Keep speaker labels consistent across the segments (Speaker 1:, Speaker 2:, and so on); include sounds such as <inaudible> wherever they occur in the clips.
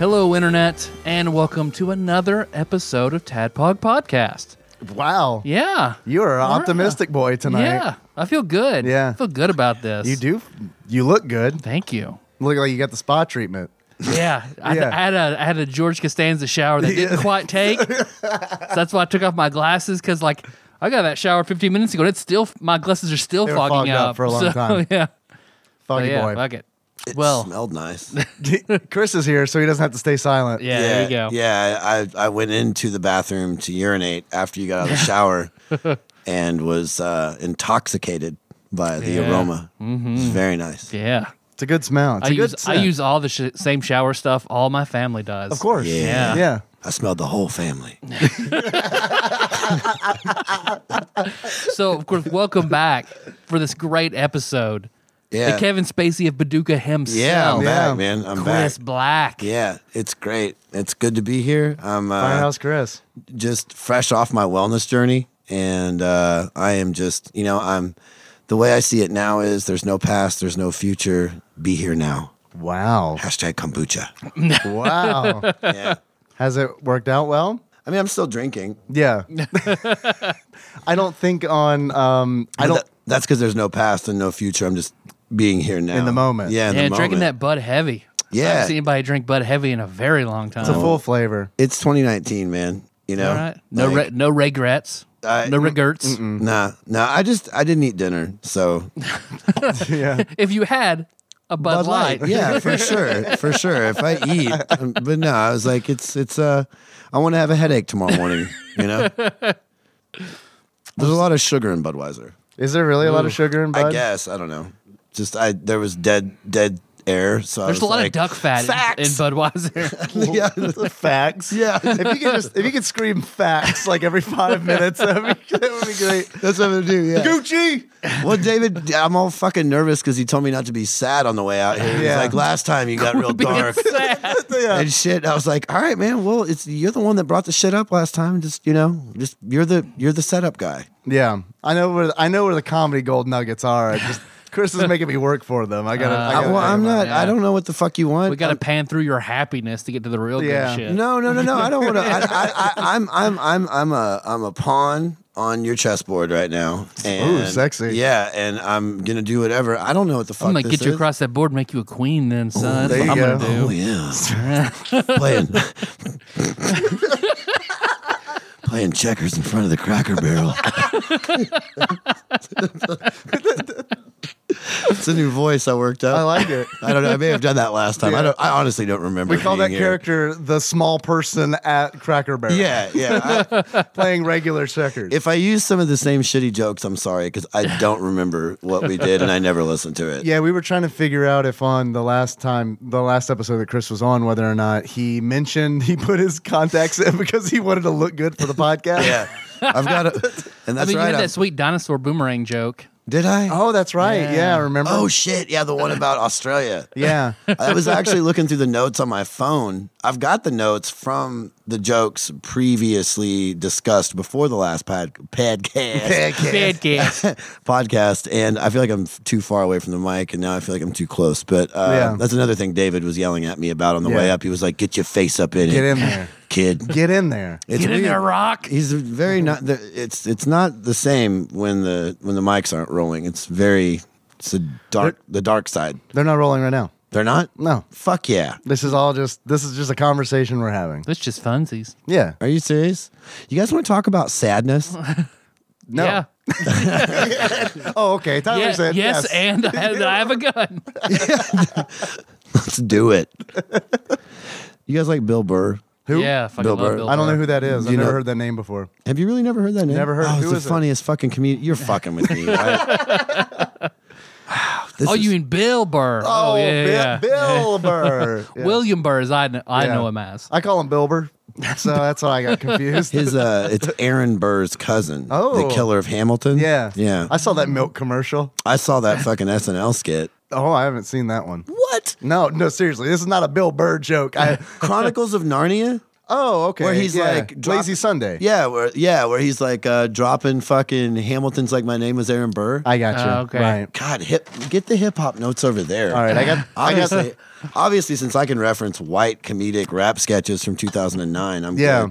Speaker 1: Hello, Internet, and welcome to another episode of Tadpog Podcast.
Speaker 2: Wow.
Speaker 1: Yeah.
Speaker 2: You are an optimistic boy tonight.
Speaker 1: Yeah. I feel good.
Speaker 2: Yeah.
Speaker 1: I feel good about this.
Speaker 2: You do. You look good.
Speaker 1: Thank you.
Speaker 2: Look like you got the spa treatment.
Speaker 1: Yeah. I,
Speaker 2: Yeah.
Speaker 1: I had a I had a George Costanza shower that didn't quite take. so that's why I took off my glasses because like I got that shower 15 minutes ago. And it's still my glasses are still
Speaker 2: They were
Speaker 1: fogging
Speaker 2: fogged up for a long
Speaker 1: So,
Speaker 2: time.
Speaker 1: <laughs> Yeah.
Speaker 2: Foggy
Speaker 1: Oh, yeah.
Speaker 2: boy.
Speaker 1: Fuck it. well. <laughs>
Speaker 3: smelled nice.
Speaker 2: <laughs> Chris is here, so he doesn't have to stay silent.
Speaker 1: yeah, There you go.
Speaker 3: Yeah, I I went into the bathroom to urinate after you got out of the shower,
Speaker 1: <laughs>
Speaker 3: and was uh, intoxicated by the
Speaker 1: Yeah. Mm-hmm.
Speaker 3: aroma. It was very nice.
Speaker 1: Yeah.
Speaker 2: It's a good smell.
Speaker 1: I
Speaker 2: It's a good
Speaker 1: use I
Speaker 2: scent.
Speaker 1: use all the sh- same shower stuff. All my family does.
Speaker 2: Of course.
Speaker 3: Yeah.
Speaker 2: Yeah.
Speaker 3: I smelled the whole family.
Speaker 1: So, of course, welcome back for this great episode.
Speaker 3: Yeah,
Speaker 1: The Kevin Spacey of Paducah himself.
Speaker 3: yeah, I'm
Speaker 2: Yeah.
Speaker 3: back, man. I'm
Speaker 1: Chris
Speaker 3: back.
Speaker 1: Black.
Speaker 3: Yeah, it's great. It's good to be here. I'm uh,
Speaker 2: Firehouse Chris.
Speaker 3: just fresh off my wellness journey, and uh, I am just you know I'm the way I see it now is there's no past, there's no future. Be here now.
Speaker 2: Wow.
Speaker 3: Hashtag kombucha.
Speaker 2: <laughs> wow.
Speaker 3: Yeah.
Speaker 2: Has it worked out well?
Speaker 3: I mean, I'm still drinking.
Speaker 2: Yeah. <laughs> I don't think on um I
Speaker 3: But
Speaker 2: don't
Speaker 3: that- that's because there's no past and no future. I'm just being here now
Speaker 2: the moment.
Speaker 3: Yeah, in
Speaker 1: Yeah,
Speaker 3: the moment.
Speaker 1: drinking that Bud Heavy. I
Speaker 3: Yeah.
Speaker 1: haven't seen anybody drink Bud Heavy in a very long time.
Speaker 2: it's a
Speaker 3: Oh.
Speaker 2: full flavor. <laughs>
Speaker 3: It's 2019, man. You know,
Speaker 1: All right. No,
Speaker 3: Like,
Speaker 1: re- no regrets.
Speaker 3: I-
Speaker 1: no regrets.
Speaker 3: nah, nah. I just I didn't eat dinner, so
Speaker 2: yeah.
Speaker 1: If you had a Bud,
Speaker 2: Bud
Speaker 1: Light,
Speaker 2: Light.
Speaker 3: yeah, for sure, for sure. If I eat, um, but no, I was like, it's it's uh, I want to have a headache tomorrow morning.
Speaker 1: <laughs>
Speaker 3: You know, there's a lot of sugar in Budweiser.
Speaker 2: Is there really a lot of sugar in bud?
Speaker 3: I guess I don't know. Just I there was dead dead air. So I
Speaker 1: there's
Speaker 3: was
Speaker 1: a lot
Speaker 3: like,
Speaker 1: of
Speaker 3: <laughs>
Speaker 1: duck fat in- in,
Speaker 3: Facts.
Speaker 1: Budweiser.
Speaker 3: <laughs>
Speaker 1: <laughs>
Speaker 2: <laughs>
Speaker 3: yeah,
Speaker 2: facts.
Speaker 3: Yeah.
Speaker 2: If you could just if you could scream facts like every five minutes, that would be, that would be
Speaker 1: <laughs>
Speaker 2: great.
Speaker 3: that's what I'm gonna do.
Speaker 2: <laughs>
Speaker 3: Yeah.
Speaker 2: Gucci.
Speaker 3: Well, David, I'm all fucking nervous because he told me not to be sad on the way out here. He was
Speaker 2: Yeah.
Speaker 3: like, last time you got
Speaker 1: <laughs>
Speaker 3: real dark
Speaker 1: Sad.
Speaker 3: and shit. I was like, all right, man. Well, it's you're the one that brought the shit up last time. Just you know, just you're the you're the setup guy.
Speaker 2: Yeah, I know where I know where the comedy gold nuggets are. I just Chris is making me work for them. I gotta. I
Speaker 3: I,
Speaker 2: gotta
Speaker 3: Uh, well, I'm
Speaker 2: think about
Speaker 3: not.
Speaker 1: yeah.
Speaker 3: I don't know what the fuck you want.
Speaker 1: we got to
Speaker 3: I'm-
Speaker 1: pan through your happiness to get to the real good
Speaker 2: Yeah.
Speaker 1: shit.
Speaker 3: No, no, no, no. I don't want
Speaker 1: <laughs>
Speaker 3: to. I, I, I, I'm, I'm, I'm, I'm a, I'm a pawn on your chessboard right now. And
Speaker 2: sexy.
Speaker 3: Yeah, and I'm gonna do whatever. I don't know what the fuck.
Speaker 1: I'm gonna
Speaker 3: this
Speaker 1: get you
Speaker 3: is.
Speaker 1: across that board, and make you a queen, then son.
Speaker 2: there
Speaker 1: That's what
Speaker 2: you
Speaker 1: I'm
Speaker 2: go.
Speaker 1: gonna do.
Speaker 3: Oh
Speaker 1: <laughs>
Speaker 3: yeah, playing <laughs> playing checkers in front of the Cracker Barrel. <laughs> it's a new voice I worked
Speaker 2: it.
Speaker 3: up.
Speaker 2: I
Speaker 3: I,
Speaker 2: like it.
Speaker 3: don't know. I may have done that last time.
Speaker 2: Yeah.
Speaker 3: I don't. I honestly don't remember.
Speaker 2: We call that
Speaker 3: being here.
Speaker 2: character the small person at Cracker Barrel.
Speaker 3: Yeah, yeah. I-
Speaker 2: playing regular checkers.
Speaker 3: if I use some of the same shitty jokes, I'm sorry because I don't remember what we did and I never listened to it.
Speaker 2: yeah, we were trying to figure out if on the last time, the last episode that Chris was on, whether or not he mentioned he put his contacts in <laughs> because he wanted to look good for the podcast.
Speaker 3: Yeah. I've got it, and
Speaker 1: I mean,
Speaker 3: that's
Speaker 1: you
Speaker 3: right.
Speaker 1: had
Speaker 3: I'm-
Speaker 1: that sweet dinosaur boomerang joke.
Speaker 3: did I?
Speaker 2: Oh, that's right. Yeah, I remember.
Speaker 3: oh shit! Yeah, the one about Australia. <laughs>
Speaker 2: yeah.
Speaker 3: I was actually looking through the notes on my phone. I've got the notes from the jokes previously discussed before the last pod- podcast.
Speaker 1: Bad guess.
Speaker 3: <laughs> podcast, and I feel like I'm f- too far away from the mic, and now I feel like I'm too close. But uh,
Speaker 2: Yeah.
Speaker 3: that's another thing David was yelling at me about on the
Speaker 2: Yeah.
Speaker 3: way up. He was like, "Get your face up in
Speaker 2: Get
Speaker 3: it,
Speaker 2: in there.
Speaker 3: kid."
Speaker 2: Get in there.
Speaker 3: It's
Speaker 1: Get in
Speaker 3: weird.
Speaker 1: there, Rock.
Speaker 3: He's very not. The, it's it's not the same when the when the mics aren't rolling. It's very it's the dark the dark side.
Speaker 2: They're not rolling right now.
Speaker 3: They're not.
Speaker 2: No.
Speaker 3: Fuck yeah.
Speaker 2: This is all just this is just a conversation we're having.
Speaker 1: That's just funsies.
Speaker 2: Yeah.
Speaker 3: Are you serious? You guys want to talk about <laughs> sadness?
Speaker 2: No.
Speaker 1: Yeah.
Speaker 2: Oh, okay. Tyler
Speaker 1: Yeah,
Speaker 2: said
Speaker 1: yes,
Speaker 2: yes.
Speaker 1: and I, and I have a gun.
Speaker 3: Let's do it. you guys like Bill Burr?
Speaker 2: <laughs> Who?
Speaker 1: Yeah, fucking
Speaker 3: Bill
Speaker 1: love
Speaker 3: Burr.
Speaker 1: Bill
Speaker 2: I don't know
Speaker 1: Burr.
Speaker 2: who that is. I've
Speaker 3: You
Speaker 2: never
Speaker 3: know-
Speaker 2: heard that name before.
Speaker 3: Have you really never heard that name?
Speaker 2: Never heard.
Speaker 3: Oh, it's
Speaker 2: Who
Speaker 3: the
Speaker 2: is it?
Speaker 3: <laughs> funniest fucking comedian. You're fucking with me. Right? This
Speaker 1: oh,
Speaker 3: is-
Speaker 1: you mean Bill Burr?
Speaker 2: Oh,
Speaker 1: yeah, yeah,
Speaker 2: Bi-
Speaker 1: yeah.
Speaker 2: Bill Burr.
Speaker 1: <laughs>
Speaker 2: Yeah.
Speaker 1: William Burr is I know, I
Speaker 2: Yeah.
Speaker 1: know him as.
Speaker 2: I call him Bilber. <laughs> So that's why I got confused.
Speaker 3: His uh, it's Aaron Burr's cousin,
Speaker 2: Oh.
Speaker 3: the killer of Hamilton.
Speaker 2: yeah.
Speaker 3: <laughs> yeah.
Speaker 2: I saw that milk commercial.
Speaker 3: I saw that fucking SNL skit.
Speaker 2: Oh, I haven't seen that one.
Speaker 3: What?
Speaker 2: No, no, seriously. This is not a Bill Burr joke.
Speaker 3: <laughs>
Speaker 2: I
Speaker 3: Chronicles of Narnia?
Speaker 2: Oh, okay.
Speaker 3: Where he's
Speaker 2: yeah.
Speaker 3: like drop-
Speaker 2: Lazy Sunday.
Speaker 3: Yeah, where yeah, where he's like uh, dropping fucking Hamilton's like my name is Aaron Burr.
Speaker 2: I got you.
Speaker 1: Oh, okay.
Speaker 2: Right.
Speaker 3: God, hip get the hip hop notes over there.
Speaker 2: All right, I got- I got-
Speaker 3: <sighs> obviously, obviously, since I can reference white comedic rap sketches from 2009, I'm
Speaker 2: Yeah.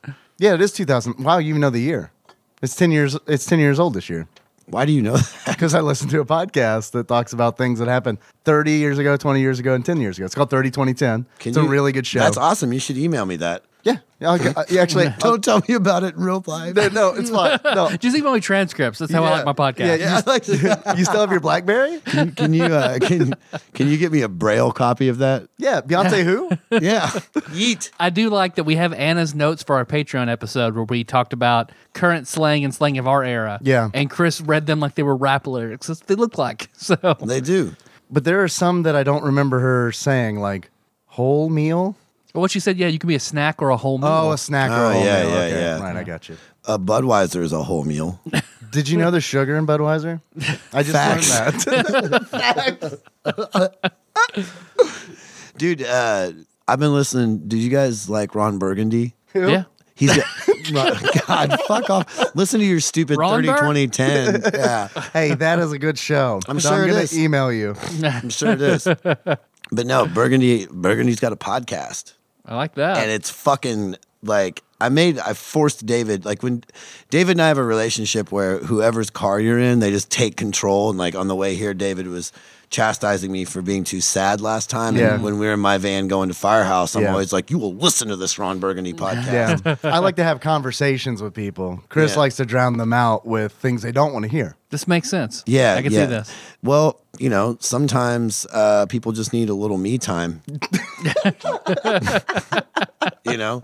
Speaker 3: good. <laughs>
Speaker 2: yeah, it is 2000. Wow, you even know the year. It's 10 years it's 10 years old this year.
Speaker 3: Why do you know that?
Speaker 2: Cuz I listened to a podcast that talks about things that happened 30 years ago, 20 years ago, and 10 years ago. It's called 30 2010.
Speaker 3: Can
Speaker 2: it's
Speaker 3: you,
Speaker 2: a really good show.
Speaker 3: That's awesome. You should email me that.
Speaker 2: Yeah. Yeah, I'll go- uh, yeah, actually I'll-
Speaker 3: <laughs> Don't tell me about it in real life.
Speaker 2: no, no, it's fine. No.
Speaker 1: Just email me transcripts. That's how I
Speaker 2: Yeah.
Speaker 1: like my podcast.
Speaker 2: Yeah,
Speaker 3: Yeah, I like to- <laughs>
Speaker 2: <laughs> You still have your BlackBerry?
Speaker 3: <laughs> can, can you uh, can can you get me a braille copy of that?
Speaker 2: Yeah, Beyonce
Speaker 1: <laughs>
Speaker 2: who?
Speaker 3: Yeah, yeet.
Speaker 1: I do like that we have Anna's notes for our Patreon episode where we talked about current slang and slang of our era.
Speaker 2: Yeah.
Speaker 1: And Chris read them like they were rap lyrics. That's what they look like. <laughs> So
Speaker 3: <laughs> They do.
Speaker 2: But there are some that I don't remember her saying like whole meal.
Speaker 1: what she said, yeah, you can be a snack or a whole meal.
Speaker 2: Oh, a snack or
Speaker 3: Oh,
Speaker 2: a whole
Speaker 3: yeah,
Speaker 2: meal.
Speaker 3: yeah,
Speaker 2: okay.
Speaker 3: yeah.
Speaker 2: Right, I got you.
Speaker 3: A Budweiser is a whole meal.
Speaker 2: Did you know there's sugar in Budweiser? I just learned
Speaker 3: Facts.
Speaker 2: that.
Speaker 3: Dude, uh, I've been listening. Did you guys like Ron Burgundy?
Speaker 1: yeah.
Speaker 3: He's
Speaker 2: <laughs>
Speaker 3: got, God, fuck off. Listen to your stupid
Speaker 1: Ron
Speaker 3: 30
Speaker 1: Burr?
Speaker 3: 20
Speaker 2: <laughs>
Speaker 3: 10. Yeah,
Speaker 2: <laughs> hey, that is a good show.
Speaker 3: I'm
Speaker 2: So
Speaker 3: sure
Speaker 2: I'm
Speaker 3: it
Speaker 2: gonna
Speaker 3: is.
Speaker 2: email you.
Speaker 3: I'm sure
Speaker 2: <laughs>
Speaker 3: it is. But no, Burgundy Burgundy's got a podcast
Speaker 1: I like that.
Speaker 3: and it's fucking like I made I forced David like when David and I have a relationship where whoever's car you're in, they just take control and like on the way here David was chastising me for being too sad last time
Speaker 2: Yeah.
Speaker 3: and when we were in my van going to Firehouse, I'm
Speaker 2: Yeah.
Speaker 3: always like you will listen to this Ron Burgundy podcast.
Speaker 2: <laughs> Yeah.
Speaker 3: <laughs>
Speaker 2: I like to have conversations with people. Chris
Speaker 3: Yeah.
Speaker 2: likes to drown them out with things they don't want to hear.
Speaker 1: this makes sense.
Speaker 3: Yeah,
Speaker 1: I can
Speaker 3: yeah.
Speaker 1: see this.
Speaker 3: Well, you know, sometimes uh, people just need a little
Speaker 2: <laughs>
Speaker 3: me time. <laughs> you know,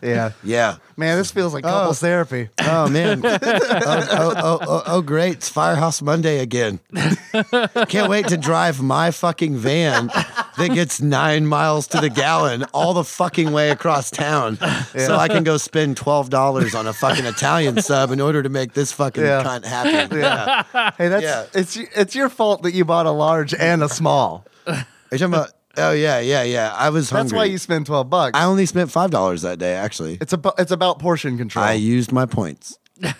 Speaker 2: Yeah.
Speaker 3: yeah.
Speaker 2: Man, this feels like couples therapy.
Speaker 3: Oh man!
Speaker 2: <laughs>
Speaker 3: oh, oh, oh, oh, oh, great! It's Firehouse Monday again. Can't wait to drive my fucking van that gets nine miles to the gallon all the fucking way across town, so I can go spend twelve dollars on a fucking Italian sub in order to make this fucking
Speaker 2: Yeah.
Speaker 3: cunt happen. Yeah.
Speaker 2: Hey, that's
Speaker 3: Yeah.
Speaker 2: it's it's your fault that you bought a large and a small.
Speaker 3: Are you talking about? Oh yeah, yeah, yeah. I was hungry.
Speaker 2: That's why you spend twelve bucks.
Speaker 3: I only spent five dollars that day. Actually,
Speaker 2: it's about it's about portion control.
Speaker 3: I used my points. <laughs> I,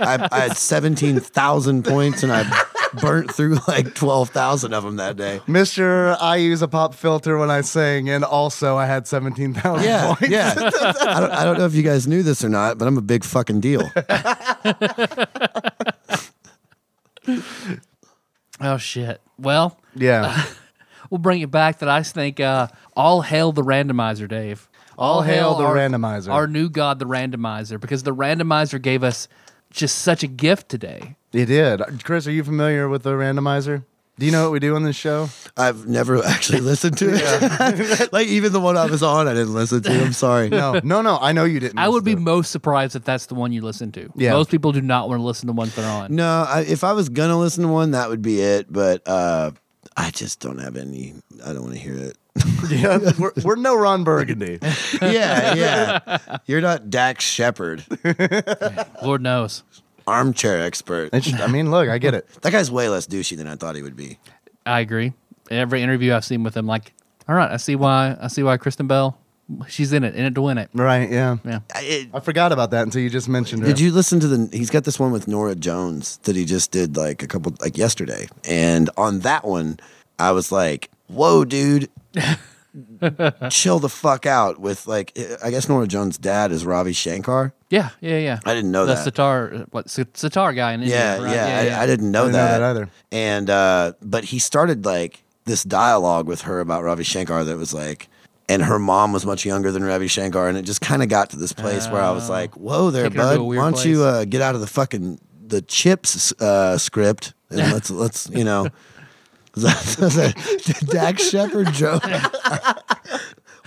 Speaker 3: I, I had seventeen thousand points, and I burnt through like twelve thousand of them that day.
Speaker 2: Mister, I use a pop filter when I sing, and also I had seventeen thousand
Speaker 3: Yeah,
Speaker 2: points.
Speaker 3: yeah. I don't, I don't know if you guys knew this or not, but I'm a big fucking deal.
Speaker 1: Oh shit. Well,
Speaker 2: Yeah.
Speaker 1: we'll bring it back that I think uh, all hail the randomizer, Dave.
Speaker 2: All hail the
Speaker 1: our-
Speaker 2: randomizer.
Speaker 1: Our new god, the randomizer, because the randomizer gave us just such a gift today.
Speaker 2: It did. Chris, are you familiar with the randomizer? Do you know what we do on this show?
Speaker 3: I've never actually listened to it. <laughs> like even the one I was on, I didn't listen to. I'm sorry.
Speaker 2: No, <laughs> no, no. I know you didn't.
Speaker 1: I would be
Speaker 2: listen
Speaker 1: most surprised if that's the one you listen to.
Speaker 2: Yeah.
Speaker 1: Most people do not want to listen to ones they're on.
Speaker 3: No, I, if I was gonna listen to one, that would be it. But uh, I just don't have any. I don't want to hear it.
Speaker 2: to it. <laughs> Yeah, we're, we're no Ron Burgundy.
Speaker 3: yeah, yeah. <laughs> You're not Dax Shepard,
Speaker 1: Lord knows.
Speaker 3: armchair expert.
Speaker 2: It's- I mean, look, I get it.
Speaker 3: That guy's way less douchey than I thought he would be.
Speaker 1: I agree. Every interview I've seen with him, like, all right, I see why I see why Kristen Bell, she's in it, in it to win it.
Speaker 2: Right? Yeah.
Speaker 1: Yeah.
Speaker 3: I- it-
Speaker 2: I forgot about that until you just mentioned it.
Speaker 3: Did you listen to the? He's got this one with Nora Jones that he just did like a couple like yesterday, and on that one, I was like, "Whoa, dude." chill the fuck out with like i guess nora jones dad is ravi shankar
Speaker 1: Yeah, yeah, yeah.
Speaker 3: I didn't know
Speaker 1: the
Speaker 3: that.
Speaker 1: sitar, what si- sitar guy in India.
Speaker 3: yeah,
Speaker 1: right?
Speaker 3: yeah. I, I didn't know
Speaker 2: I didn't know
Speaker 3: that.
Speaker 2: that either.
Speaker 3: And uh, but he started like this dialogue with her about Ravi Shankar that was like, and her mom was much younger than Ravi Shankar, and it just kind of got to this place where I was like, "Whoa, there,
Speaker 1: Taking Oh. her to
Speaker 3: bud!
Speaker 1: a
Speaker 3: Why
Speaker 1: weird
Speaker 3: don't you
Speaker 1: place.
Speaker 3: uh, get out of the fucking the chips uh, script
Speaker 1: <laughs>
Speaker 3: and let's let's you <laughs> know." That's a Dax Shepard joke. <laughs>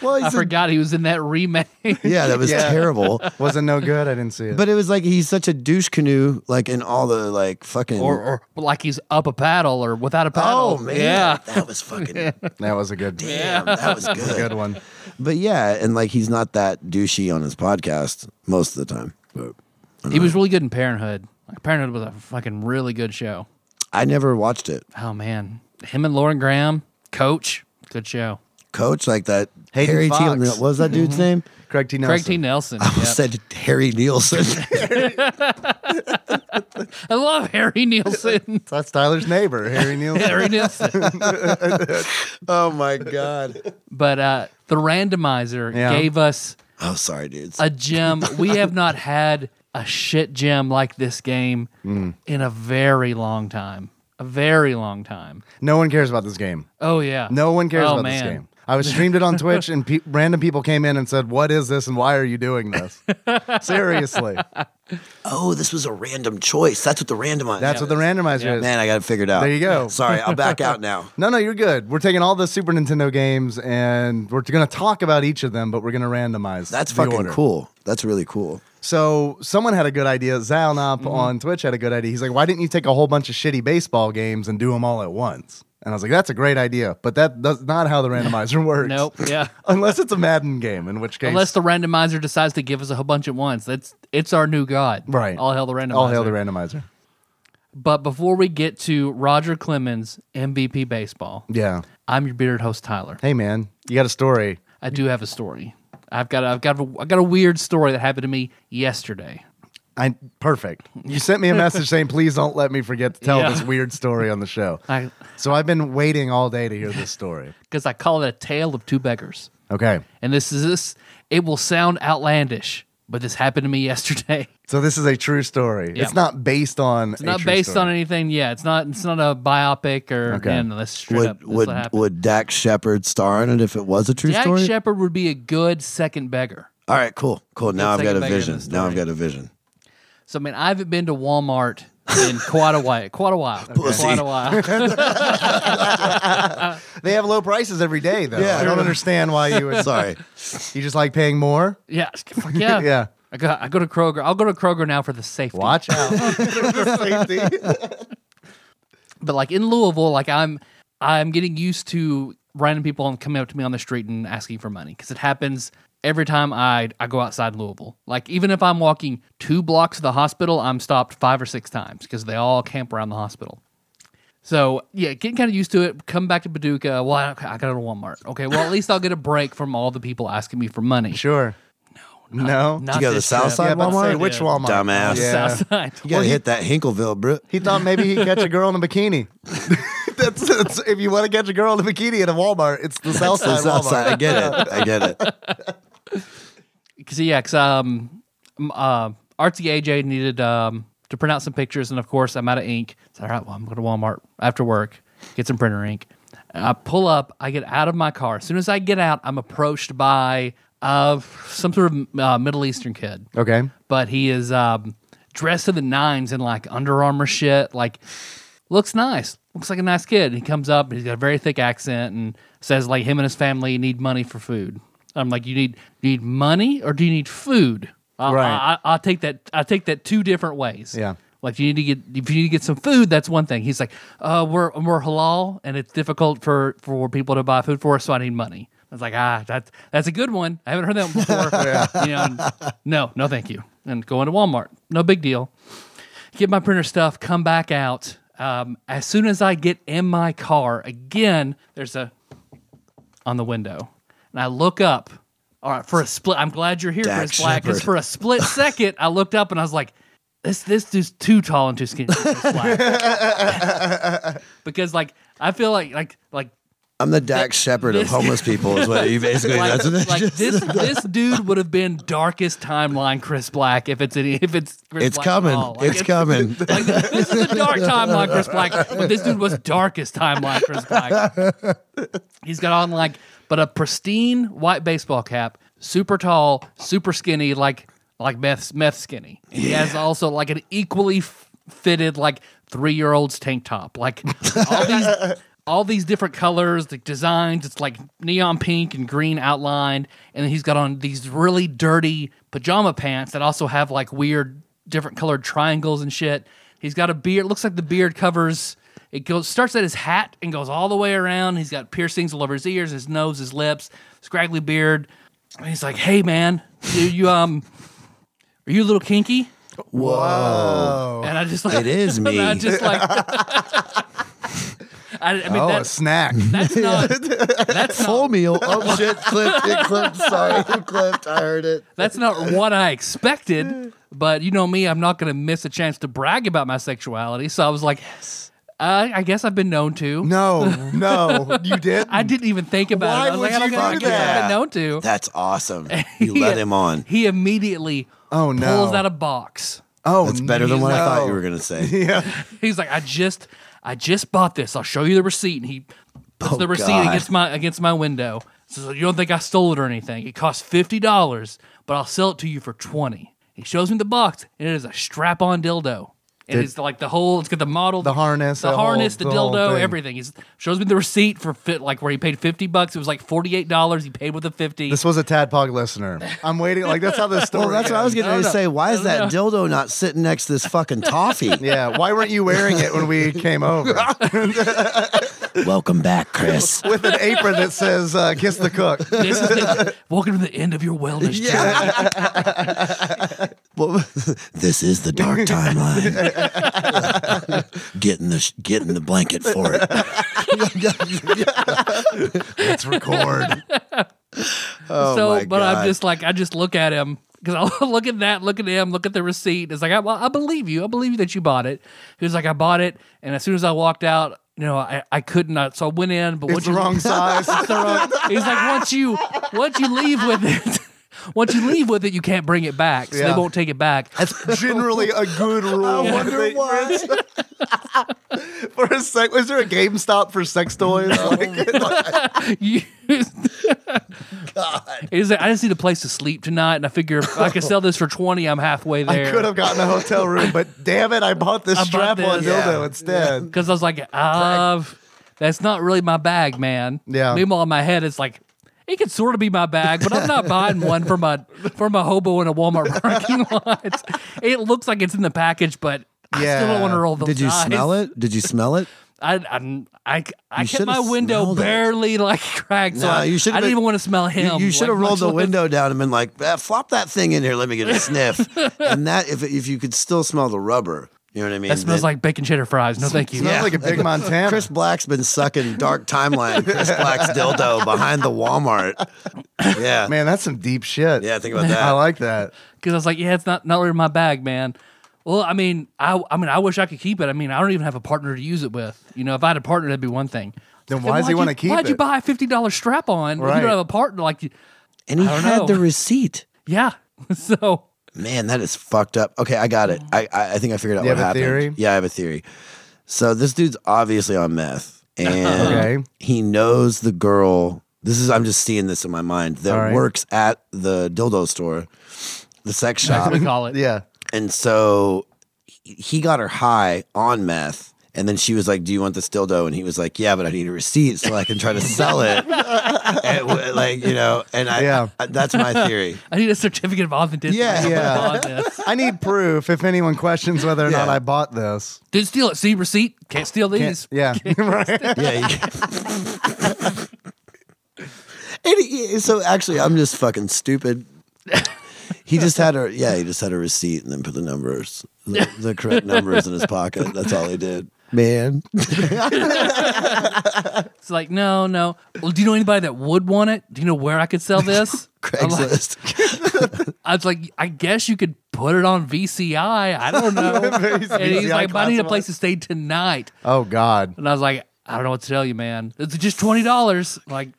Speaker 3: Well,
Speaker 1: I
Speaker 3: he's a-
Speaker 1: forgot he was in that <laughs> remake.
Speaker 3: <laughs> Yeah, that was
Speaker 1: <laughs>
Speaker 2: Yeah.
Speaker 3: terrible.
Speaker 2: Wasn't no good. I didn't see it.
Speaker 3: But it was like he's such a douche canoe, like in all the like fucking.
Speaker 1: or, or like he's up a paddle or without a paddle.
Speaker 3: oh man,
Speaker 1: Yeah.
Speaker 3: <laughs> that was fucking.
Speaker 2: that was a good,
Speaker 3: Damn, that was good.
Speaker 2: good one.
Speaker 3: But yeah, and like he's not that douchey on his podcast most of the time. But
Speaker 1: He was really good in Parenthood. Like Parenthood was a fucking really good show.
Speaker 3: I never watched it.
Speaker 1: Oh man, him and Lauren Graham, Coach, good show.
Speaker 3: Coach like that.
Speaker 2: Hayden
Speaker 3: Harry T.
Speaker 2: Fox.
Speaker 3: What was that
Speaker 1: Mm-hmm.
Speaker 3: dude's name?
Speaker 2: Craig T. Nelson.
Speaker 1: Craig T. Nelson.
Speaker 3: I
Speaker 1: yeah.
Speaker 3: said
Speaker 1: <laughs>
Speaker 3: Harry Nielsen.
Speaker 1: I love Harry Nielsen.
Speaker 2: <laughs> That's Tyler's neighbor, Harry Nielsen.
Speaker 1: <laughs> Harry Nielsen.
Speaker 3: oh my god.
Speaker 1: But uh, the randomizer
Speaker 2: Yeah.
Speaker 1: gave us
Speaker 3: Oh sorry, dudes.
Speaker 1: a gem. We have not had a shit gem like this game
Speaker 2: Mm.
Speaker 1: in a very long time. A very long time.
Speaker 2: No one cares about this game.
Speaker 1: Oh yeah.
Speaker 2: No one cares
Speaker 1: Oh,
Speaker 2: about this
Speaker 1: man.
Speaker 2: game. I was streamed it on Twitch, and pe- random people came in and said, "What is this? And why are you
Speaker 1: <laughs>
Speaker 2: doing this?" Seriously,
Speaker 3: oh, this was a random choice. That's what the randomizer.
Speaker 2: that's what the randomizer
Speaker 1: Yeah.
Speaker 2: is.
Speaker 3: Man, I got it figured out.
Speaker 2: There you go.
Speaker 3: <laughs> Sorry, I'll
Speaker 2: <laughs>
Speaker 3: back out now.
Speaker 2: No, no, you're good. We're taking all the Super Nintendo games, and we're going to talk about each of them, but we're going to randomize.
Speaker 3: That's
Speaker 2: the
Speaker 3: fucking
Speaker 2: order.
Speaker 3: cool. That's really cool.
Speaker 2: So someone had a good idea. Zalnop on Twitch had a good idea. He's like, "Why didn't you take a whole bunch of shitty baseball games and do them all at once?" And I was like, "That's a great idea, but that that's not how the randomizer works.
Speaker 1: Nope. Yeah.
Speaker 2: unless it's a Madden game, in which case,
Speaker 1: Unless the randomizer decides to give us a whole bunch at once. That's it's our new god.
Speaker 2: right,
Speaker 1: All hail the randomizer.
Speaker 2: all hail the randomizer.
Speaker 1: But before we get to Roger Clemens MVP baseball,
Speaker 2: Yeah.
Speaker 1: I'm your bearded host Tyler.
Speaker 2: Hey, man, you got a story?
Speaker 1: I do have a story. I've got I've got a, I've got a weird story that happened to me yesterday.
Speaker 2: I perfect. You sent me a message saying, "Please don't let me forget to tell
Speaker 1: Yeah.
Speaker 2: this weird story on the show."
Speaker 1: I
Speaker 2: So I've been waiting all day to hear this story.
Speaker 1: because I call it a tale of two beggars.
Speaker 2: Okay.
Speaker 1: And this is this it will sound outlandish, but this happened to me <laughs> yesterday.
Speaker 2: So this is a true story.
Speaker 1: Yeah.
Speaker 2: It's not based on.
Speaker 1: It's not based on anything. Yeah, it's not it's not a biopic or
Speaker 2: Okay.
Speaker 1: okay. no, that's straight up.
Speaker 3: Would
Speaker 1: That's what
Speaker 3: would
Speaker 1: happened.
Speaker 3: would Dax Shepard star in it if it was a true
Speaker 1: Jack
Speaker 3: story?
Speaker 1: Shepard would be a good second beggar.
Speaker 3: All right, cool, cool. Now
Speaker 1: Let's take
Speaker 3: I've got
Speaker 1: it
Speaker 3: a
Speaker 1: back into
Speaker 3: vision.
Speaker 1: the
Speaker 3: Now I've
Speaker 1: story.
Speaker 3: got a
Speaker 1: <laughs>
Speaker 3: vision.
Speaker 1: So I mean, I haven't been to Walmart in quite a while. Quite a while.
Speaker 3: Pussy.
Speaker 1: Quite a while. <laughs>
Speaker 2: They have low prices every day, though.
Speaker 3: Yeah.
Speaker 2: I don't understand why you would.
Speaker 3: Sorry.
Speaker 2: <laughs> You just like paying more.
Speaker 1: yeah. Fuck yeah.
Speaker 2: <laughs> Yeah.
Speaker 1: I go, I go to Kroger. I'll go to Kroger now for the safety. <laughs>
Speaker 2: Watch out.
Speaker 1: But like in Louisville, like I'm I'm getting used to random people coming up to me on the street and asking for money because it happens every time I I go outside Louisville. Like even if I'm walking two blocks to the hospital, I'm stopped five or six times because they all camp around the hospital. So yeah, getting kind of used to it. Come back to Paducah. Well, I, I got to Walmart. Okay, well at least I'll get a break from all the people asking me for money.
Speaker 2: sure. No. No.
Speaker 1: Not
Speaker 3: You go to the
Speaker 1: this
Speaker 3: south
Speaker 1: trip.
Speaker 3: side
Speaker 2: yeah, but
Speaker 3: Walmart?
Speaker 2: say which Walmart?
Speaker 3: Dumbass.
Speaker 1: The
Speaker 2: Yeah.
Speaker 1: South side. <laughs>
Speaker 3: You gotta hit that Hinkle bro.
Speaker 2: He thought maybe he'd catch a girl in a
Speaker 1: <laughs>
Speaker 2: bikini. that's, that's if you want to catch a girl in a bikini at a Walmart, it's the South Side
Speaker 3: It's
Speaker 2: Walmart.
Speaker 3: outside. I get it. I get
Speaker 1: <laughs>
Speaker 3: it.
Speaker 1: Cause yeah, 'cause, um, m- uh, Artsy AJ needed um to print out some pictures, and of course I'm out of ink. So all right, well I'm going to Walmart after work, get some printer ink. And I pull up, I get out of my car. As soon as I get out, I'm approached by uh some sort of uh, Middle Eastern kid,
Speaker 2: Okay.
Speaker 1: but he is um dressed to the nines in like Under Armour shit, like. Looks nice. Looks like a nice kid. He comes up. He's got a very thick accent and says like him and his family need money for food. I'm like, you need you need money or do you need food? Uh, I,
Speaker 2: Right.
Speaker 1: I, I, will take that. I take that two different ways.
Speaker 2: Yeah.
Speaker 1: Like you need to get if you need to get some food, that's one thing. He's like, uh, we're we're halal and it's difficult for for people to buy food for us, so I need money. I was like, ah, that's that's a good one. I haven't heard that one before. You know, and, no, no, thank you. And going to Walmart, no big deal get my printer stuff, come back out. Um, as soon as I get in my car, again, there's a on the window, and I look up. All right, for a split, I'm glad you're here,
Speaker 3: Dax
Speaker 1: Chris Black. Because
Speaker 3: Shepard.
Speaker 1: for a split
Speaker 3: <laughs>
Speaker 1: second, I looked up and I was like, "This this dude's too tall and too skinny." for Chris Black.
Speaker 3: <laughs>
Speaker 1: because like I feel like like like
Speaker 3: I'm the Dax Shepard of homeless people. Is what you
Speaker 1: <laughs>
Speaker 3: basically.
Speaker 1: like,
Speaker 3: that's what they
Speaker 1: like
Speaker 3: just.
Speaker 1: this
Speaker 3: <laughs>
Speaker 1: this dude would have been darkest timeline Chris Black if it's any, if it's Chris
Speaker 3: It's
Speaker 1: Black at
Speaker 3: coming.
Speaker 1: all. Like,
Speaker 3: It's coming.
Speaker 1: <laughs> Like, this is a dark timeline, Chris Black. But this dude was darkest timeline, Chris Black. He's got on like, but a pristine white baseball cap, super tall, super skinny, like like meth meth skinny. He has also like an equally f- fitted like three year old's tank top, like all these all these different colors, the designs. It's like neon pink and green outlined, and then he's got on these really dirty pajama pants that also have like weird different colored triangles and shit. He's got a beard. Looks like the beard covers. It goes starts at his hat and goes all the way around. He's got piercings all over his ears, his nose, his lips, scraggly beard. And he's like, "Hey man, you, you um, are you a little kinky?" Whoa! And I just like <laughs>
Speaker 3: <laughs> It is
Speaker 1: and I
Speaker 3: me.
Speaker 1: just like. <laughs> I, I mean,
Speaker 2: oh, a
Speaker 1: that's, <laughs>
Speaker 2: snack.
Speaker 1: that's not that's
Speaker 3: <laughs> Full
Speaker 1: not,
Speaker 3: meal.
Speaker 1: <laughs>
Speaker 3: Oh shit! Clipped. It clipped. Sorry, it clipped. I heard it.
Speaker 1: that's not what I expected. But you know me, I'm not going to miss a chance to brag about my sexuality. So I was like, uh, I guess I've been known to.
Speaker 2: no, no,
Speaker 1: <laughs>
Speaker 2: you did.
Speaker 1: I didn't even think about
Speaker 2: Why
Speaker 1: it. I was
Speaker 2: would
Speaker 1: like, I,
Speaker 2: you
Speaker 1: don't- I
Speaker 2: do
Speaker 1: guess I've
Speaker 3: that?
Speaker 1: been known to.
Speaker 3: That's
Speaker 1: <laughs>
Speaker 3: awesome. You let him on.
Speaker 1: He immediately
Speaker 2: Oh, no.
Speaker 1: pulls out a box.
Speaker 2: Oh,
Speaker 1: Mm,
Speaker 3: That's better than what I thought you
Speaker 2: no.
Speaker 3: were
Speaker 1: <laughs>
Speaker 3: gonna say.
Speaker 1: He's like, I just I just bought this. I'll show you the receipt. And he puts
Speaker 3: Oh,
Speaker 1: the receipt
Speaker 3: God.
Speaker 1: against my against my window. So you don't think I stole it or anything. It costs fifty dollars, but I'll sell it to you for twenty. He shows me the box, and it is a strap on dildo. And it's like the whole it's got the model,
Speaker 2: The harness,
Speaker 1: the
Speaker 2: the whole-
Speaker 1: harness, the,
Speaker 2: the whole
Speaker 1: dildo,
Speaker 2: thing.
Speaker 1: everything. He shows me the receipt for fit like where he paid fifty bucks. It was like forty eight dollars. He paid with a fifty.
Speaker 2: This was a Tadpog listener. I'm waiting. Like that's how this story.
Speaker 3: <laughs> Well, that's what I was
Speaker 2: ends.
Speaker 3: getting ready to say. Why is that dildo not sitting next to this fucking
Speaker 1: <laughs>
Speaker 3: toffee?
Speaker 2: Yeah. Why weren't you wearing it when we came
Speaker 3: <laughs>
Speaker 2: over
Speaker 3: Welcome back, <laughs> Chris.
Speaker 2: with an apron that says uh, "Kiss the Cook"?
Speaker 1: This is
Speaker 2: <laughs>
Speaker 1: the, welcome to the end of your wellness journey.
Speaker 3: Well, this is the dark <laughs> timeline. getting the sh- getting the blanket <laughs> for it.
Speaker 2: Let's record.
Speaker 3: oh
Speaker 1: so,
Speaker 3: my
Speaker 1: but
Speaker 3: God.
Speaker 1: I'm just like, I just look at him because I'll <laughs> look at that, look at him, look at the receipt. It's like, I, well, I believe you. I believe that you bought it. He was like, I bought it. And as soon as I walked out, you know, I, I couldn't. I, so I went in, but
Speaker 2: It's
Speaker 1: once
Speaker 2: the
Speaker 1: you,
Speaker 3: <laughs>
Speaker 2: wrong size.
Speaker 1: it's the wrong- <laughs> He's like, once you, once you leave with it, <laughs> once you leave with it, you can't bring it back. So
Speaker 2: Yeah.
Speaker 1: they won't take it back.
Speaker 2: That's generally a good rule. I <laughs>
Speaker 3: wonder why.
Speaker 2: For a sec, was there a GameStop for sex toys? Like,
Speaker 1: <laughs>
Speaker 2: <laughs>
Speaker 1: You- He's like, I just need a place to sleep tonight, and I figure if I can sell this for twenty, I'm halfway
Speaker 2: I
Speaker 1: there.
Speaker 2: could have gotten a hotel room, but damn it, I bought this
Speaker 1: I bought
Speaker 2: strap-on
Speaker 1: this.
Speaker 2: dildo
Speaker 3: Yeah.
Speaker 2: instead.
Speaker 1: because I was like, I've, that's not really my bag, man.
Speaker 2: Yeah.
Speaker 1: Meanwhile, in my head, it's like, it could sort of be my bag, but I'm
Speaker 3: <laughs>
Speaker 1: not buying one from a from a hobo in a Walmart <laughs> parking lot. It looks like it's in the package, but I still
Speaker 2: Yeah.
Speaker 1: don't want to roll the
Speaker 3: Did you
Speaker 1: dice.
Speaker 3: smell it? Did you
Speaker 1: <laughs>
Speaker 3: smell it?
Speaker 1: I I I, I
Speaker 3: You
Speaker 1: kept
Speaker 3: should've
Speaker 1: my window
Speaker 3: smelled it.
Speaker 1: barely like cracked, so
Speaker 3: Nah,
Speaker 1: I,
Speaker 3: you
Speaker 1: I
Speaker 3: should've
Speaker 1: didn't
Speaker 3: been-
Speaker 1: even want to smell
Speaker 3: You-
Speaker 1: him.
Speaker 3: you should have
Speaker 1: like,
Speaker 3: rolled the
Speaker 1: much less-
Speaker 3: window down and been like, "Ah, "Flop that thing in here. Let me get a
Speaker 1: <laughs>
Speaker 3: sniff." and that, if if you could still smell the rubber, you know what I mean.
Speaker 1: That smells
Speaker 3: Then-
Speaker 1: like bacon cheddar fries. No, thank you.
Speaker 2: Sounds
Speaker 3: Yeah.
Speaker 2: like a big
Speaker 3: <laughs>
Speaker 2: Montana.
Speaker 3: Chris Black's been sucking dark timeline. Chris Black's dildo behind the Walmart. Yeah,
Speaker 2: Man, that's some deep shit.
Speaker 3: yeah. Think about that.
Speaker 2: I like that.
Speaker 1: because I was like, yeah, it's not not really my bag, man. Well, I mean, I I mean, I wish I could keep it. I mean, I don't even have a partner to use it with. You know, if I had a partner, that'd be one thing.
Speaker 2: Then
Speaker 1: Like,
Speaker 2: why does he
Speaker 1: why'd
Speaker 2: wanna
Speaker 1: you-
Speaker 2: keep
Speaker 1: Why'd you
Speaker 2: it?
Speaker 1: buy a fifty dollars strap on? If you
Speaker 2: Right.
Speaker 1: don't have a partner, like, you-
Speaker 3: and he
Speaker 1: I don't
Speaker 3: had
Speaker 1: know.
Speaker 3: the receipt.
Speaker 1: yeah. <laughs> so
Speaker 3: Man, that is fucked up. Okay, I got it. I I, I think I figured out
Speaker 2: You
Speaker 3: what
Speaker 2: have a
Speaker 3: happened.
Speaker 2: theory?
Speaker 3: Yeah, I have a theory. So this dude's obviously on meth,
Speaker 2: <laughs>
Speaker 3: and
Speaker 2: Okay.
Speaker 3: he knows the girl. This is I'm just seeing this in my mind that
Speaker 2: All right.
Speaker 3: works at the dildo store, the sex
Speaker 1: that's
Speaker 3: shop,
Speaker 1: what we call it.
Speaker 2: Yeah.
Speaker 3: and so he- he got her high on meth. And then she was like, "Do you want this dildo?" And he was like, "Yeah, but I need a receipt so I can try to sell <laughs> it." And w- like you know, and I,
Speaker 2: Yeah.
Speaker 3: I- that's my theory.
Speaker 1: I need a certificate of authenticity.
Speaker 3: Yeah,
Speaker 1: <laughs> I
Speaker 2: yeah.
Speaker 1: bought this.
Speaker 2: I need proof if anyone questions whether or not
Speaker 3: Yeah.
Speaker 2: I bought this.
Speaker 1: Didn't steal it. See receipt. Can't steal these. <laughs>
Speaker 2: Yeah. <laughs> right.
Speaker 3: Yeah. you- <laughs> and he- so actually, I'm just fucking stupid. He just had a yeah. He just had a receipt and then put the numbers, the, the correct numbers in his pocket. That's all he did. Man,
Speaker 1: It's like no, no. Well, do you know anybody that would want it? Do you know where I could sell
Speaker 2: <laughs>
Speaker 1: this? I'm like-
Speaker 3: <laughs> Craigslist.
Speaker 1: I was like, I guess you could put it on VCI. I don't know.
Speaker 2: <laughs> He's
Speaker 1: and he's
Speaker 2: VCI
Speaker 1: like, but I need a
Speaker 2: classified.
Speaker 1: place to stay tonight.
Speaker 2: Oh God.
Speaker 1: And I was like, I don't know what to tell you, man. It's just twenty dollars. Like,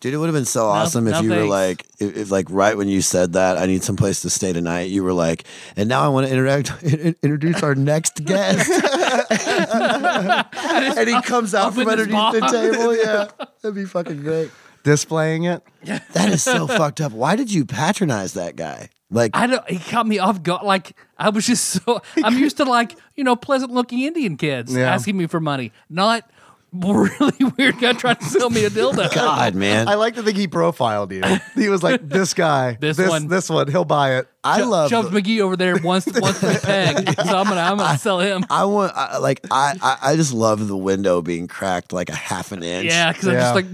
Speaker 3: Dude, it would have been so awesome if
Speaker 1: no
Speaker 3: you were
Speaker 1: thanks.
Speaker 3: like, if, if like right when you said that, I need some place to stay tonight. You were like, and now I want to interact, <laughs> in- in- introduce our next guest. and he comes out
Speaker 1: in
Speaker 3: from
Speaker 1: his
Speaker 3: underneath the
Speaker 1: box.
Speaker 3: table. Yeah, that'd be fucking great.
Speaker 2: Displaying it.
Speaker 3: That is so fucked up. Why did you patronize that guy? Like,
Speaker 1: I don't. He caught me off guard. Like, I was just so. I'm used to like you know pleasant looking Indian kids
Speaker 2: Yeah.
Speaker 1: asking me for money, not really <laughs> weird guy trying to sell me a dildo.
Speaker 3: <laughs> God, man.
Speaker 2: I like to think he profiled you. He was like, "This guy,
Speaker 1: <laughs> This
Speaker 2: this,
Speaker 1: one.
Speaker 2: one, this one, he'll buy it."
Speaker 3: I love
Speaker 1: shoves McGee over there
Speaker 3: <laughs>
Speaker 1: once once in the peg. So I'm gonna I'm gonna sell him.
Speaker 3: I want I, like I, I I just love the window being cracked like a half an inch.
Speaker 1: Yeah, because I'm just like,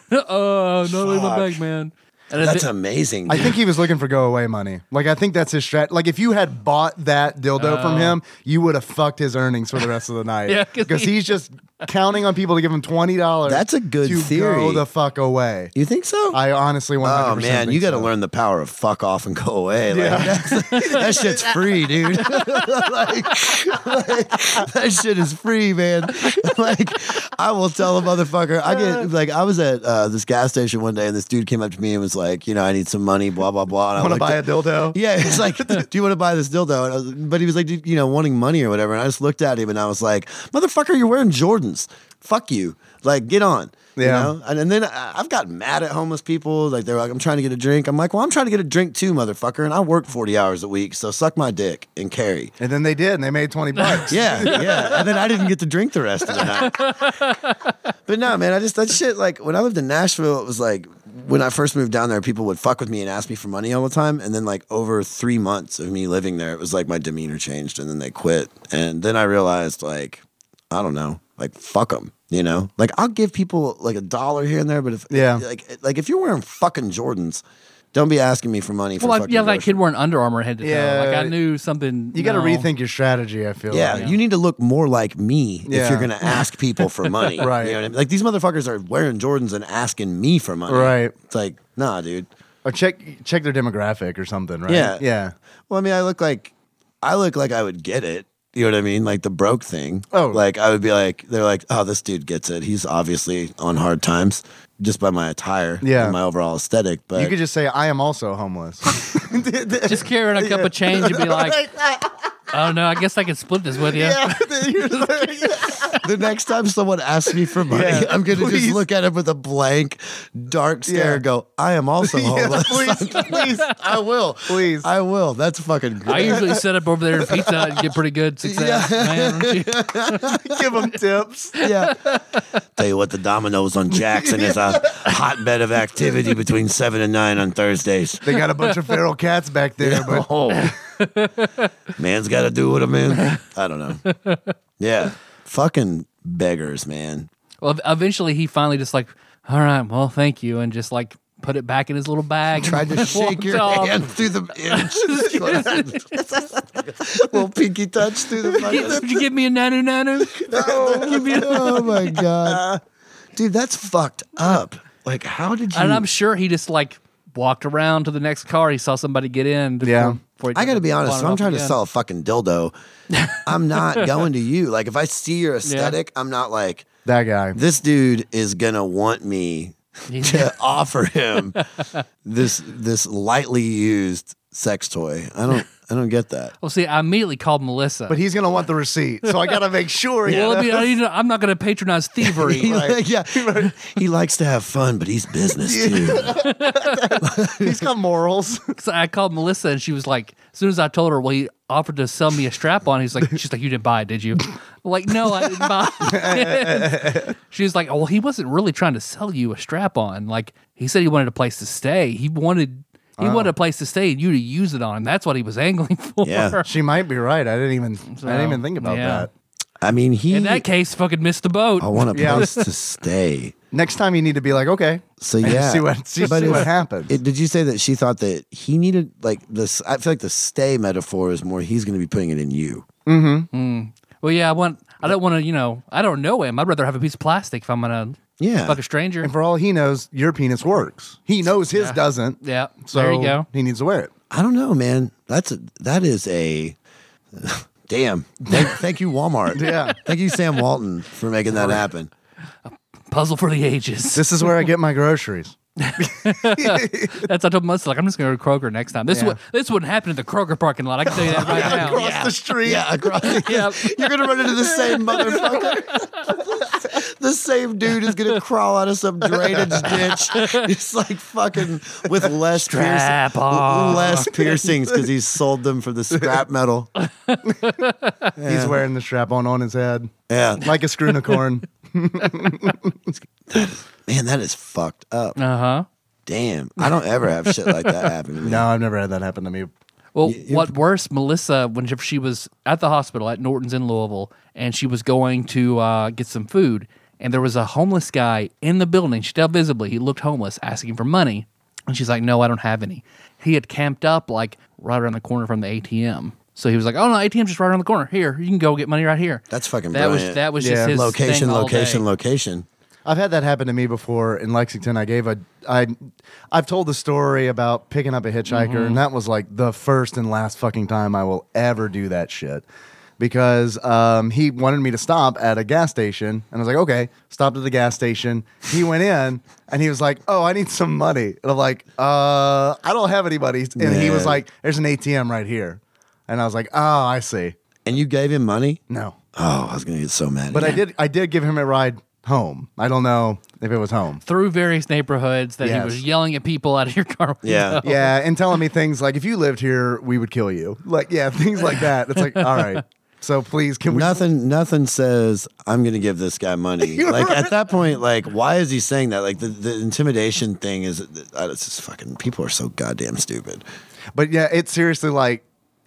Speaker 1: <laughs> oh, no, leave my
Speaker 3: Fuck.
Speaker 1: bag, man. And
Speaker 3: that's
Speaker 1: I, thi-
Speaker 3: amazing.
Speaker 2: I
Speaker 3: dude.
Speaker 2: think he was looking for go away money. Like I think that's his strat. Like if you had bought that dildo from him, you would have fucked his earnings for the rest of the night.
Speaker 1: Oh. <laughs> Yeah, 'cause
Speaker 2: because
Speaker 1: he-
Speaker 2: he's just counting on people to give him twenty dollars.
Speaker 3: That's a good
Speaker 2: to
Speaker 3: theory.
Speaker 2: Go the fuck away.
Speaker 3: you think so?
Speaker 2: I honestly one hundred
Speaker 3: oh
Speaker 2: percent.
Speaker 3: man, you got to learn the power of fuck off and go away. Like, that's- that shit's free, dude. <laughs> like, like, that shit is free, man. <laughs> like I will tell a motherfucker. I get like I was at uh, this gas station one day, and this dude came up to me and was like, you know, I need some money, blah blah blah. And I
Speaker 2: Want to
Speaker 3: looked
Speaker 2: buy
Speaker 3: at-
Speaker 2: a dildo?
Speaker 3: <laughs> Yeah,
Speaker 2: <laughs>
Speaker 3: it's like, do you want to buy this dildo? And I was, but he was like, "Dude, you know, wanting money or whatever. And I just looked at him and I was like, motherfucker, you're wearing Jordans. Fuck you. Like, get on. You
Speaker 2: Yeah.
Speaker 3: know? And, and then I- I've gotten mad at homeless people. Like, they're like, I'm trying to get a drink. I'm like, well, I'm trying to get a drink too, motherfucker. And I work 40 hours a week. So suck my dick and carry.
Speaker 2: And then they did, and they made twenty bucks.
Speaker 3: <laughs> Yeah, yeah. And then I didn't get to drink the rest of the night. <laughs> but no, man, I just that shit like when I lived in Nashville, it was like when I first moved down there, people would fuck with me and ask me for money all the time. And then like over three months of me living there, it was like my demeanor changed and then they quit. And then I realized like, I don't know, like fuck them. You know, like I'll give people like a dollar here and there, but if
Speaker 2: Yeah.
Speaker 3: like like if you're wearing fucking Jordans, don't be asking me for money for
Speaker 1: well, like,
Speaker 3: fucking
Speaker 1: yeah, that
Speaker 3: groceries.
Speaker 1: kid wore an Under Armour head to toe.
Speaker 2: Yeah.
Speaker 1: Like I knew something.
Speaker 2: you got to
Speaker 1: no.
Speaker 2: rethink your strategy. I feel.
Speaker 3: Yeah,
Speaker 2: like.
Speaker 3: you need to look more like me if
Speaker 2: Yeah.
Speaker 3: you're going to ask
Speaker 2: <laughs>
Speaker 3: people for money.
Speaker 2: Right.
Speaker 3: You know what I mean? Like these motherfuckers are wearing Jordans and asking me for money.
Speaker 2: Right.
Speaker 3: It's like, nah, dude.
Speaker 2: Or check check their demographic or something, right?
Speaker 3: Yeah.
Speaker 2: Yeah.
Speaker 3: Well, I mean, I look like I look like I would get it. You know what I mean? Like the broke thing.
Speaker 2: Oh.
Speaker 3: Like I would be like, they're like, oh, this dude gets it. He's obviously on hard times just by my attire.
Speaker 2: Yeah.
Speaker 3: And my overall aesthetic. But
Speaker 2: You could just say, "I am also homeless." <laughs>
Speaker 1: Just carrying a cup of change and be
Speaker 3: <laughs>
Speaker 1: like, oh no, I guess I can split this with you.
Speaker 3: <laughs> the next time someone asks me for money,
Speaker 2: Yeah,
Speaker 3: I'm going to just
Speaker 2: please.
Speaker 3: look at him with a blank, dark stare
Speaker 2: Yeah.
Speaker 3: and go, I
Speaker 2: <laughs>
Speaker 3: am also homeless.
Speaker 2: please, please,
Speaker 3: I will. <laughs>
Speaker 2: please.
Speaker 3: I will. That's fucking
Speaker 1: I
Speaker 3: great.
Speaker 1: usually set up over there in pizza Hut and get pretty good success. Man, don't you?
Speaker 2: give them tips.
Speaker 3: yeah. Tell you what, the dominoes on Jackson is a <laughs> hotbed of activity between seven and nine on Thursdays.
Speaker 2: They got a bunch of feral cats back there, but
Speaker 3: Oh. Man's got to do what a man. I don't know. Yeah. Fucking beggars, man.
Speaker 1: Well, eventually he finally just like, all right, well, thank you, and just like put it back in his little bag.
Speaker 3: Tried to
Speaker 1: and
Speaker 3: shake
Speaker 1: <laughs>
Speaker 3: your
Speaker 1: walked off.
Speaker 3: hand through <laughs> the inch. <laughs> Little pinky touch through the
Speaker 1: Did
Speaker 3: fucking.
Speaker 1: did you give me a nanu nanu? Give me a-
Speaker 3: <laughs> Oh my <laughs> God. Dude, that's fucked up. Like, how did you.
Speaker 1: And I'm sure he just like walked around to the next car. He saw somebody get in. before-
Speaker 2: Yeah.
Speaker 1: before he
Speaker 3: I got to be honest.
Speaker 1: bought
Speaker 3: If
Speaker 1: it
Speaker 3: I'm
Speaker 1: off
Speaker 3: trying to
Speaker 1: again.
Speaker 3: sell a fucking dildo, I'm not going to you. Like, if I see your aesthetic, I'm not like,
Speaker 2: that guy.
Speaker 3: this dude is going to want me to offer him this this lightly used sex toy. I don't I don't get that.
Speaker 1: Well, see, I immediately called Melissa.
Speaker 2: But he's gonna want the receipt, so I gotta make sure. he
Speaker 1: well, I
Speaker 3: <laughs>
Speaker 2: knows.
Speaker 1: mean, I need to- I'm not going to patronize thievery.
Speaker 3: He like- yeah. <laughs> He likes to have fun, but he's business too.
Speaker 2: he's got morals.
Speaker 1: So I called Melissa and she was like, as soon as I told her, well, he offered to sell me a strap on, he's like, she's like, you didn't buy it, did you? I'm like, no, I didn't buy it. <laughs> she's like, oh, well, he wasn't really trying to sell you a strap on. Like, he said he wanted a place to stay. He wanted. He wanted a place to stay and you to use it on him. That's what he was angling <laughs> for.
Speaker 3: Yeah.
Speaker 2: <laughs> she might be right. I didn't even. I didn't even think about
Speaker 1: yeah.
Speaker 2: that.
Speaker 3: I mean, he
Speaker 1: In that case, fucking missed the boat.
Speaker 3: I want a
Speaker 2: Yeah.
Speaker 3: place to stay.
Speaker 2: Next time you need to be like, okay, <laughs>
Speaker 3: So
Speaker 2: and
Speaker 3: yeah,
Speaker 2: see what see,
Speaker 3: But
Speaker 2: see
Speaker 3: if-
Speaker 2: what happens.
Speaker 3: It, did you say that she thought that he needed like this? I feel like the stay metaphor is more he's going to be putting it in you.
Speaker 1: Well, yeah, I want. I don't want to. You know, I don't know him. I'd rather have a piece of plastic if I'm gonna
Speaker 3: Yeah,
Speaker 1: fuck a stranger.
Speaker 2: and for all he knows, your penis works. He knows his doesn't.
Speaker 1: Yeah.
Speaker 2: So
Speaker 1: there you go.
Speaker 2: He needs to wear it.
Speaker 3: I don't know, man. That's a, that is a <laughs> damn. Thank, thank you, Walmart.
Speaker 2: Yeah.
Speaker 3: thank you, Sam Walton, for making that happen.
Speaker 1: Puzzle for the ages.
Speaker 2: This is where I get my <laughs> groceries.
Speaker 1: That's I told Melissa like I'm just gonna go to Kroger next time. This
Speaker 2: Yeah.
Speaker 1: would this wouldn't happen in the Kroger parking lot. I can tell you that
Speaker 3: <laughs>
Speaker 1: right now.
Speaker 2: the street.
Speaker 3: Yeah, across the,
Speaker 1: Yeah.
Speaker 3: you're gonna run into the same motherfucker. the same dude is gonna crawl out of some drainage ditch. It's like fucking with less
Speaker 1: Strap
Speaker 3: piercing,
Speaker 1: on.
Speaker 3: less piercings because he's sold them for the scrap metal.
Speaker 2: He's wearing the strap on on his head
Speaker 3: Yeah,
Speaker 2: like a scrunicorn.
Speaker 3: man, that is fucked up.
Speaker 1: Uh huh.
Speaker 3: Damn, I don't ever have shit like that happen to
Speaker 2: <laughs>
Speaker 3: me.
Speaker 2: no, I've never had that happen to me.
Speaker 1: Well, what worse, Melissa, when she- she was at the hospital at Norton's in Louisville, and she was going to uh, get some food, and there was a homeless guy in the building. She tell visibly he looked homeless, asking for money, and she's like, "No, I don't have any." He had camped up like right around the corner from the ATM, so he was like, "Oh no, ATM's just right around the corner. Here, you can go get money right here."
Speaker 3: That's fucking
Speaker 1: That was
Speaker 3: brilliant.
Speaker 1: that was
Speaker 2: Yeah.
Speaker 1: just his
Speaker 3: Location,
Speaker 1: thing all
Speaker 3: location,
Speaker 1: day.
Speaker 3: location.
Speaker 2: I've had that happen to me before in Lexington. I gave a I I've told the story about picking up a hitchhiker and that was like the first and last fucking time I will ever do that shit. Because um, he wanted me to stop at a gas station, and I was like, "Okay." Stopped at the gas station. He went in, and he was like, "Oh, I need some money." And I'm like, "Uh, I don't have any money." And he was
Speaker 3: Man.
Speaker 2: like, "There's an ATM right here," and I was like, "Oh, I see."
Speaker 3: And you gave him money?
Speaker 2: No,
Speaker 3: Oh, I was gonna get so mad.
Speaker 2: but I
Speaker 3: again.
Speaker 2: did. I did give him a ride home. I don't know if it was home.
Speaker 1: Through various neighborhoods, that he
Speaker 2: Yes.
Speaker 1: was yelling at people out of your car.
Speaker 3: Yeah.
Speaker 1: window.
Speaker 2: Yeah, and telling me things like, if you lived here, we would kill you. Like, yeah, <laughs> things like that. It's like, all right. So please, can we?
Speaker 3: <laughs> Nothing, nothing says I'm going to give this guy
Speaker 2: <laughs>
Speaker 3: money. like at that point, like why is he saying that? Like the, the intimidation thing is, uh, it's just fucking. People are so goddamn stupid.
Speaker 2: But yeah, it's seriously like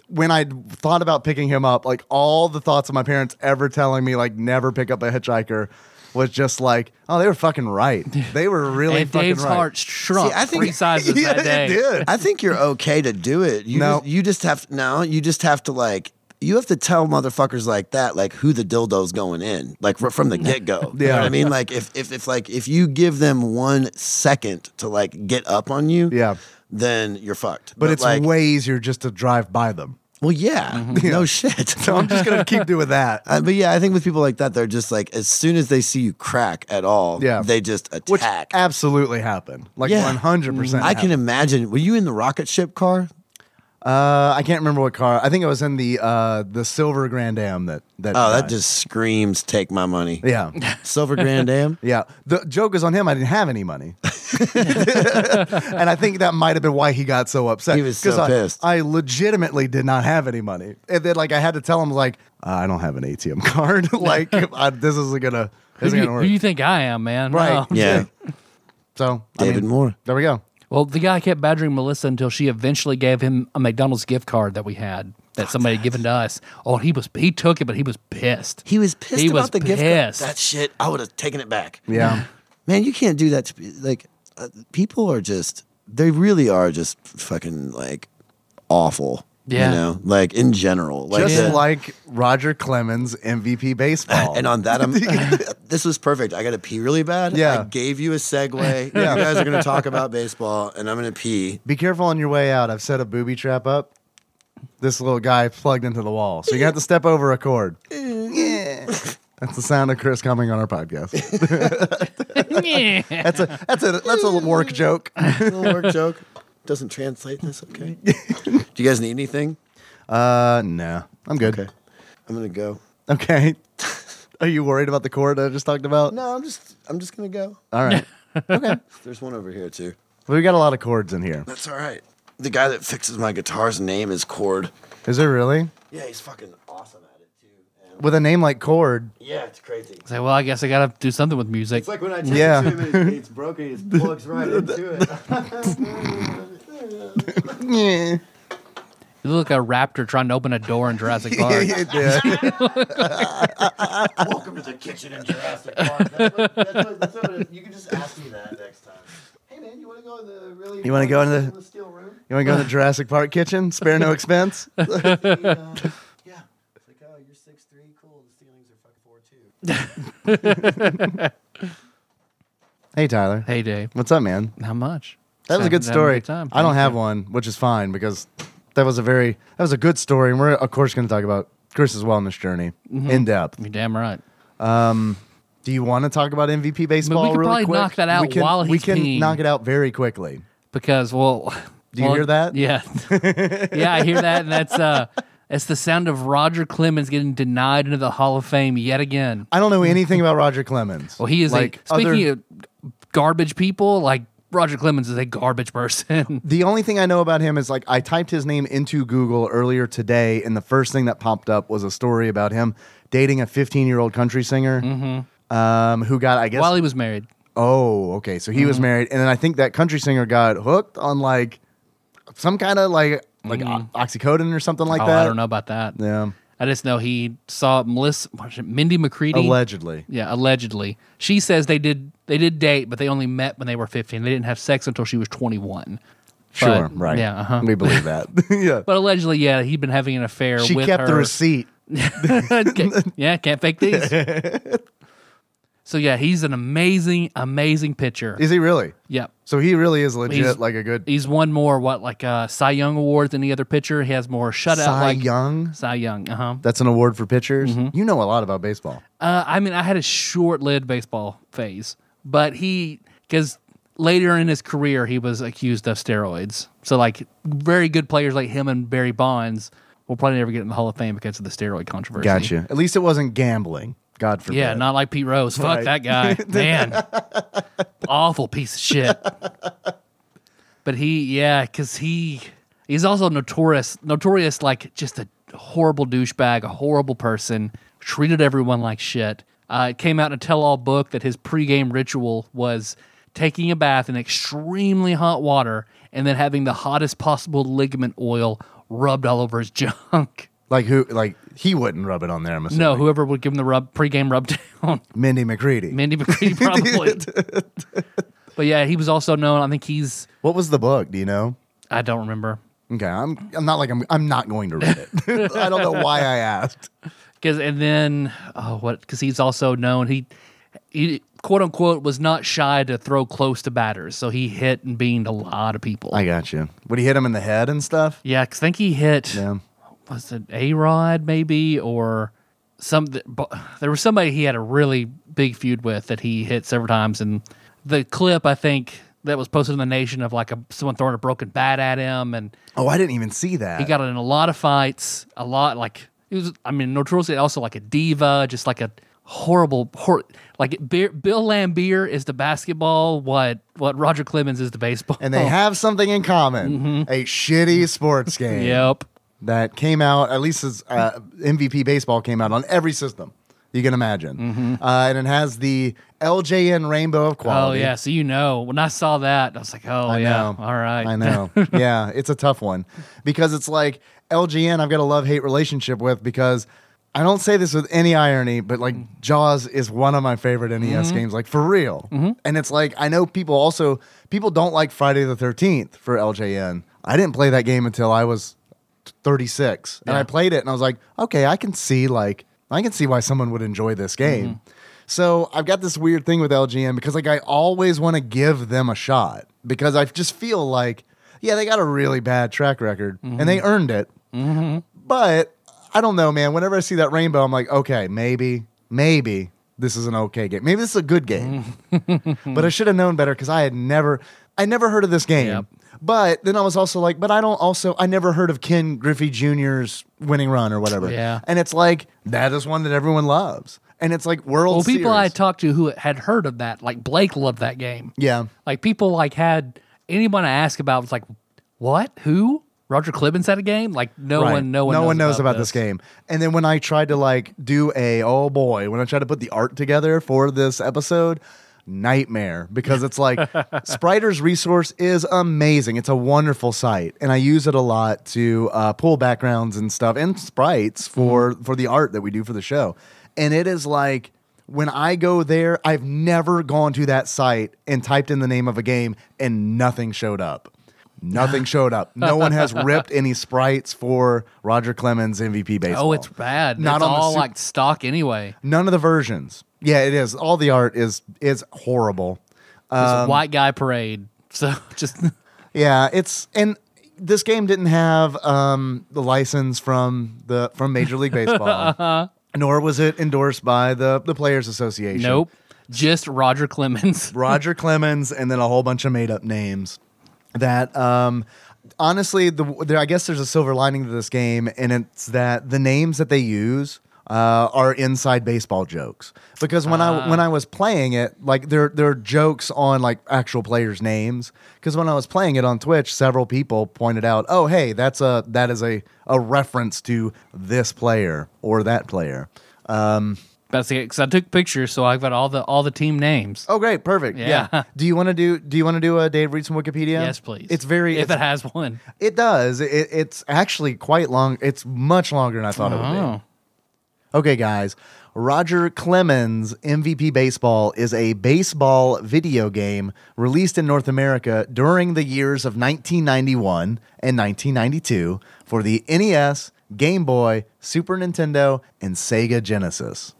Speaker 2: when I thought about picking him up, like all the thoughts of my parents ever telling me, like, never pick up a hitchhiker was just like, oh, they were fucking right. They were really
Speaker 1: and
Speaker 2: fucking
Speaker 1: Dave's
Speaker 2: right. <laughs>
Speaker 1: heart shrunk
Speaker 3: See, I think-
Speaker 1: three sizes
Speaker 2: yeah,
Speaker 1: that day.
Speaker 2: it did.
Speaker 3: I think you're okay to do it. You
Speaker 2: No.
Speaker 3: just, you just have no. You just have to like. You have to tell motherfuckers like that, like who the dildo's going in, like fr- from the get go. You know
Speaker 2: Yeah.
Speaker 3: what I mean, like if, if if like if you give them one second to like get up on you,
Speaker 2: Yeah.
Speaker 3: then you're fucked.
Speaker 2: But, it's
Speaker 3: like,
Speaker 2: way easier just to drive by them.
Speaker 3: well, yeah,
Speaker 2: Mm-hmm.
Speaker 3: <laughs> no shit.
Speaker 2: <laughs> So I'm just going to keep doing that. <laughs>
Speaker 3: Uh, but yeah, I think with people like that, they're just like as soon as they see you crack at all,
Speaker 2: Yeah.
Speaker 3: they just
Speaker 2: Which
Speaker 3: attack.
Speaker 2: absolutely happened. Like
Speaker 3: Yeah.
Speaker 2: 100%.
Speaker 3: I can imagine. Were you in the rocket ship car?
Speaker 2: Uh, I can't remember what car. I think it was in the uh, the silver Grand Am that that.
Speaker 3: Oh, that
Speaker 2: died.
Speaker 3: just screams, "Take my money."
Speaker 2: yeah,
Speaker 3: Silver Grand Am.
Speaker 2: <laughs> yeah. The joke is on him. I didn't have any
Speaker 3: <laughs>
Speaker 2: money, and I think that might have been why he got so upset.
Speaker 3: He was so
Speaker 2: 'Cause I,
Speaker 3: pissed.
Speaker 2: I legitimately did not have any money, and then like I had to tell him like "Uh, I don't have an ATM card. <laughs> like I, this isn't gonna
Speaker 1: Who
Speaker 2: this
Speaker 1: do,
Speaker 2: isn't
Speaker 1: you,
Speaker 2: gonna
Speaker 1: who do you
Speaker 2: work.
Speaker 1: think I am, man?
Speaker 2: Right.
Speaker 1: No.
Speaker 3: Yeah,
Speaker 2: So I
Speaker 3: David
Speaker 2: mean,
Speaker 3: Moore.
Speaker 2: There we go.
Speaker 1: Well, the guy kept badgering Melissa until she eventually gave him a McDonald's gift card that we had that somebody had given to us. Oh, he was he took it, but he was pissed.
Speaker 3: He was pissed
Speaker 1: He
Speaker 3: about
Speaker 1: was
Speaker 3: the gift. card.
Speaker 1: pissed.
Speaker 3: That shit, I would have taken it back.
Speaker 2: Yeah,
Speaker 3: Man, you can't do that. To, pe- like, uh, people are just. They really are just fucking like awful.
Speaker 1: Yeah.
Speaker 3: You know, like in general, like
Speaker 2: just
Speaker 3: the-
Speaker 2: like Roger Clemens MVP baseball.
Speaker 3: <laughs> And on
Speaker 2: <laughs>
Speaker 3: that, I'm, this was perfect. I got to pee really bad.
Speaker 2: Yeah.
Speaker 3: I gave you
Speaker 1: <laughs>
Speaker 3: a segue. You guys are going to talk about baseball, and I'm going
Speaker 2: <laughs>
Speaker 3: to pee.
Speaker 2: Be careful on your way out. I've set a booby trap up. This little guy plugged into the wall. So you have to step over a cord. Yeah. That's the sound of Chris coming on our podcast.
Speaker 1: <laughs> Yeah.
Speaker 2: That's a that's a that's a work joke.
Speaker 3: Little work joke. Doesn't translate this,
Speaker 2: <laughs>
Speaker 3: okay? Do you guys need anything?
Speaker 2: Uh no. I'm good.
Speaker 3: Okay. I'm going to go.
Speaker 2: Okay. Are you worried about the cord I just talked about?
Speaker 3: No, I'm just I'm just going to go.
Speaker 2: All right.
Speaker 3: There's one over here, too.
Speaker 2: We got a lot of cords in here.
Speaker 3: That's all right. The guy that fixes my guitar's name is Cord.
Speaker 2: Is there really?
Speaker 3: Yeah, he's fucking awesome at it, too. And
Speaker 2: With a name like Cord.
Speaker 3: yeah, it's crazy.
Speaker 1: Say, well, I guess I gotta do something with music.
Speaker 3: It's like when I take
Speaker 2: Yeah.
Speaker 3: it to him and it's broken, he just plugs right into it.
Speaker 2: Yeah.
Speaker 1: You look like a raptor trying to open a door in
Speaker 2: <laughs>
Speaker 1: Jurassic Park.
Speaker 2: yeah.
Speaker 3: Welcome to the kitchen in Jurassic Park. That's what, that's what, that's what it is. You can just ask me that next time. Hey man, you want to go in the really?
Speaker 2: You wanna go in the-
Speaker 3: steel room?
Speaker 2: You wanna go in the Jurassic Park kitchen? Spare no expense.
Speaker 3: The, uh, yeah. It's like, oh, you're six three, cool. The ceilings are fucking four two.
Speaker 2: Hey Tyler.
Speaker 1: Hey, Dave.
Speaker 2: What's up, man?
Speaker 1: How much?
Speaker 2: That was a
Speaker 1: Having-
Speaker 2: good
Speaker 1: having
Speaker 2: story.
Speaker 1: time.
Speaker 2: I don't
Speaker 1: Thank
Speaker 2: have
Speaker 1: you.
Speaker 2: one, which is fine because that was a very that was a good story, and we're of course going to talk about Chris's wellness journey
Speaker 1: Mm-hmm.
Speaker 2: in depth.
Speaker 1: You're damn right.
Speaker 2: Do you want to talk about MVP baseball?
Speaker 1: could
Speaker 2: really
Speaker 1: probably
Speaker 2: quick?
Speaker 1: knock that out
Speaker 2: we can,
Speaker 1: while
Speaker 2: we
Speaker 1: he's
Speaker 2: can
Speaker 1: peeing.
Speaker 2: knock it out very quickly.
Speaker 1: Because, well,
Speaker 2: Do you hear that? <laughs>
Speaker 1: Yeah, yeah, I hear that, and that's uh, It's the sound of Roger Clemens getting denied into the Hall of Fame yet again.
Speaker 2: I don't
Speaker 1: <laughs>
Speaker 2: know anything about Roger Clemens.
Speaker 1: Well, he is
Speaker 2: like
Speaker 1: a speaking
Speaker 2: other,
Speaker 1: of garbage people. Like Roger Clemens is a garbage person. <laughs>
Speaker 2: the only thing I know about him is like I typed his name into Google earlier today, and the first thing that popped up was a story about him dating a 15 year old country singer
Speaker 1: Mm-hmm.
Speaker 2: um, who got, I guess,
Speaker 1: While he was married,
Speaker 2: oh, okay, so he
Speaker 1: Mm-hmm.
Speaker 2: was married, and then I think that country singer got hooked on like some kind of like like o- oxycodone or something like
Speaker 1: Mm. oh,
Speaker 2: that.
Speaker 1: I don't know about that.
Speaker 2: Yeah,
Speaker 1: I just know he saw Melissa what is it, Mindy McCready.
Speaker 2: allegedly.
Speaker 1: yeah, allegedly. She says they did they did date, but they only met when they were fifteen. They didn't have sex until she was twenty one.
Speaker 2: Sure, right.
Speaker 1: Yeah, uh-huh.
Speaker 2: we
Speaker 1: <laughs>
Speaker 2: believe that. <laughs> yeah,
Speaker 1: but allegedly, yeah, he'd been having an affair.
Speaker 2: she
Speaker 1: with
Speaker 2: kept the
Speaker 1: her.
Speaker 2: receipt.
Speaker 1: <laughs> Can't- yeah, can't fake
Speaker 2: <laughs>
Speaker 1: these. so yeah, he's an amazing, amazing pitcher.
Speaker 2: Is he really?
Speaker 1: yep.
Speaker 2: So he really is legit,
Speaker 1: He's-
Speaker 2: like a good
Speaker 1: He's won more what like uh, Cy Young awards than any other pitcher. He has more shutout.
Speaker 2: Cy
Speaker 1: like, Mm-hmm.
Speaker 2: Young?
Speaker 1: Cy Young. Uh-huh.
Speaker 2: That's an award for pitchers. You know a lot about baseball.
Speaker 1: Uh I mean, I had a short-lived baseball phase, but he because later in his career he was accused of steroids. So like very good players like him and Barry Bonds will probably never get in the Hall of Fame because of the steroid controversy.
Speaker 2: Gotcha. At least it wasn't gambling. God forbid.
Speaker 1: Yeah, not like Pete Rose. Fuck
Speaker 2: Right.
Speaker 1: that guy. Man. Awful piece of shit. But he yeah, cuz he he's also notorious notorious like just a horrible douchebag, a horrible person, treated everyone like shit. Uh, it came out in a tell-all book that his pregame ritual was taking a bath in extremely hot water and then having the hottest possible ligament oil rubbed all over his <laughs> junk.
Speaker 2: like who? Like he wouldn't rub it on there. I'm assuming.
Speaker 1: No, whoever would give him the rub pregame rub <laughs> down.
Speaker 2: Mindy McCready.
Speaker 1: Mindy
Speaker 2: <laughs>
Speaker 1: McCready probably. but yeah, he was also known. I think he's.
Speaker 2: what was the book? Do you know?
Speaker 1: I don't remember
Speaker 2: Okay, I'm. I'm not like I'm. I'm not going to read it. <laughs> I don't know why I asked.
Speaker 1: because and then oh what because he's also known he he quote unquote was not shy to throw close to batters, so he hit and beamed a lot of people.
Speaker 2: I got you. Would he hit him in the head and stuff?
Speaker 1: yeah, 'cause I think he hit
Speaker 2: Yeah.
Speaker 1: was it A Rod maybe or some but there was somebody he had a really big feud with that he hit several times and the clip I think that was posted in the nation of like a someone throwing a broken bat at him and
Speaker 2: Oh, I didn't even see that.
Speaker 1: He got in a lot of fights, a lot like he was. I mean, notoriously also like a diva, just like a horrible, hor- like Be- Bill Lambier is the basketball, what what Roger Clemens is the baseball,
Speaker 2: and they have something in common:
Speaker 1: Mm-hmm.
Speaker 2: a shitty sports game.
Speaker 1: <laughs> Yep. Oh,
Speaker 2: that came out at least as uh, MVP baseball came out on every system you can imagine, uh, and it has the LJN rainbow of
Speaker 1: Mm-hmm. Oh
Speaker 2: quality.
Speaker 1: yeah, so you know when I saw that, I was like, oh yeah,
Speaker 2: know.
Speaker 1: all right, <laughs>
Speaker 2: I know. yeah, it's a tough one because it's like LGN. I've got a love hate relationship with because. I don't say this with any irony, but like Jaws is one of my favorite NES
Speaker 1: Mm-hmm.
Speaker 2: games, like for real. And it's like I know people also people don't like Friday the Thirteenth for LJN. I didn't play that game until I was 36 and
Speaker 1: Yeah.
Speaker 2: i played it and i was like okay i can see like i can see why someone would enjoy this game so i've got this weird thing with lgn because like i always want to give them a shot because i just feel like yeah they got a really bad track record and they earned it but i don't know man whenever i see that rainbow i'm like okay maybe maybe this is an okay game maybe this is a
Speaker 1: <laughs>
Speaker 2: good game but I should have known better because I had never, I never heard of this game.
Speaker 1: Yep.
Speaker 2: But then I was also like, but I don't also, I never heard of Ken Griffey Jr.'s winning run or whatever.
Speaker 1: Yeah.
Speaker 2: And it's like, that is one that everyone loves. And it's like World
Speaker 1: Well, people I
Speaker 2: Series.
Speaker 1: talked to who had heard of that, like Blake, loved that game.
Speaker 2: yeah.
Speaker 1: Like people like had anyone I asked about was like, what? Who? Roger Clemens had a game? Like no
Speaker 2: Right.
Speaker 1: one, no one,
Speaker 2: knows about, this. game. And then when I tried to like do a oh boy, when I tried to put the art together for this episode, nightmare because
Speaker 1: <laughs>
Speaker 2: it's like Spriter's resource is amazing. It's a wonderful site, and I use it a lot to uh, pull backgrounds and stuff and sprites
Speaker 1: Mm-hmm.
Speaker 2: for for the art that we do for the show. And it is like when I go there, I've never gone to that site and typed in the name of a game and nothing showed up.
Speaker 1: <laughs>
Speaker 2: Nothing showed up. No one has ripped any sprites for Roger Clemens MVP baseball.
Speaker 1: Oh, it's bad.
Speaker 2: Not
Speaker 1: it's
Speaker 2: on the
Speaker 1: all
Speaker 2: su-
Speaker 1: like stock anyway.
Speaker 2: None of the versions. Yeah, it is. All the art is is horrible.
Speaker 1: It's
Speaker 2: Um,
Speaker 1: a white guy parade. <laughs> So
Speaker 2: <laughs>
Speaker 1: just
Speaker 2: Yeah, it's and this game didn't have um, the license from the from Major
Speaker 1: <laughs>
Speaker 2: League Baseball, nor was it endorsed by the the Players Association.
Speaker 1: nope. Just Roger
Speaker 2: <laughs>
Speaker 1: Clemens.
Speaker 2: Roger Clemens, and then a whole bunch of made up names that um, honestly, the, there, I guess there's a silver lining to this game, and it's that the names that they use uh, are inside baseball jokes. Because when I when I was playing it, like there there are jokes on like actual players' names. Because when I was playing it on Twitch, several people pointed out, "Oh, hey, that's a that is a a reference to this player or that player."
Speaker 1: because I took pictures, so I've got all the all the team names.
Speaker 2: Oh, great, perfect. Yeah.
Speaker 1: Yeah.
Speaker 2: Do you want to do Do you want to do a Dave reads from Wikipedia?
Speaker 1: Yes, please.
Speaker 2: It's very
Speaker 1: if
Speaker 2: it's-
Speaker 1: it has
Speaker 2: <laughs>
Speaker 1: one.
Speaker 2: It does. It, it's actually quite long. It's much longer than I thought it would
Speaker 1: Oh,
Speaker 2: be. Okay, guys. Roger Clemens MVP Baseball is a baseball video game released in North America during the years of 1991 and 1992 for the NES, Game Boy, Super Nintendo, and Sega Genesis.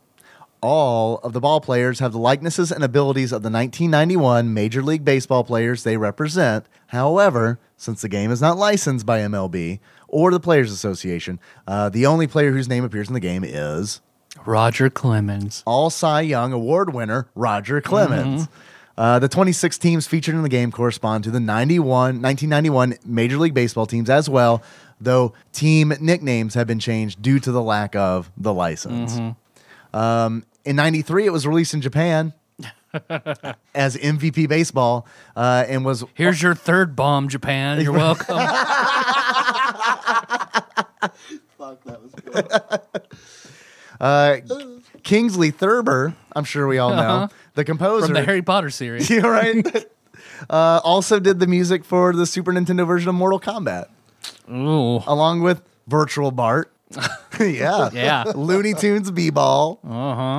Speaker 2: All of the ball players have the likenesses and abilities of the 1991 Major League Baseball players they represent. However, since the game is not licensed by MLB or the Players Association, uh, the only player whose name appears in the game is
Speaker 1: Roger Clemens.
Speaker 2: All Cy Young Award winner Roger Clemens. Uh, the 26 teams featured in the game correspond to the 91, 1991 Major League Baseball teams as well, though team nicknames have been changed due to the lack of the license. Um, in 93, it was released in Japan as MVP Baseball uh, and was
Speaker 1: Here's your third bomb, Japan.
Speaker 2: <laughs>
Speaker 1: You're welcome.
Speaker 2: uh, Kingsley Thurber, I'm sure we all know, the composer.
Speaker 1: from the
Speaker 2: <laughs>
Speaker 1: Harry Potter series.
Speaker 2: Yeah, right. uh, also did the music for the Super Nintendo version of Mortal Kombat,
Speaker 1: Ooh.
Speaker 2: along with
Speaker 1: <laughs>
Speaker 2: Virtual Bart. <laughs> yeah.
Speaker 1: Yeah. Uh-huh.
Speaker 2: Looney Tunes B-Ball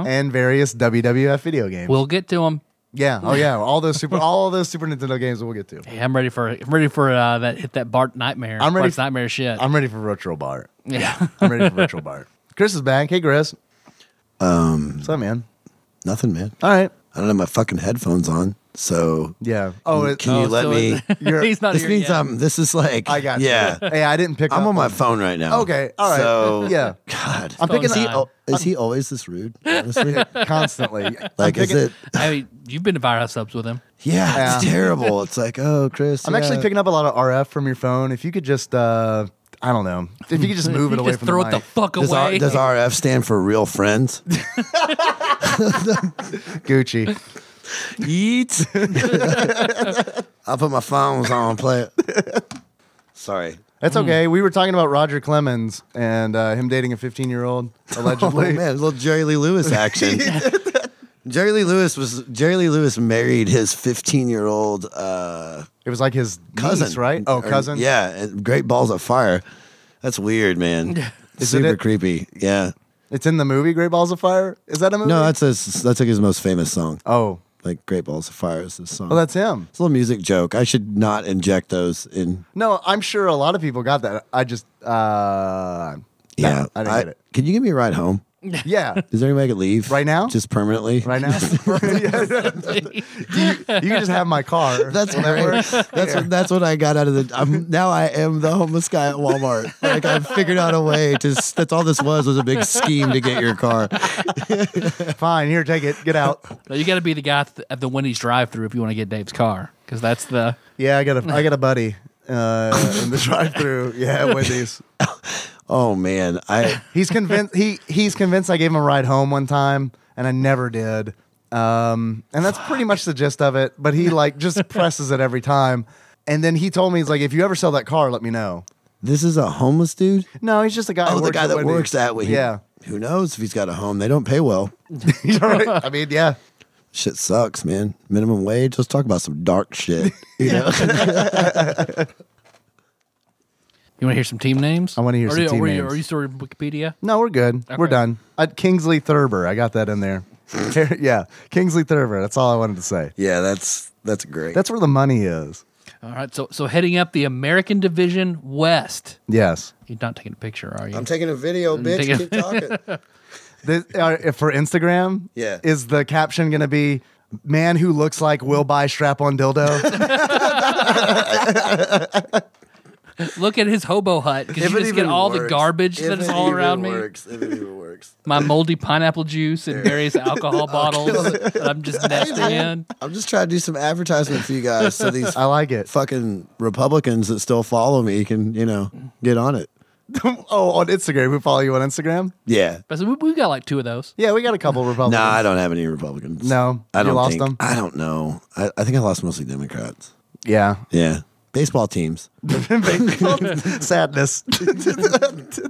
Speaker 2: and various WWF video games.
Speaker 1: We'll get to them.
Speaker 2: yeah. Oh yeah. All those
Speaker 1: <laughs>
Speaker 2: super all those Super Nintendo games we'll get to.
Speaker 1: Hey, I'm ready for I'm ready for uh, that hit that Bart nightmare.
Speaker 2: I'm ready
Speaker 1: Bart's
Speaker 2: for-
Speaker 1: nightmare shit.
Speaker 2: I'm ready for Virtual Bart. <laughs>
Speaker 1: yeah.
Speaker 2: I'm ready for
Speaker 1: <laughs>
Speaker 2: Virtual Bart. Chris is back. Hey Chris. Um What's up, man?
Speaker 3: Nothing, man.
Speaker 2: All right.
Speaker 3: I don't have my fucking headphones on. So
Speaker 2: Yeah. Oh, it,
Speaker 3: can you
Speaker 1: Oh,
Speaker 3: let
Speaker 1: so <laughs>
Speaker 3: me?
Speaker 1: it-
Speaker 2: <laughs> You're-
Speaker 1: he's not
Speaker 3: this
Speaker 1: here
Speaker 3: means
Speaker 1: yet.
Speaker 3: I'm. This is like.
Speaker 2: I got you.
Speaker 3: Yeah.
Speaker 2: <laughs> Hey, I didn't pick
Speaker 3: I'm
Speaker 2: up
Speaker 3: on my phone right now.
Speaker 2: Okay. All right.
Speaker 3: So
Speaker 2: Yeah.
Speaker 3: God,
Speaker 2: I'm picking
Speaker 3: is he,
Speaker 1: Phone
Speaker 3: al- is he always this
Speaker 2: <laughs>
Speaker 3: rude? Honestly,
Speaker 2: constantly.
Speaker 3: <laughs>
Speaker 2: I'm
Speaker 3: like is
Speaker 2: picking-
Speaker 3: it?
Speaker 1: I mean, you've been to Firehouse Subs with him.
Speaker 3: Yeah, it's
Speaker 2: Yeah.
Speaker 3: terrible. It's like, oh, Chris.
Speaker 2: I'm actually
Speaker 1: uh,
Speaker 3: yeah.
Speaker 2: picking up a lot of RF from your phone. If you could just, uh, I don't know, if you could just move
Speaker 1: <laughs> You
Speaker 2: it away
Speaker 1: just
Speaker 2: from
Speaker 1: throw
Speaker 2: the
Speaker 1: it the
Speaker 2: mic.
Speaker 1: fuck
Speaker 3: Does, R-
Speaker 1: away.
Speaker 3: does RF stand for real
Speaker 2: <laughs>
Speaker 3: friends?
Speaker 2: Gucci.
Speaker 3: Eat. I'll put my phones on. Play it.
Speaker 2: <laughs>
Speaker 3: Sorry.
Speaker 2: That's okay. We were talking about Roger Clemens and uh, him dating a 15 year old <laughs> allegedly.
Speaker 3: <laughs> Oh man, a little Jerry
Speaker 2: <laughs>
Speaker 3: Lee Lewis action. Jerry Lee Lewis was Jerry Lee Lewis married his 15 year old uh,
Speaker 2: It was like his
Speaker 3: cousin,
Speaker 2: niece, right? Oh,
Speaker 3: Or-
Speaker 2: cousin.
Speaker 3: yeah, and Great Balls of Fire. That's weird, man.
Speaker 2: Is it
Speaker 3: Super
Speaker 2: it?
Speaker 3: creepy. Yeah.
Speaker 2: It's in the movie Great Balls of Fire. Is that a movie?
Speaker 3: No, that's his, that's like his most famous song.
Speaker 2: Oh,
Speaker 3: Like Great Balls of Fire is his song.
Speaker 2: well, that's him.
Speaker 3: it's a little music joke. I should not inject those in.
Speaker 2: No, I'm sure a lot of people got that. I just, uh, no,
Speaker 3: Yeah,
Speaker 2: I didn't get
Speaker 3: Can you give me a ride home?
Speaker 2: it. Yeah.
Speaker 3: Is there any way I could leave
Speaker 2: Right now?
Speaker 3: Just permanently.
Speaker 2: Right
Speaker 3: <laughs>
Speaker 2: now, <laughs> you, <laughs> you can just have my car.
Speaker 3: That's great. That's what, that's what I got out of the. I'm, now I am the homeless guy at Walmart. Like I figured out a way to. s- That's all this was was a big scheme to get your car.
Speaker 2: fine. Here, take it. Get
Speaker 3: <laughs>
Speaker 2: out.
Speaker 1: No, you got to be the guy th- at the Wendy's drive-through if you want to get Dave's car, because that's the
Speaker 2: Yeah, I got a I got a buddy uh, in the drive-through. Yeah, Wendy's.
Speaker 3: Oh man, I
Speaker 2: He's convinced he he's convinced I gave him a ride home one time, and I never did. Um, and that's pretty much the gist of it. But he like just presses it every time. And then he told me he's like, if you ever sell that car, let me know.
Speaker 3: this is a homeless dude.
Speaker 2: No, he's just a guy.
Speaker 3: Oh,
Speaker 2: who
Speaker 3: the
Speaker 2: works
Speaker 3: guy
Speaker 2: at
Speaker 3: that
Speaker 2: Wendy's.
Speaker 3: works at he-
Speaker 2: Yeah, <laughs>
Speaker 3: Who knows if he's got a home? They don't pay well.
Speaker 2: You're right. I mean, yeah.
Speaker 3: Shit sucks, man. Minimum wage. Let's talk about some
Speaker 2: <laughs>
Speaker 3: dark shit. You know?
Speaker 1: You want to hear some team names?
Speaker 2: I wanna hear
Speaker 1: Or
Speaker 2: some
Speaker 1: you-
Speaker 2: team
Speaker 1: were you-
Speaker 2: names.
Speaker 1: Are you still in Wikipedia?
Speaker 2: No, we're good. We're
Speaker 1: Okay.
Speaker 2: done. Uh, Kingsley Thurber, I got that in there. <laughs> yeah, Kingsley Thurber. That's all I wanted to say.
Speaker 3: yeah, that's that's great.
Speaker 2: That's where the money is.
Speaker 1: All right. So so heading up the American Division West.
Speaker 2: Yes.
Speaker 1: You're not taking a picture, are
Speaker 2: <laughs>
Speaker 1: you?
Speaker 3: I'm taking a video, bitch.
Speaker 1: taking- <laughs>
Speaker 3: Keep talking.
Speaker 2: This, uh, if for Instagram,
Speaker 3: Yeah.
Speaker 2: is the caption going to be "Man who looks like will buy strap on dildo"?
Speaker 1: Look at his hobo hut because
Speaker 3: If
Speaker 1: you
Speaker 3: it
Speaker 1: just get
Speaker 3: even
Speaker 1: all the
Speaker 3: works.
Speaker 1: garbage
Speaker 3: If
Speaker 1: that is
Speaker 3: it
Speaker 1: all
Speaker 3: even
Speaker 1: around me.
Speaker 3: works. If it even works.
Speaker 1: my moldy pineapple juice and
Speaker 2: <laughs>
Speaker 1: various alcohol bottles that I'm just nesting in.
Speaker 3: I'm just trying to do some advertisement for you guys so <laughs> these
Speaker 2: I like it. <laughs>
Speaker 3: fucking Republicans that still follow me can, you know, get on it.
Speaker 2: oh, on Instagram. We follow you on Instagram?
Speaker 3: Yeah.
Speaker 1: But so we, we got like two of those.
Speaker 2: Yeah, we got a couple Republicans.
Speaker 3: No, I don't have any Republicans.
Speaker 2: No?
Speaker 3: I
Speaker 2: You
Speaker 3: don't
Speaker 2: lost
Speaker 3: think-
Speaker 2: them?
Speaker 3: I don't know. I, I think I lost mostly Democrats. <laughs>
Speaker 2: Yeah.
Speaker 3: Yeah, baseball teams.
Speaker 2: Sadness.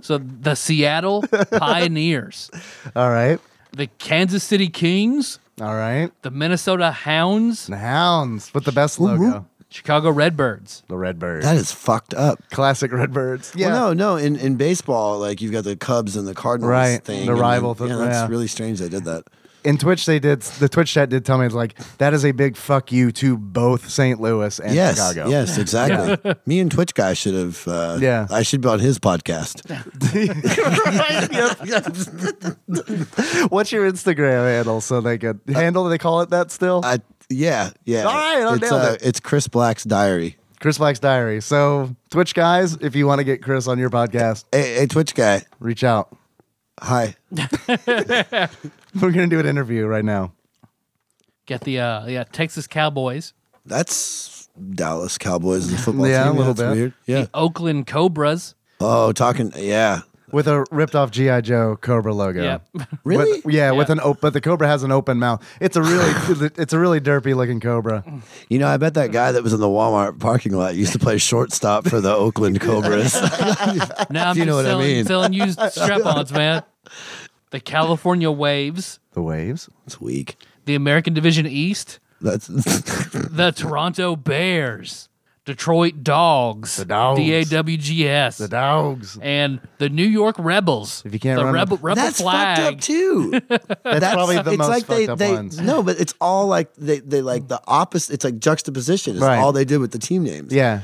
Speaker 1: So the Seattle Pioneers,
Speaker 2: <laughs> All right.
Speaker 1: the Kansas City Kings,
Speaker 2: All right.
Speaker 1: the Minnesota Hounds,
Speaker 2: The Hounds with the best logo.
Speaker 1: Chicago Redbirds.
Speaker 2: The Redbirds.
Speaker 3: That is fucked up.
Speaker 2: Classic Redbirds. Yeah.
Speaker 3: Well, no, no. In in baseball, like you've got the Cubs and the Cardinals
Speaker 2: Right,
Speaker 3: thing,
Speaker 2: the
Speaker 3: and
Speaker 2: rival
Speaker 3: Then,
Speaker 2: thing,
Speaker 3: yeah, that's
Speaker 2: yeah.
Speaker 3: really strange. They did that.
Speaker 2: In Twitch, they did, the Twitch chat did tell me, it's like, that is a big fuck you to both St. Louis and
Speaker 3: yes,
Speaker 2: Chicago.
Speaker 3: yes, exactly.
Speaker 2: <laughs>
Speaker 3: Me and Twitch guy should have. Uh,
Speaker 2: Yeah.
Speaker 3: I should be on
Speaker 2: <laughs>
Speaker 3: his podcast. <laughs>
Speaker 2: What's your Instagram handle so they could handle? Do they call it that still?
Speaker 3: Uh, I yeah yeah.
Speaker 2: All right, I
Speaker 3: it's uh,
Speaker 2: nailed it.
Speaker 3: it's Chris Black's diary.
Speaker 2: Chris Black's Diary. So, Twitch guys, if you want to get Chris on your podcast,
Speaker 3: Hey, hey, Twitch guy.
Speaker 2: reach out. <laughs>
Speaker 3: Hi.
Speaker 2: We're going to do an interview right now.
Speaker 1: Got the uh, yeah Texas Cowboys,
Speaker 3: That's Dallas Cowboys and
Speaker 2: <laughs>
Speaker 3: football
Speaker 2: Yeah, a
Speaker 3: team.
Speaker 2: little
Speaker 3: that's
Speaker 2: bit.
Speaker 3: Weird. Yeah.
Speaker 1: Oakland
Speaker 3: <laughs>
Speaker 1: Cobras.
Speaker 3: Oh, talking. Yeah.
Speaker 2: With a ripped off G.I. Joe Cobra logo.
Speaker 1: Yeah.
Speaker 3: <laughs> Really?
Speaker 2: With, yeah, with
Speaker 1: Yeah.
Speaker 2: an open, but the cobra has an open mouth. It's a really, <laughs> it's a really derpy looking cobra.
Speaker 3: You know, I bet that guy that was in the Walmart parking lot used to play shortstop
Speaker 2: <laughs>
Speaker 3: for the Oakland Cobras.
Speaker 1: Now I'm
Speaker 3: You
Speaker 1: just
Speaker 3: know what I
Speaker 1: selling,
Speaker 3: mean.
Speaker 1: selling
Speaker 3: <laughs>
Speaker 1: used strap-ons, man. The California Waves,
Speaker 2: The waves.
Speaker 3: It's weak.
Speaker 1: the American Division East,
Speaker 3: That's
Speaker 1: the Toronto Bears, Detroit Dogs,
Speaker 2: The Dogs.
Speaker 1: DAWGS,
Speaker 2: The dogs.
Speaker 1: and the New York Rebels.
Speaker 2: If you can't
Speaker 1: the
Speaker 2: run
Speaker 1: Rebel,
Speaker 2: the-
Speaker 1: Rebel
Speaker 3: that's
Speaker 1: flag.
Speaker 3: fucked up too.
Speaker 2: <laughs> That's, probably the
Speaker 3: it's
Speaker 2: most
Speaker 3: like
Speaker 2: fucked
Speaker 3: they,
Speaker 2: up
Speaker 3: they
Speaker 2: ones.
Speaker 3: no, but it's all like they they like the opposite. It's like juxtaposition. It's
Speaker 2: Right.
Speaker 3: all they did with the team names.
Speaker 2: Yeah.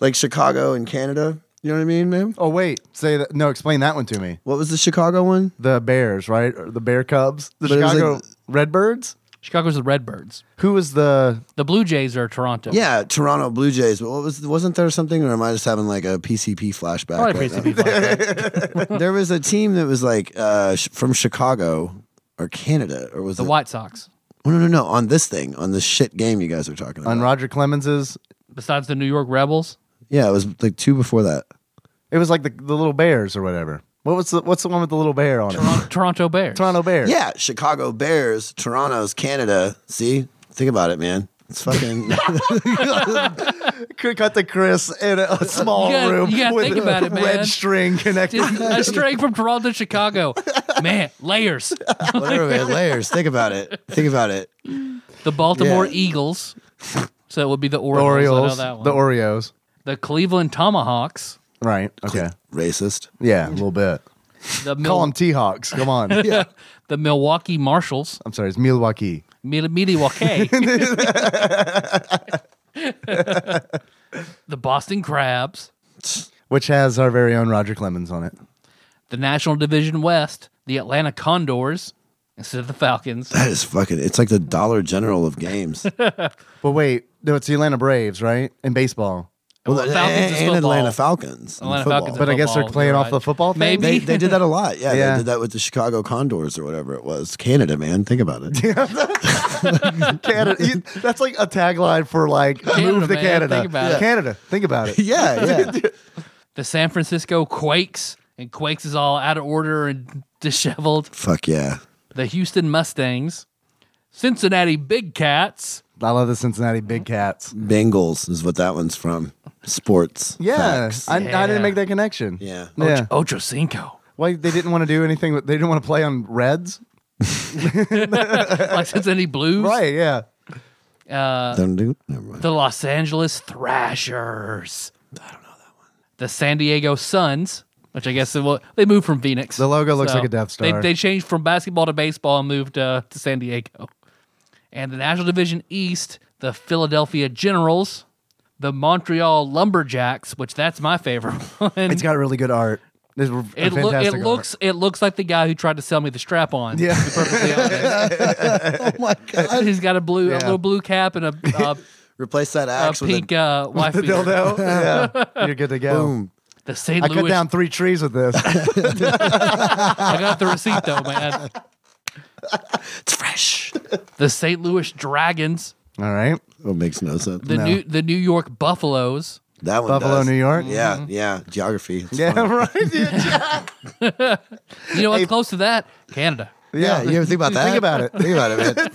Speaker 3: like Chicago and Canada. You know what I mean, man?
Speaker 2: Oh wait, say that. No, explain that one to me.
Speaker 3: What was the Chicago one?
Speaker 2: The Bears, right? Or the Bear Cubs. The
Speaker 3: But it was
Speaker 2: Chicago
Speaker 3: like-
Speaker 2: Redbirds.
Speaker 1: Chicago's the Redbirds.
Speaker 2: Who was the?
Speaker 1: The Blue Jays are Toronto.
Speaker 3: Yeah, Toronto Blue Jays. But what was wasn't there something, or am I just having like a PCP flashback?
Speaker 1: Probably
Speaker 3: right
Speaker 1: crazy
Speaker 3: <laughs>
Speaker 1: people. like that.
Speaker 3: now? there was a team that was like uh, sh- from Chicago or Canada, or was
Speaker 1: The
Speaker 3: it?
Speaker 1: White Sox.
Speaker 3: Oh, no, no, no. On this thing, on this shit game you guys are talking about.
Speaker 2: On Roger Clemens's.
Speaker 1: Besides the New York Rebels,
Speaker 3: yeah, it was like two before that.
Speaker 2: It was like the, the little bears or whatever. What was the what's the one with the little bear on it?
Speaker 1: Toron- Toronto Bears.
Speaker 2: Toronto Bears.
Speaker 3: Yeah, Chicago Bears, Toronto's Canada. See, think about it, man. It's fucking. <laughs>
Speaker 2: C- cut to Chris in a, a small
Speaker 1: You gotta-
Speaker 2: room
Speaker 1: you gotta
Speaker 2: with
Speaker 1: think about it, man.
Speaker 2: red string connected.
Speaker 1: Just a string from Toronto to Chicago. Man, layers.
Speaker 3: Whatever, man. Layers. Think about it. Think about it.
Speaker 1: The Baltimore
Speaker 3: Yeah.
Speaker 1: Eagles. So it would be the
Speaker 2: <laughs> the
Speaker 1: Orioles. I know
Speaker 2: Orioles.
Speaker 1: that one.
Speaker 2: The Oreos.
Speaker 1: the Cleveland Tomahawks.
Speaker 2: Right. Okay.
Speaker 3: Racist.
Speaker 2: Yeah, a little bit.
Speaker 1: The,
Speaker 2: Call
Speaker 1: Mil-
Speaker 2: them T-Hawks. Come on.
Speaker 1: <laughs>
Speaker 2: yeah.
Speaker 1: the Milwaukee Marshals.
Speaker 2: I'm sorry. It's Milwaukee.
Speaker 1: Mil-
Speaker 2: <laughs>
Speaker 1: Milwaukee. the Boston Crabs.
Speaker 2: which has our very own Roger Clemens on it.
Speaker 1: The National Division West. The Atlanta Condors. Instead of the Falcons.
Speaker 3: That is fucking. It's like the Dollar General of games. well,
Speaker 2: But wait, no, it's the Atlanta Braves, right? In baseball.
Speaker 1: Well,
Speaker 3: and,
Speaker 1: Falcons is
Speaker 3: and
Speaker 1: football.
Speaker 3: Atlanta Falcons. in
Speaker 1: Atlanta
Speaker 3: football.
Speaker 1: Falcons. in
Speaker 2: But I guess they're
Speaker 1: football,
Speaker 2: playing
Speaker 1: you're
Speaker 2: off
Speaker 1: right.
Speaker 2: the football thing?
Speaker 1: Maybe.
Speaker 3: They, they did that a
Speaker 1: <laughs>
Speaker 3: lot. Yeah,
Speaker 2: Yeah.
Speaker 3: they did that with the Chicago Condors or whatever it was. Canada, man. Think about
Speaker 1: <laughs>
Speaker 3: it.
Speaker 2: Canada. you- That's like a tagline for like
Speaker 1: man,
Speaker 2: move to Canada.
Speaker 1: think about it.
Speaker 2: Canada, think about it.
Speaker 3: yeah,
Speaker 1: <laughs>
Speaker 3: yeah.
Speaker 1: the San Francisco Quakes. And Quakes is all out of order and <laughs> disheveled.
Speaker 3: Fuck yeah.
Speaker 1: The Houston Mustangs. Cincinnati Big Cats.
Speaker 2: I love the Cincinnati Big
Speaker 1: Mm-hmm.
Speaker 2: Cats.
Speaker 3: Bengals is what that one's from. Sports.
Speaker 2: Yeah,
Speaker 3: facts.
Speaker 2: I, I
Speaker 1: Yeah.
Speaker 2: didn't make that connection.
Speaker 3: yeah.
Speaker 2: Yeah.
Speaker 1: Ocho Cinco.
Speaker 2: Why they didn't want to do anything? with- They didn't want to play on Reds.
Speaker 1: Like Cincinnati Blues.
Speaker 2: <laughs> Right. Yeah.
Speaker 1: Uh,
Speaker 3: Don't do.
Speaker 1: <laughs>
Speaker 3: Never mind.
Speaker 1: The Los Angeles Thrashers. I don't know that one. The San Diego Suns, which I guess they, will, they moved from Phoenix.
Speaker 2: The logo looks like a Death Star.
Speaker 1: They, they changed from basketball to baseball and moved uh, to San Diego. And the National Division East, the Philadelphia Generals, the Montreal Lumberjacks, which that's my favorite <laughs> one.
Speaker 2: It's got really good art. It's r-
Speaker 1: it, loo-
Speaker 2: fantastic
Speaker 1: it
Speaker 2: art.
Speaker 1: looks it looks like the guy who tried to sell me the strap on.
Speaker 2: Yeah. <laughs>
Speaker 3: Oh my god.
Speaker 1: He's got a blue a
Speaker 2: Yeah.
Speaker 1: little blue cap and a, a,
Speaker 2: <laughs>
Speaker 3: Replace that
Speaker 1: a
Speaker 3: axe with
Speaker 1: pink uh, wife beater.
Speaker 2: dildo. Yeah. You're good to go.
Speaker 3: boom.
Speaker 1: the St.
Speaker 2: I
Speaker 1: Louis.
Speaker 2: cut down three trees
Speaker 1: <laughs>
Speaker 2: with this.
Speaker 1: I got the receipt
Speaker 2: <laughs>
Speaker 1: though, man.
Speaker 3: It's fresh.
Speaker 1: The St. Louis Dragons,
Speaker 2: All right.
Speaker 3: Well, it makes no sense.
Speaker 1: the new the New York Buffaloes,
Speaker 3: that one
Speaker 2: Buffalo,
Speaker 3: does.
Speaker 2: New York?
Speaker 3: Yeah,
Speaker 1: Mm-hmm.
Speaker 3: yeah. Geography. It's
Speaker 2: Yeah,
Speaker 3: fun.
Speaker 2: right. <laughs> Yeah,
Speaker 1: You know what's close to that? Canada.
Speaker 3: yeah. You ever think about that?
Speaker 2: Think about it.
Speaker 3: Think about it, man.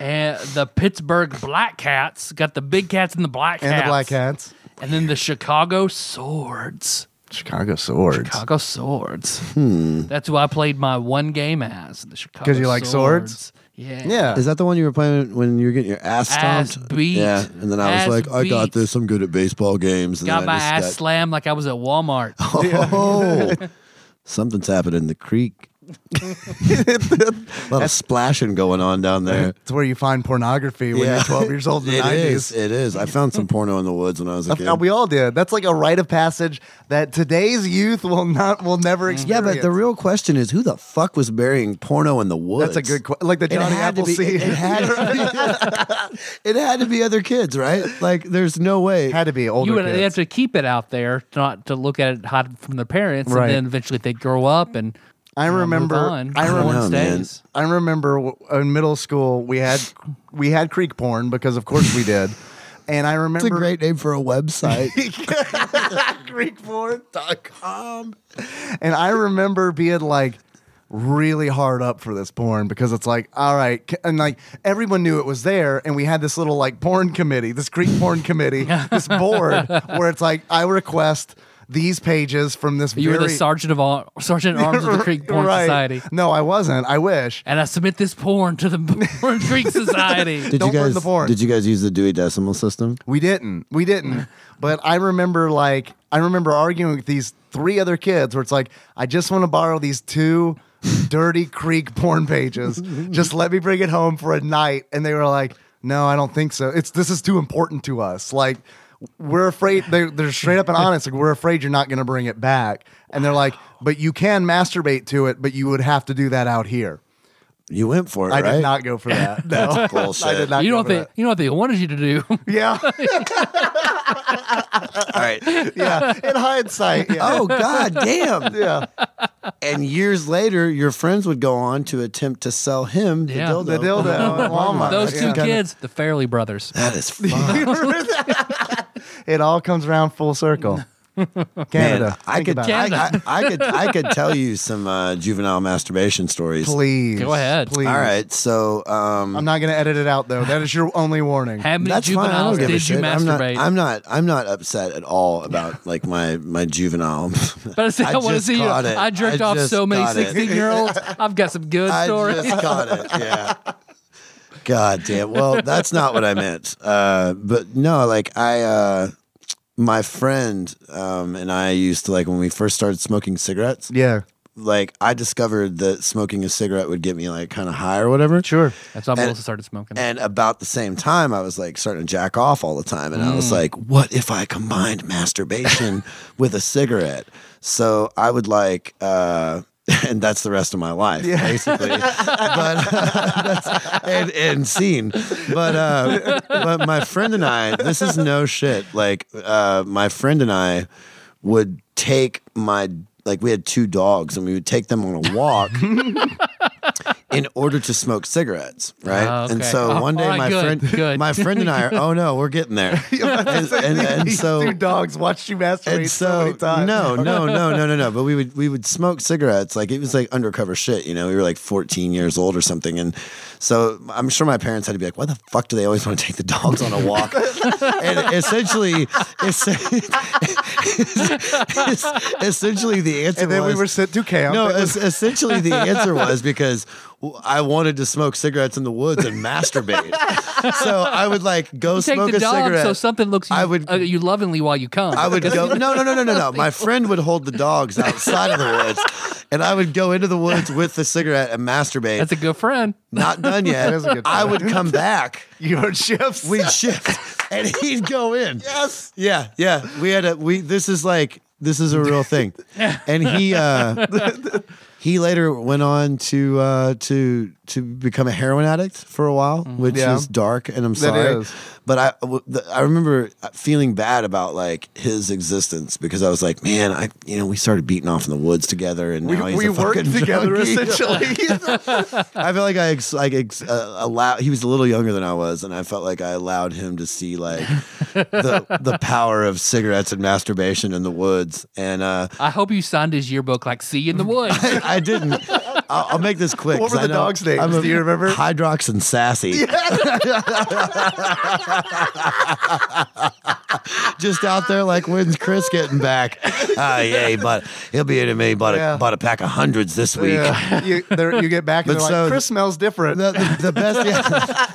Speaker 1: And the Pittsburgh Black Cats got the big cats and the black cats.
Speaker 2: <laughs> and the Black Cats.
Speaker 1: And then the Chicago Swords.
Speaker 2: Chicago Swords.
Speaker 1: Chicago Swords. That's who I played my one game as. The Chicago
Speaker 2: 'Cause Hmm. you like swords?
Speaker 1: Yeah.
Speaker 2: Yeah.
Speaker 3: Is that the one you were playing when you were getting your ass
Speaker 1: Ass
Speaker 3: stomped?
Speaker 1: beat.
Speaker 3: Yeah, and then I
Speaker 1: Ass
Speaker 3: was like, I got
Speaker 1: beat.
Speaker 3: this. I'm good at baseball games. And
Speaker 1: Got
Speaker 3: then
Speaker 1: my
Speaker 3: I just
Speaker 1: ass
Speaker 3: got-
Speaker 1: slammed like I was at
Speaker 3: <laughs>
Speaker 1: Walmart.
Speaker 3: Oh, <laughs> something's happened in
Speaker 2: <laughs>
Speaker 3: the creek. a lot of splashing going on down there.
Speaker 2: It's where you find pornography when you're 12
Speaker 1: <laughs>
Speaker 2: years old in the
Speaker 3: It
Speaker 2: 90s.
Speaker 3: is, It is. I found some porno in the woods when I was a kid.
Speaker 2: Uh, We all did. That's like a rite of passage that today's youth will not will never
Speaker 3: yeah,
Speaker 2: experience.
Speaker 3: but the real question is, who the fuck was burying porno in the woods?
Speaker 2: that's a good question. Like the Johnny
Speaker 3: it had to be.
Speaker 2: Appleseed
Speaker 3: It, it had it had to be <laughs> other kids, right? Like, there's no
Speaker 2: <laughs>
Speaker 3: way.
Speaker 2: had to be older.
Speaker 1: You would
Speaker 2: kids.
Speaker 1: they have to keep it out there, to not to look at it hide from their parents,
Speaker 2: Right.
Speaker 1: and then eventually they grow up and
Speaker 2: I
Speaker 1: you know, move
Speaker 2: remember.
Speaker 1: on.
Speaker 2: I
Speaker 1: No
Speaker 2: remember.
Speaker 1: one
Speaker 3: know, man.
Speaker 1: stays.
Speaker 2: I remember w- in middle school we had we had creek porn because of course we did, and I remember
Speaker 3: It's a great name for a website.
Speaker 2: <laughs> creekporn.com. And I remember being like really hard up for this porn because it's like, all right, c- and like everyone knew it was there, and we had this little like porn committee, this creek porn
Speaker 1: <laughs>
Speaker 2: committee, this board where it's like I request these pages from this.
Speaker 1: You were the
Speaker 2: very-
Speaker 1: sergeant of all sergeant at arms of
Speaker 2: <laughs>
Speaker 1: the Creek Porn
Speaker 2: Right.
Speaker 1: Society,
Speaker 2: No, I wasn't. I wish.
Speaker 1: and I submit this porn to the <laughs> Porn Creek Society.
Speaker 3: <laughs> Did
Speaker 2: Don't
Speaker 3: you
Speaker 2: burn
Speaker 3: guys?
Speaker 2: the porn.
Speaker 3: Did you guys use the Dewey Decimal System?
Speaker 2: We didn't. We
Speaker 3: Mm.
Speaker 2: didn't. but I remember like I remember arguing with these three other kids where it's like, I just want to borrow these two dirty creek porn pages. just let me bring it home for a night. And they were like, No, I don't think so. It's this is too important to us. Like we're afraid they're, they're straight up and honest like we're afraid you're not going to bring it back and they're like but you can masturbate to it but you would have to do that out here
Speaker 3: You went for it,
Speaker 2: i
Speaker 3: right?
Speaker 2: did not go for
Speaker 3: <laughs>
Speaker 2: that no
Speaker 3: Bullshit.
Speaker 2: <laughs> i did not
Speaker 1: you
Speaker 2: go
Speaker 1: know what
Speaker 2: for
Speaker 1: they
Speaker 2: that.
Speaker 1: you know what they wanted you to do. <laughs>
Speaker 2: yeah <laughs>
Speaker 3: All right.
Speaker 2: yeah in
Speaker 3: <laughs>
Speaker 2: hindsight yeah.
Speaker 1: <laughs>
Speaker 3: Oh God, damn! <laughs>
Speaker 2: yeah <laughs>
Speaker 3: And years later, your friends would go on to attempt to sell him the
Speaker 1: Yeah.
Speaker 3: dildo.
Speaker 2: The dildo at Walmart.
Speaker 1: Those
Speaker 2: yeah.
Speaker 1: two
Speaker 2: Kinda-
Speaker 1: kids, the Fairley brothers.
Speaker 3: That is fun.
Speaker 2: it all comes around full circle. Canada,
Speaker 3: Man, I
Speaker 2: think
Speaker 3: could,
Speaker 2: about
Speaker 1: tell-
Speaker 2: it.
Speaker 3: I, I,
Speaker 1: Canada.
Speaker 3: I could, I could
Speaker 1: <laughs>
Speaker 3: tell you some uh, juvenile masturbation stories.
Speaker 2: Please
Speaker 1: Go ahead.
Speaker 2: Please.
Speaker 3: All right, so um,
Speaker 2: I'm not going to edit it out though. That is your only warning.
Speaker 1: How many
Speaker 3: that's fine. I
Speaker 1: juveniles
Speaker 3: don't give a
Speaker 1: did you
Speaker 3: shit. I'm not,
Speaker 1: masturbate?
Speaker 3: I'm not, I'm not upset at all about like my
Speaker 1: <laughs>
Speaker 3: my juvenile.
Speaker 1: <laughs> but I, said, I,
Speaker 3: I
Speaker 1: want to
Speaker 3: just
Speaker 1: see you.
Speaker 3: caught it.
Speaker 1: I jerked
Speaker 3: I
Speaker 1: off
Speaker 3: just
Speaker 1: so many
Speaker 3: caught it. <laughs>
Speaker 1: sixteen year olds. I've got some good
Speaker 3: I
Speaker 1: stories.
Speaker 3: just got it. Yeah. God damn. Well, that's not what I meant. Uh, but no, like I, uh, my friend um, and I used to like when we first started smoking cigarettes.
Speaker 2: Yeah,
Speaker 3: Like I discovered that smoking a cigarette would get me like kind of high or whatever.
Speaker 2: sure.
Speaker 1: That's how Melissa started smoking.
Speaker 3: And about the same time, I was like starting to jack off all the time. And I was like, what if I combined masturbation with a cigarette? So I would like, uh, <laughs> and that's the rest of my life, basically. but that's, and, and scene. But uh, but my friend and I, this is no shit. Like uh, my friend and I would take my like we had two dogs, and we would take them on
Speaker 1: <laughs>
Speaker 3: a walk in order to smoke cigarettes, right?
Speaker 1: Oh, okay.
Speaker 3: And so
Speaker 1: Oh,
Speaker 3: one day,
Speaker 1: all right,
Speaker 3: my
Speaker 1: good,
Speaker 3: friend,
Speaker 1: good.
Speaker 3: my friend and I are. Oh no, we're
Speaker 1: <laughs>
Speaker 3: getting there. and, and, and
Speaker 2: <laughs> These two
Speaker 3: so.
Speaker 2: dogs watched you masturbate
Speaker 3: And
Speaker 2: so,
Speaker 3: so,
Speaker 2: many times.
Speaker 3: no, no, no, no, no, no. But we would we would smoke cigarettes. Like it was like undercover shit. You know, we were like 14 years old or something. And so I'm sure my parents had to be like, "Why the fuck do they always want to take the dogs on
Speaker 2: <laughs>
Speaker 3: a walk?" and essentially, es- essentially the answer
Speaker 2: and then
Speaker 3: was
Speaker 2: we were sent to camp.
Speaker 3: no,
Speaker 2: It was-
Speaker 3: es- essentially the answer was because w- I wanted to smoke cigarettes in the woods and masturbate. so I would like go
Speaker 1: you take
Speaker 3: smoke
Speaker 1: the
Speaker 3: a
Speaker 1: dog
Speaker 3: cigarette.
Speaker 1: so something looks you,
Speaker 3: I would-
Speaker 1: uh, you lovingly while you come.
Speaker 3: I would go. No, no, no, no, no, no. My friend would hold the dogs outside of the woods, and I would go into the woods with the cigarette and masturbate.
Speaker 1: That's a good friend.
Speaker 3: Not done yet.
Speaker 2: is a good
Speaker 3: I
Speaker 2: plan.
Speaker 3: would come back.
Speaker 2: you heard
Speaker 3: <laughs>
Speaker 2: shifts.
Speaker 3: We'd shift, and he'd go in. Yes. Yeah, yeah. We had a we. This is like this is a real thing, and he. uh <laughs> He later went on to uh, to to become a heroin addict for a while, which
Speaker 2: Mm-hmm. Yeah.
Speaker 3: is dark, and I'm
Speaker 2: That
Speaker 3: sorry.
Speaker 2: is.
Speaker 3: But I w- the- I remember feeling bad about like his existence because I was like, man, I you know we started beating off in the woods together, and
Speaker 2: <laughs> We,
Speaker 3: now he's
Speaker 2: we
Speaker 3: a
Speaker 2: worked
Speaker 3: fucking
Speaker 2: together
Speaker 3: junkie. <laughs>
Speaker 2: essentially.
Speaker 3: I felt like I ex- like ex- uh, allowed. He was a little younger than I was, and I felt like I allowed him to see like the the power of cigarettes and masturbation in the woods. And uh,
Speaker 1: I hope you signed his yearbook like "See you in the woods."
Speaker 3: I didn't. I'll, I'll make this quick.
Speaker 2: What
Speaker 3: 'cause
Speaker 2: were the
Speaker 3: I know
Speaker 2: dogs' names?
Speaker 3: I'm a-
Speaker 2: Do you remember?
Speaker 3: Hydrox and Sassy. <laughs> Just out there, like when's Chris getting back? Ah, yeah, he bought. He'll be into me. He Bought a
Speaker 2: Yeah.
Speaker 3: bought a pack of hundreds this week.
Speaker 2: yeah. <laughs> you, they're- you get back and
Speaker 3: But
Speaker 2: they're
Speaker 3: so-
Speaker 2: like, Chris smells different.
Speaker 3: The, <laughs> the, the best. Yeah.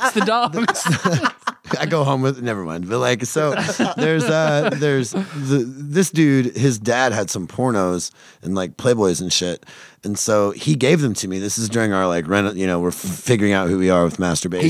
Speaker 1: it's the dogs.
Speaker 3: <laughs> I go home with never mind. But like so there's uh there's the, this dude, his dad had some pornos and like Playboys and shit. And so he gave them to me. This is during our like rent, you know, we're f- figuring out who we are with masturbation.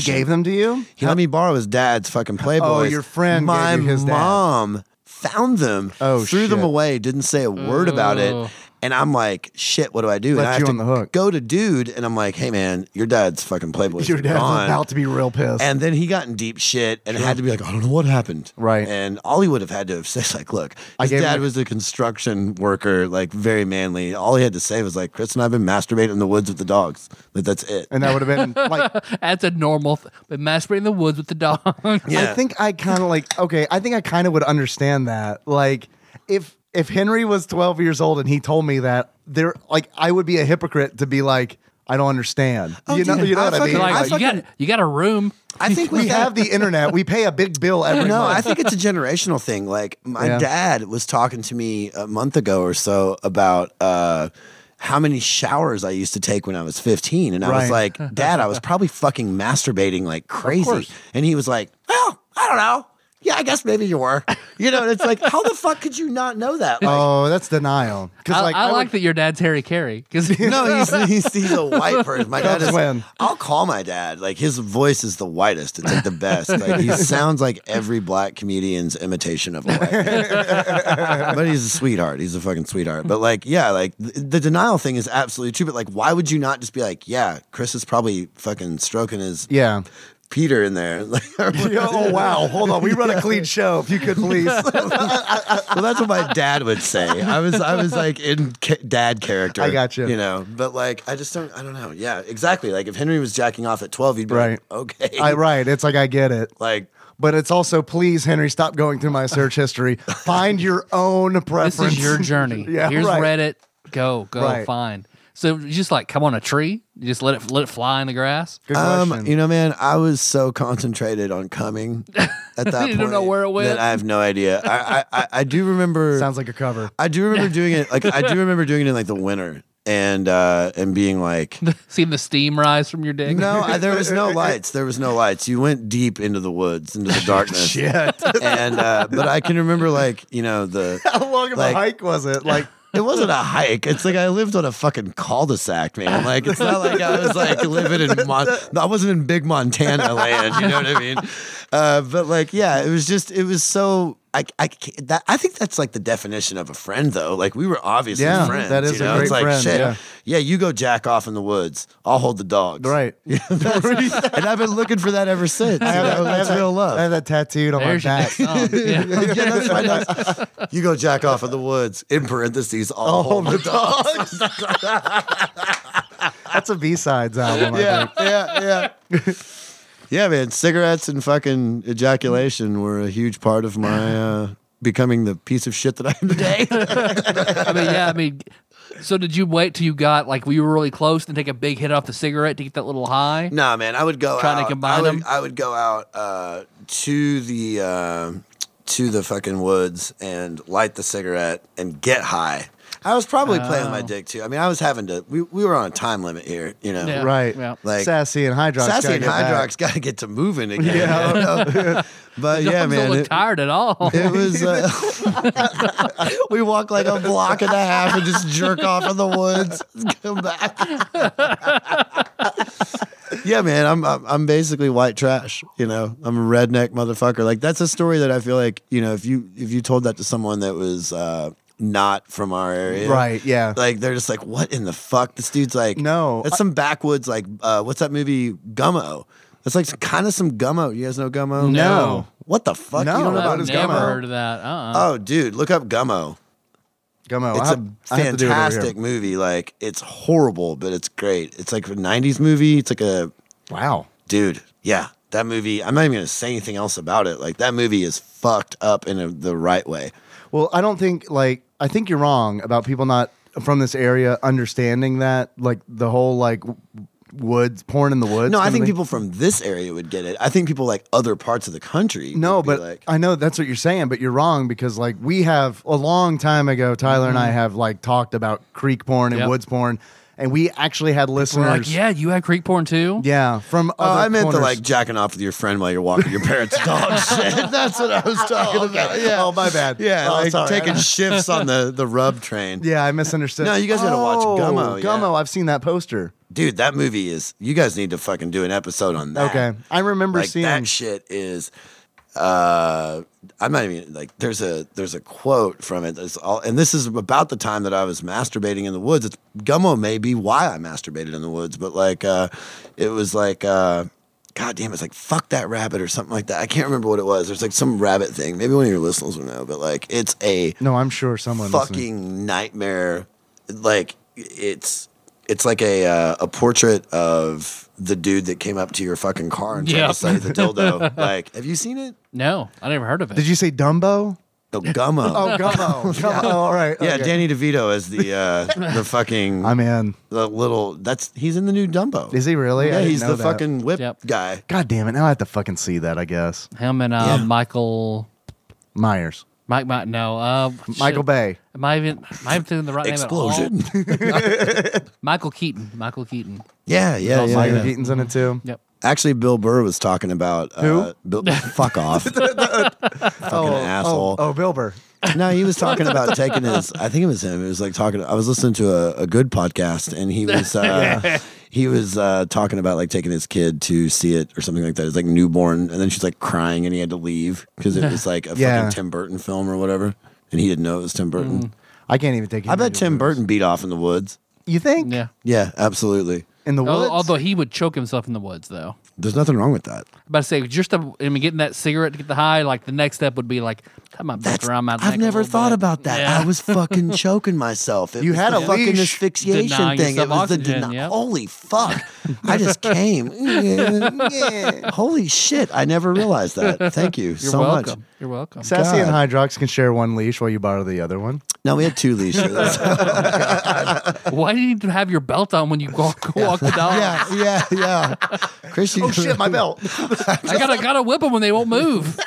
Speaker 2: <laughs> he gave them to you?
Speaker 3: He let me borrow his dad's fucking Playboys.
Speaker 2: your friend
Speaker 3: My
Speaker 2: gave you his dad's.
Speaker 3: mom found them,
Speaker 2: Oh,
Speaker 3: threw them
Speaker 2: shit.
Speaker 3: away, didn't say a word about it. And I'm like, shit, what do I do?
Speaker 2: Left
Speaker 3: and I
Speaker 2: you
Speaker 3: have
Speaker 2: on
Speaker 3: to
Speaker 2: the hook.
Speaker 3: go to dude and I'm like, hey man, your dad's fucking Playboys.
Speaker 2: Your
Speaker 3: are
Speaker 2: dad's
Speaker 3: gone.
Speaker 2: about to be real pissed.
Speaker 3: And then he got in deep shit and had to be like, I don't know what happened.
Speaker 2: Right.
Speaker 3: And all he would have had to have <laughs> said, like, look,
Speaker 2: I
Speaker 3: his
Speaker 2: gave
Speaker 3: dad
Speaker 2: him-
Speaker 3: was a construction worker, like very manly. All he had to say was like, Chris and I've been masturbating in the woods with the dogs. Like that's it.
Speaker 2: and that would have
Speaker 1: <laughs>
Speaker 2: been like
Speaker 1: That's a normal. Th- but masturbating in the woods with the dogs.
Speaker 3: <laughs> Yeah.
Speaker 2: I think I kind of like okay. I think I kind of would understand that. Like if if Henry was twelve years old and he told me that, there like I would be a hypocrite to be like I don't understand. you know,
Speaker 3: dude,
Speaker 2: you know
Speaker 3: I
Speaker 2: what Oh, I mean?
Speaker 1: Like,
Speaker 3: fucking- I
Speaker 1: you got you got a room.
Speaker 3: I think
Speaker 2: we
Speaker 3: with that-
Speaker 2: have the internet. We pay a big bill every
Speaker 3: no, I
Speaker 2: month.
Speaker 3: think it's a generational thing. Like my
Speaker 2: Yeah.
Speaker 3: dad was talking to me a month ago or so about uh, how many showers I used to take when I was 15, and I was
Speaker 2: Right.
Speaker 3: like, "Dad, I was probably fucking masturbating like crazy," and he was like, "Oh, I don't know." Yeah, I guess maybe you were. You know, and it's like, how the fuck could you not know that? Like,
Speaker 2: oh, that's denial.
Speaker 1: I,
Speaker 2: Because like
Speaker 1: I, like
Speaker 2: would-
Speaker 1: that your dad's Harry Carey because
Speaker 3: <laughs> no, he's, he's he's a white person. My dad
Speaker 2: Cubs
Speaker 3: is.
Speaker 2: win.
Speaker 3: I'll call my dad. Like his voice is the whitest. It's like the best. Like he sounds like every black comedian's imitation of a white. man. but he's a sweetheart. He's a fucking sweetheart. But like, yeah, like th- the denial thing is absolutely true. But like, why would you not just be like, yeah, Chris is probably fucking stroking his
Speaker 2: <laughs> yeah.
Speaker 3: Peter in there? <laughs> Like,
Speaker 2: oh wow! Hold on, we run a clean show. If you could please.
Speaker 3: well, that's what my dad would say. I was, I was like in ca- dad character.
Speaker 2: I got you.
Speaker 3: You know, but like, I just don't, I don't know. Yeah, exactly. Like, if Henry was jacking off at twelve, you'd be
Speaker 2: right.
Speaker 3: like, okay,
Speaker 2: <laughs> I right. It's like I get it.
Speaker 3: like.
Speaker 2: But it's also please, Henry, stop going through my search history. Find your own
Speaker 1: <laughs>
Speaker 2: preference.
Speaker 1: this is your
Speaker 3: <laughs>
Speaker 1: journey.
Speaker 2: Yeah,
Speaker 1: Here's
Speaker 2: right.
Speaker 1: Reddit. Go go
Speaker 2: Right.
Speaker 1: find. So you just like come on a tree, you just let it let it fly in the grass.
Speaker 2: Good
Speaker 3: Um,
Speaker 2: question.
Speaker 3: you know, man, I was so concentrated
Speaker 2: <laughs>
Speaker 3: on coming at that point.
Speaker 1: You don't know where it went?
Speaker 3: that I have no idea. I, I, I, I do
Speaker 2: <laughs>
Speaker 3: remember.
Speaker 2: Sounds like a cover.
Speaker 3: I do remember doing it. Like
Speaker 2: <laughs>
Speaker 3: I do remember doing it in like the winter and uh, and being
Speaker 2: <laughs>
Speaker 3: like,
Speaker 1: Seeing the steam rise from your dick. <laughs>
Speaker 3: no, I, there was no lights. There was no lights. You went deep into the woods, into the darkness.
Speaker 2: <laughs> Shit.
Speaker 3: And uh, but I can remember like you know the
Speaker 2: How long of
Speaker 3: Like-
Speaker 2: a hike was it? Like,
Speaker 3: It wasn't a hike. It's like I lived on a fucking cul-de-sac, man. Like it's not like I was like living in Mon- I wasn't in big Montana land. You know what I mean? Uh, but like, yeah, it was just it was so. I I ca- that I think that's like the definition of a friend, though. Like we were obviously
Speaker 2: Yeah,
Speaker 3: friends.
Speaker 2: that
Speaker 3: you
Speaker 2: is a
Speaker 3: know?
Speaker 2: great
Speaker 3: it's like,
Speaker 2: friend,
Speaker 3: Shit,
Speaker 2: yeah.
Speaker 3: yeah, you go jack off in the woods. I'll hold the dogs.
Speaker 2: <laughs>
Speaker 3: <laughs>
Speaker 2: right.
Speaker 3: and I've been looking for that ever since.
Speaker 2: I have
Speaker 3: you
Speaker 2: that,
Speaker 3: know?
Speaker 2: I have
Speaker 3: that's
Speaker 2: that-
Speaker 3: real
Speaker 2: <laughs>
Speaker 3: love.
Speaker 2: I have that tattooed on
Speaker 1: There's your
Speaker 2: my
Speaker 1: next
Speaker 2: <laughs> back.
Speaker 1: song. Yeah.
Speaker 3: <laughs>
Speaker 1: <laughs>
Speaker 3: Yeah, that's my notes. You go jack off in the woods. In parentheses, all hold the dogs. <laughs>
Speaker 2: That's a B sides album. I
Speaker 3: yeah,
Speaker 2: think.
Speaker 3: yeah, yeah. Yeah, man, cigarettes and fucking ejaculation were a huge part of my uh, becoming the piece of shit that I am today. <laughs>
Speaker 1: <laughs> I mean, yeah, I mean, so did you wait till you got like we were really close and take a big hit off the cigarette to get that little high?
Speaker 3: nah, man, I would go
Speaker 1: Trying
Speaker 3: out,
Speaker 1: to combine
Speaker 3: I would,
Speaker 1: them?
Speaker 3: I would go out uh, to the uh, to the fucking woods and light the cigarette and get high. I was probably playing with my dick too. I mean, I was having to. We, we were on a time limit here, you know.
Speaker 1: Yeah.
Speaker 2: Right.
Speaker 1: Yeah.
Speaker 3: Like-
Speaker 2: Sassy and Hydrox.
Speaker 3: Sassy
Speaker 2: gotta
Speaker 3: and
Speaker 2: get back.
Speaker 3: Hydrox got to get to moving again. I
Speaker 2: <laughs>
Speaker 3: don't know. but yeah,
Speaker 1: Dogs
Speaker 3: man,
Speaker 1: Don't look
Speaker 3: it-
Speaker 1: tired at all.
Speaker 3: It was. Uh, <laughs> we walk like a block and a half and just jerk off in the woods. <laughs> Come back. <laughs> yeah, man, I'm, I'm I'm basically white trash. You know, I'm a redneck motherfucker. Like that's a story that I feel like you know if you if you told that to someone that was uh, not from our area.
Speaker 2: Right, yeah.
Speaker 3: Like they're just like, what in the fuck? This dude's like,
Speaker 2: No,
Speaker 3: That's some backwoods, like, uh, what's that movie, Gummo? That's like kind of some Gummo. You guys know Gummo?
Speaker 1: No.
Speaker 3: What the fuck?
Speaker 2: No.
Speaker 3: You don't know about
Speaker 1: <laughs>
Speaker 2: What
Speaker 1: I've
Speaker 2: is
Speaker 1: never
Speaker 2: Gummo?
Speaker 1: heard of that. Uh-uh.
Speaker 3: Oh, dude, look up Gummo.
Speaker 2: Gummo. Oh, I
Speaker 3: It's
Speaker 2: have-
Speaker 3: a
Speaker 2: I have to do it over here.
Speaker 3: fantastic movie. Like, it's horrible, but it's great. It's like a 90s movie. It's like a,
Speaker 2: Wow.
Speaker 3: dude, yeah, that movie. I'm not even going to say anything else about it. Like, that movie is fucked up in a, the right way.
Speaker 2: Well, I don't think like I think you're wrong about people not from this area understanding that like the whole like w- woods porn in the woods.
Speaker 3: no, I
Speaker 2: kinda
Speaker 3: think
Speaker 2: thing.
Speaker 3: people from this area would get it. I think people like other parts of the country.
Speaker 2: No,
Speaker 3: would be
Speaker 2: but
Speaker 3: like,
Speaker 2: I know that's what you're saying, but you're wrong because like we have a long time ago, Tyler and I have like talked about creek porn and
Speaker 1: Mm-hmm. Yep.
Speaker 2: woods porn, and we actually had listeners.
Speaker 1: We're like, yeah, you had creek porn too.
Speaker 2: yeah, from
Speaker 3: Oh,
Speaker 2: other
Speaker 3: I meant the
Speaker 2: corners.
Speaker 3: like jacking off with your friend while you're walking your <laughs> parents' dog shit. That's what I
Speaker 2: <laughs>
Speaker 3: was talking about. Yeah.
Speaker 2: Oh, my bad.
Speaker 3: Yeah,
Speaker 2: Oh,
Speaker 3: like
Speaker 2: sorry. <laughs>
Speaker 3: <laughs> taking shifts on the the rub train.
Speaker 2: Yeah, I misunderstood.
Speaker 3: No, you guys gotta watch
Speaker 2: Oh,
Speaker 3: Gummo, yeah.
Speaker 2: Gummo, I've seen that poster.
Speaker 3: Dude, that movie is. You guys need to fucking do an episode on that.
Speaker 2: Okay, I remember
Speaker 3: like
Speaker 2: seeing.
Speaker 3: that shit is. Uh, I'm not even like. There's a there's a quote from it. That's all, and this is about the time that I was masturbating in the woods. It's, Gummo may be why I masturbated in the woods, but like, uh, it was like. Uh, God damn, it's like fuck that rabbit or something like that. I can't remember what it was. There's like some rabbit thing. Maybe one of your listeners will know, but like it's a
Speaker 2: no, I'm sure someone
Speaker 3: fucking
Speaker 2: listening-
Speaker 3: nightmare. Like it's it's like a uh, a portrait of the dude that came up to your fucking car and tried
Speaker 1: Yeah.
Speaker 3: to sell you
Speaker 2: <laughs>
Speaker 3: the dildo. like, have you seen it?
Speaker 1: No, I never heard of it.
Speaker 2: Did you say Dumbo?
Speaker 3: The gummo.
Speaker 2: Oh, Gummo. <laughs> Gummo. All right.
Speaker 3: yeah,
Speaker 2: okay.
Speaker 3: Danny DeVito as the uh, the fucking
Speaker 2: I'm in.
Speaker 3: the little. That's he's in the new Dumbo.
Speaker 2: Is he really? I
Speaker 3: Yeah,
Speaker 2: didn't
Speaker 3: he's
Speaker 2: know
Speaker 3: the
Speaker 2: that.
Speaker 3: fucking whip
Speaker 1: Yep.
Speaker 3: guy.
Speaker 2: God damn it! Now I have to fucking see that. I guess
Speaker 1: him and uh,
Speaker 3: Yeah.
Speaker 1: Michael?
Speaker 2: Myers,
Speaker 1: Mike, Mike, no, uh,
Speaker 2: Michael
Speaker 1: shit.
Speaker 2: Bay.
Speaker 1: Am I even? Am I even thinking the right name
Speaker 3: Explosion.
Speaker 1: at all? Michael Keaton. Michael Keaton.
Speaker 3: <laughs> yeah, yeah, yeah.
Speaker 2: Michael
Speaker 3: yeah.
Speaker 2: Keaton's in it too.
Speaker 1: Yep.
Speaker 3: Actually, Bill Burr was talking about uh,
Speaker 2: Who?
Speaker 3: Bill,
Speaker 2: <laughs>
Speaker 3: fuck off, fucking asshole.
Speaker 2: Oh, Bill Burr.
Speaker 3: No, he was talking <laughs> about taking his. I think it was him. It was like talking. I was listening to a, a good podcast, and he was <laughs> uh, he was uh, talking about like taking his kid to see it or something like that. It's like newborn, and then she's like crying, and he had to leave because <laughs> it was like a
Speaker 2: Yeah.
Speaker 3: fucking Tim Burton film or whatever, and he didn't know it was Tim Burton.
Speaker 2: I can't even take.
Speaker 3: I
Speaker 2: him
Speaker 3: bet
Speaker 2: to
Speaker 3: Tim
Speaker 2: do
Speaker 3: Burton beat off in the woods.
Speaker 2: it. You think?
Speaker 1: Yeah.
Speaker 3: Yeah, absolutely.
Speaker 2: In the
Speaker 1: Al-
Speaker 2: woods.
Speaker 1: Although he would choke himself in the woods, though.
Speaker 3: There's nothing wrong with that.
Speaker 1: about to say just the, I mean, getting that cigarette to get the high. Like the next step would be like that might bust around my. neck
Speaker 3: I've
Speaker 1: a
Speaker 3: never
Speaker 1: little
Speaker 3: thought
Speaker 1: bit.
Speaker 3: about that.
Speaker 1: Yeah.
Speaker 3: I was fucking choking myself. It
Speaker 2: You
Speaker 3: was
Speaker 2: had
Speaker 3: the
Speaker 2: a
Speaker 3: fucking
Speaker 2: leash.
Speaker 3: asphyxiation
Speaker 1: Denying
Speaker 3: thing. It
Speaker 1: yourself
Speaker 3: was
Speaker 1: oxygen,
Speaker 3: the deni-
Speaker 1: yep.
Speaker 3: holy fuck.
Speaker 1: <laughs>
Speaker 3: I just came. Holy shit! I never realized that. Thank you
Speaker 1: You're
Speaker 3: so
Speaker 1: welcome.
Speaker 3: much.
Speaker 1: You're welcome.
Speaker 2: Sassy and
Speaker 3: God.
Speaker 2: Hydrox can share one leash while you borrow the other
Speaker 3: <laughs>
Speaker 2: one.
Speaker 3: No, we had
Speaker 2: <laughs>
Speaker 3: two leashes.
Speaker 1: Why do you need to have your belt on when you walk, walk the dog?
Speaker 3: <laughs> yeah, yeah, yeah. Christian.
Speaker 2: Oh shit! My <laughs> belt.
Speaker 1: I gotta gotta whip them when they won't
Speaker 3: <laughs>
Speaker 1: move.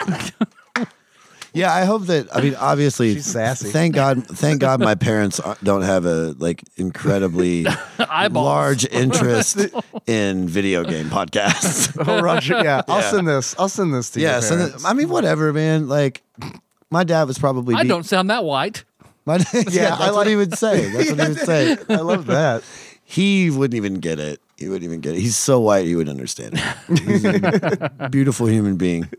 Speaker 3: Yeah, I hope that. I mean, obviously,
Speaker 2: She's sassy.
Speaker 3: Thank God, thank God, my parents are- don't have a like incredibly
Speaker 1: <laughs> Eyeballs. <laughs>
Speaker 3: large interest in video game podcasts.
Speaker 1: <laughs>
Speaker 2: oh, Roger.
Speaker 3: <laughs>
Speaker 2: Yeah. I'll
Speaker 3: Yeah.
Speaker 2: send this. I'll send this to you.
Speaker 3: Yeah, so that- I mean, whatever, man. Like, my dad was probably.
Speaker 1: I
Speaker 3: de-
Speaker 1: don't sound that white.
Speaker 3: <laughs> My dad, yeah,
Speaker 2: Yeah, I
Speaker 3: that's what he would say. That's what he would say.
Speaker 2: I love that.
Speaker 3: He wouldn't even get it. He wouldn't even get it. He's so white, he wouldn't understand. It. He's <laughs> a beautiful human being.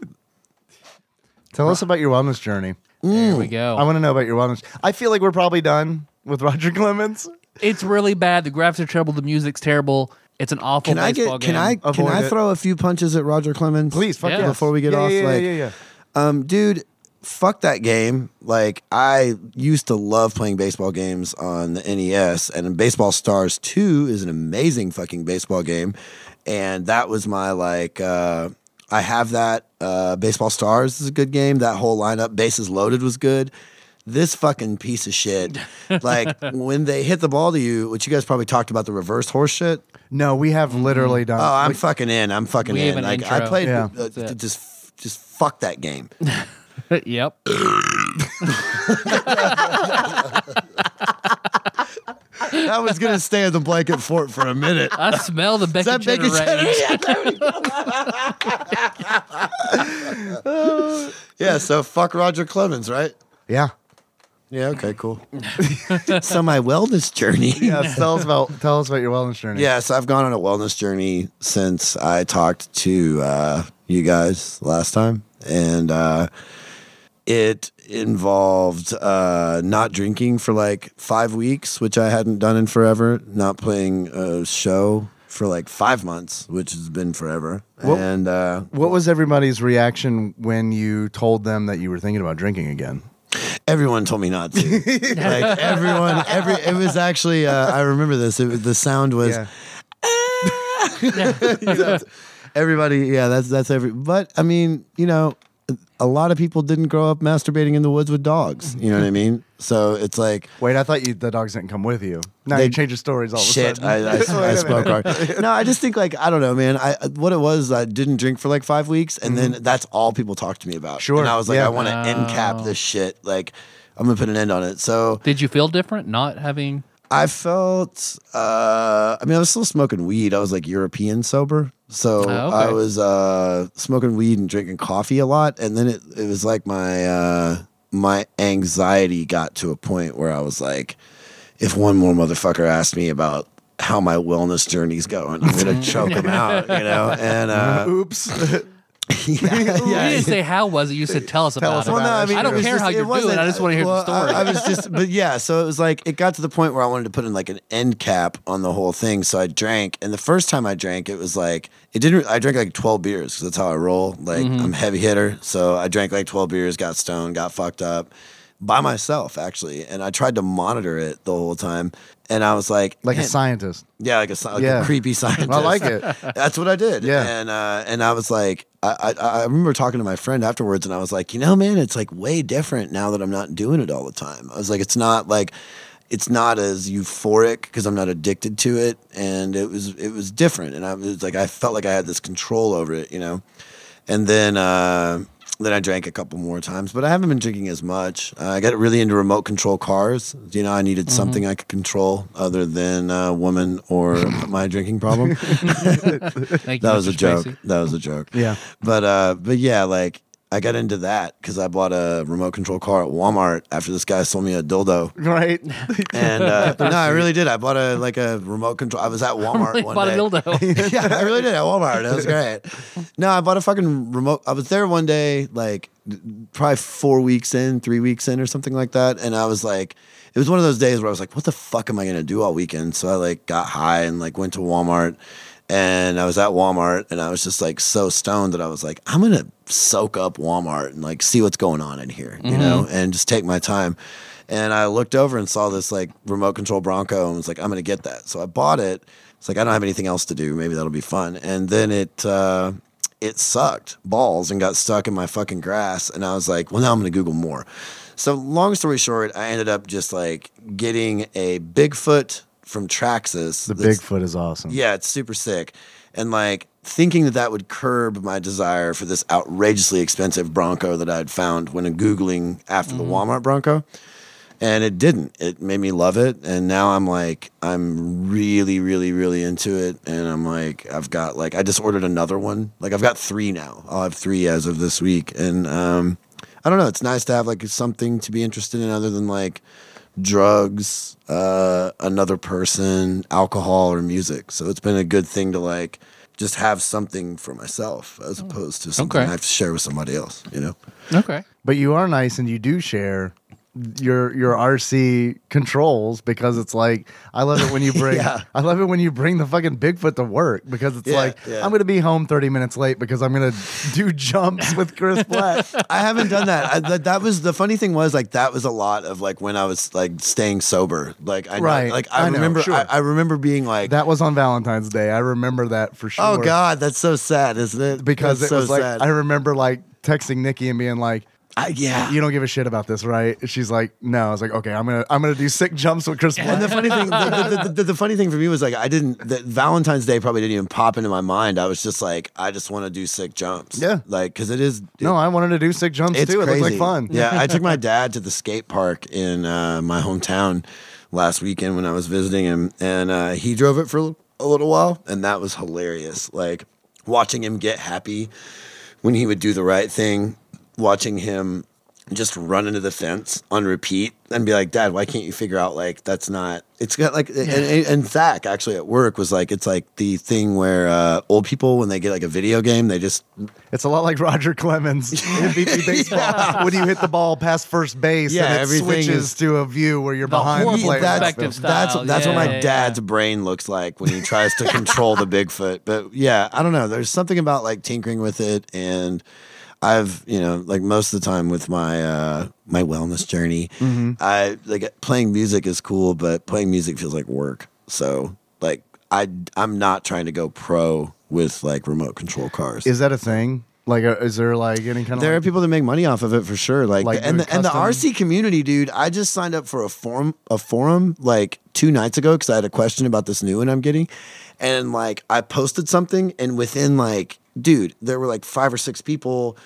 Speaker 2: Tell us about your wellness journey.
Speaker 1: There
Speaker 3: Hmm.
Speaker 1: we
Speaker 2: I
Speaker 3: Oh.
Speaker 1: go.
Speaker 2: want to know about your wellness. I feel like we're probably done with Roger Clemens.
Speaker 1: It's really bad. The graphics are terrible. The music's terrible. It's an awful
Speaker 3: Can I
Speaker 1: baseball
Speaker 3: get? Can I?
Speaker 1: game.
Speaker 3: Can
Speaker 2: Avoid
Speaker 3: I
Speaker 2: it.
Speaker 3: throw a few punches at Roger Clemens?
Speaker 2: Please, fuck
Speaker 1: Yeah.
Speaker 2: yes.
Speaker 3: Before we get
Speaker 2: Yeah,
Speaker 3: off,
Speaker 2: yeah, yeah,
Speaker 3: like,
Speaker 2: yeah, yeah.
Speaker 3: um, dude, fuck that game. Like, I used to love playing baseball games on the NES, and Baseball Stars Two is an amazing fucking baseball game, and that was my like. Uh, I have that. Uh, baseball Stars is a good game. That whole lineup, bases loaded, was good. This fucking piece
Speaker 1: <laughs>
Speaker 3: of shit. Like when they hit the ball to you, which you guys probably talked about the reverse horse shit.
Speaker 2: No, we have literally done.
Speaker 3: Oh, I'm fucking in. I'm fucking
Speaker 1: we have an
Speaker 3: in. Like I
Speaker 1: intro.
Speaker 3: played.
Speaker 2: Yeah.
Speaker 3: Uh,
Speaker 1: That's it.
Speaker 3: just, just fuck that game.
Speaker 1: <laughs> yep.
Speaker 3: I was gonna stay in the blanket fort for a minute.
Speaker 1: I smell the Becky
Speaker 3: Is that
Speaker 1: cheddar
Speaker 3: bacon cheddar?
Speaker 1: ranch.
Speaker 3: Yeah, there we go. <laughs> yeah, so fuck Roger Clemens, right? <laughs>
Speaker 2: yeah.
Speaker 3: Yeah, okay, cool. so my wellness journey.
Speaker 2: Yes, tell us about tell us about your wellness journey.
Speaker 3: Yeah, so I've gone on a wellness journey since I talked to uh, you guys last time, and uh, It involved uh, not drinking for like five weeks, which I hadn't done in forever, not playing a show for like five months, which has been forever. and uh,
Speaker 2: What was everybody's reaction when you told them that you were thinking about drinking again?
Speaker 3: everyone told me not to. like everyone, every it was actually. Uh, I remember this. It was, the sound was. <laughs> You know, everybody, yeah, that's that's every. But I mean, you know, a lot of people didn't grow up masturbating in the woods with dogs. You know what I mean? So it's like.
Speaker 2: Wait, I thought you, the dogs didn't come with you. Now
Speaker 3: They-
Speaker 2: you change your stories all of a
Speaker 3: Shit,
Speaker 2: sudden.
Speaker 3: I, I,
Speaker 2: Oh, <laughs> Wait a
Speaker 3: I spoke
Speaker 2: minute.
Speaker 3: hard. No, I just think like I don't know, man. I what it was, I didn't drink for like five weeks, and then that's all people talked to me about.
Speaker 2: Mm-hmm. Sure,
Speaker 3: and I was like,
Speaker 2: yeah.
Speaker 3: I want to end cap this shit. Like, I'm gonna put an end on it. So
Speaker 1: Did you feel different not having?
Speaker 3: I felt. Uh, I mean, I was still smoking weed. I was like European sober, so
Speaker 1: Oh, okay.
Speaker 3: I was uh, smoking weed and drinking coffee a lot. And then it, it was like my uh, my anxiety got to a point where I was like, if one more motherfucker asked me about how my wellness journey's going, I'm
Speaker 1: <laughs>
Speaker 3: gonna choke him out, you know. And uh,
Speaker 2: Oops.
Speaker 3: <laughs> <laughs>
Speaker 2: <laughs>
Speaker 3: yeah,
Speaker 1: <laughs>
Speaker 3: yeah,
Speaker 1: you didn't say how was it. You said tell us about
Speaker 2: us
Speaker 1: it.
Speaker 2: about
Speaker 3: well, no,
Speaker 2: it.
Speaker 3: I mean,
Speaker 1: I don't
Speaker 3: it was
Speaker 1: care
Speaker 3: just-
Speaker 1: how
Speaker 3: it
Speaker 1: you're doing.
Speaker 3: wasn't-
Speaker 1: I just want to hear the
Speaker 3: well,
Speaker 1: story.
Speaker 3: I, I was just, but yeah, so it was like it got to the point where I wanted to put in like an end cap on the whole thing. So I drank, and the first time I drank, it was like it didn't. I drank like twelve beers 'cause that's how I roll. Like
Speaker 1: Mm-hmm.
Speaker 3: I'm a heavy hitter, so I drank like twelve beers, got stoned, got fucked up by myself actually, and I tried to monitor it the whole time. And I was like,
Speaker 2: like a
Speaker 3: "Man,
Speaker 2: scientist.
Speaker 3: yeah, like a, sci- like
Speaker 2: Yeah.
Speaker 3: a creepy scientist.
Speaker 2: I like it.
Speaker 3: <laughs> That's what I did.
Speaker 2: Yeah.
Speaker 3: And uh, and I was like, I, I I remember talking to my friend afterwards, and I was like, you know, man, it's like way different now that I'm not doing it all the time. I was like, it's not like. It's not as euphoric because I'm not addicted to it, and it was it was different, and I was like I felt like I had this control over it, you know. And then uh, then I drank a couple more times, but I haven't been drinking as much. Uh, I got really into remote control cars. You know, I needed something I could control other than a woman or my drinking problem.
Speaker 1: Thank you,
Speaker 3: That was a
Speaker 1: Mr.
Speaker 3: joke.
Speaker 1: Spacey.
Speaker 3: That was a joke.
Speaker 2: Yeah.
Speaker 3: But uh, but yeah, like I got into that because I bought a remote control car at Walmart after this guy sold me a dildo.
Speaker 2: <laughs> Right?
Speaker 3: <laughs> And
Speaker 1: <laughs>
Speaker 3: uh, no, I really did. I bought a like a remote control. I was at Walmart
Speaker 1: Like,
Speaker 3: one
Speaker 1: bought a
Speaker 3: day.
Speaker 1: dildo.
Speaker 3: <laughs> yeah, I really did at
Speaker 1: <laughs>
Speaker 3: Walmart. That was great. No, I bought a fucking remote. I was there one day, like d- probably four weeks in, three weeks in, or something like that. And I was like, it was one of those days where I was like, what the fuck am I gonna do all weekend? So I like got high and like went to Walmart. And I was at Walmart and I was just like so stoned that I was like, I'm gonna soak up Walmart and like see what's going on in here, you know, and just take my time. And I looked over and saw this like remote control Bronco and was like, I'm gonna get that. So I bought it. It's like I don't have anything else to do. Maybe that'll be fun. And then it uh, it sucked balls and got stuck in my fucking grass. And I was like, well, now I'm gonna Google more. So long story short, I ended up just like getting a Bigfoot from Traxxas.
Speaker 2: The
Speaker 3: that's-
Speaker 2: Bigfoot is awesome.
Speaker 3: yeah, it's super sick. And like thinking that that would curb my desire for this outrageously expensive Bronco that I'd found when Googling after
Speaker 2: Mm-hmm.
Speaker 3: the Walmart Bronco. And it didn't. It made me love it. And now I'm like, I'm really, really, really into it. And I'm like, I've got like, I just ordered another one. Like, I've got three now. I'll have three as of this week. And um, I don't know. It's nice to have like something to be interested in other than like drugs, uh, another person, alcohol, or music. So it's been a good thing to like just have something for myself as opposed to something
Speaker 1: Okay.
Speaker 3: I have to share with somebody else, you know?
Speaker 1: Okay.
Speaker 2: But you are nice and you do share your your RC controls because it's like I love it when
Speaker 3: <laughs>
Speaker 2: you bring I love it when you bring the fucking Bigfoot to work because it's
Speaker 3: Yeah,
Speaker 2: like
Speaker 3: yeah.
Speaker 2: I'm gonna be home 30 minutes late because I'm gonna do jumps with
Speaker 3: <laughs>
Speaker 2: Chris Black.
Speaker 3: I haven't done that. I, that. That was the funny thing was like that was a lot of like when I was like staying sober. Like I
Speaker 2: Right.
Speaker 3: like I,
Speaker 2: I know,
Speaker 3: remember
Speaker 2: sure.
Speaker 3: I, I remember being like
Speaker 2: That was on Valentine's Day. I remember that for sure.
Speaker 3: Oh God, that's so sad, isn't it?
Speaker 2: Because
Speaker 3: That's
Speaker 2: it
Speaker 3: so
Speaker 2: was like
Speaker 3: sad.
Speaker 2: I remember like texting Nikki and being like
Speaker 3: I- yeah.
Speaker 2: you don't give a shit about this, right? And she's like, no. I was like, okay, I'm gonna, I'm gonna do sick jumps with Chris. Black.
Speaker 3: and the funny thing, the, the, the,
Speaker 2: <laughs>
Speaker 3: the, the funny thing for me was like I didn't. The, Valentine's Day probably didn't even pop into my mind. I was just like, I just want to do sick jumps.
Speaker 2: Yeah.
Speaker 3: like because it is.
Speaker 2: no, I wanted to do sick jumps
Speaker 3: it's
Speaker 2: too.
Speaker 3: crazy.
Speaker 2: It looked like fun.
Speaker 3: Yeah, I took
Speaker 2: <laughs>
Speaker 3: my dad to the skate park in uh, my hometown last weekend when I was visiting him, and uh, he drove it for a little, a little while, and that was hilarious. Like watching him get happy when he would do the right thing, watching him just run into the fence on repeat and be like, Dad, why can't you figure out like that's not? It's got like, and, and, and Zach actually at work was like, it's like the thing where uh, old people when they get like a video game, they just
Speaker 2: It's a lot like Roger
Speaker 3: <laughs>
Speaker 2: Clemens in BP baseball when you hit the ball past first base
Speaker 3: Yeah,
Speaker 2: and it
Speaker 3: everything
Speaker 2: switches
Speaker 3: is-
Speaker 2: to a view where you're behind the
Speaker 1: horrible
Speaker 2: player.
Speaker 1: perspective
Speaker 3: that's
Speaker 1: style.
Speaker 3: that's what
Speaker 1: Yeah,
Speaker 3: my
Speaker 1: yeah,
Speaker 3: dad's brain looks like when he tries to control the Bigfoot. But yeah, I don't know. There's something about like tinkering with it, and I've you know like most of the time with my uh, my wellness journey,
Speaker 1: Mm-hmm.
Speaker 3: I like playing music is cool, but playing music feels like work. So like I I'm not trying to go pro with like remote control cars.
Speaker 2: Is that a thing? Like, uh, is there like any kind of
Speaker 3: There are
Speaker 2: like,
Speaker 3: people that make money off of it for sure. Like,
Speaker 2: Like doing
Speaker 3: and the, and the
Speaker 2: custom-
Speaker 3: RC community, dude. I just signed up for a forum a forum like two nights ago because I had a question about this new one I'm getting, and like I posted something, and within like, dude, there were like five or six people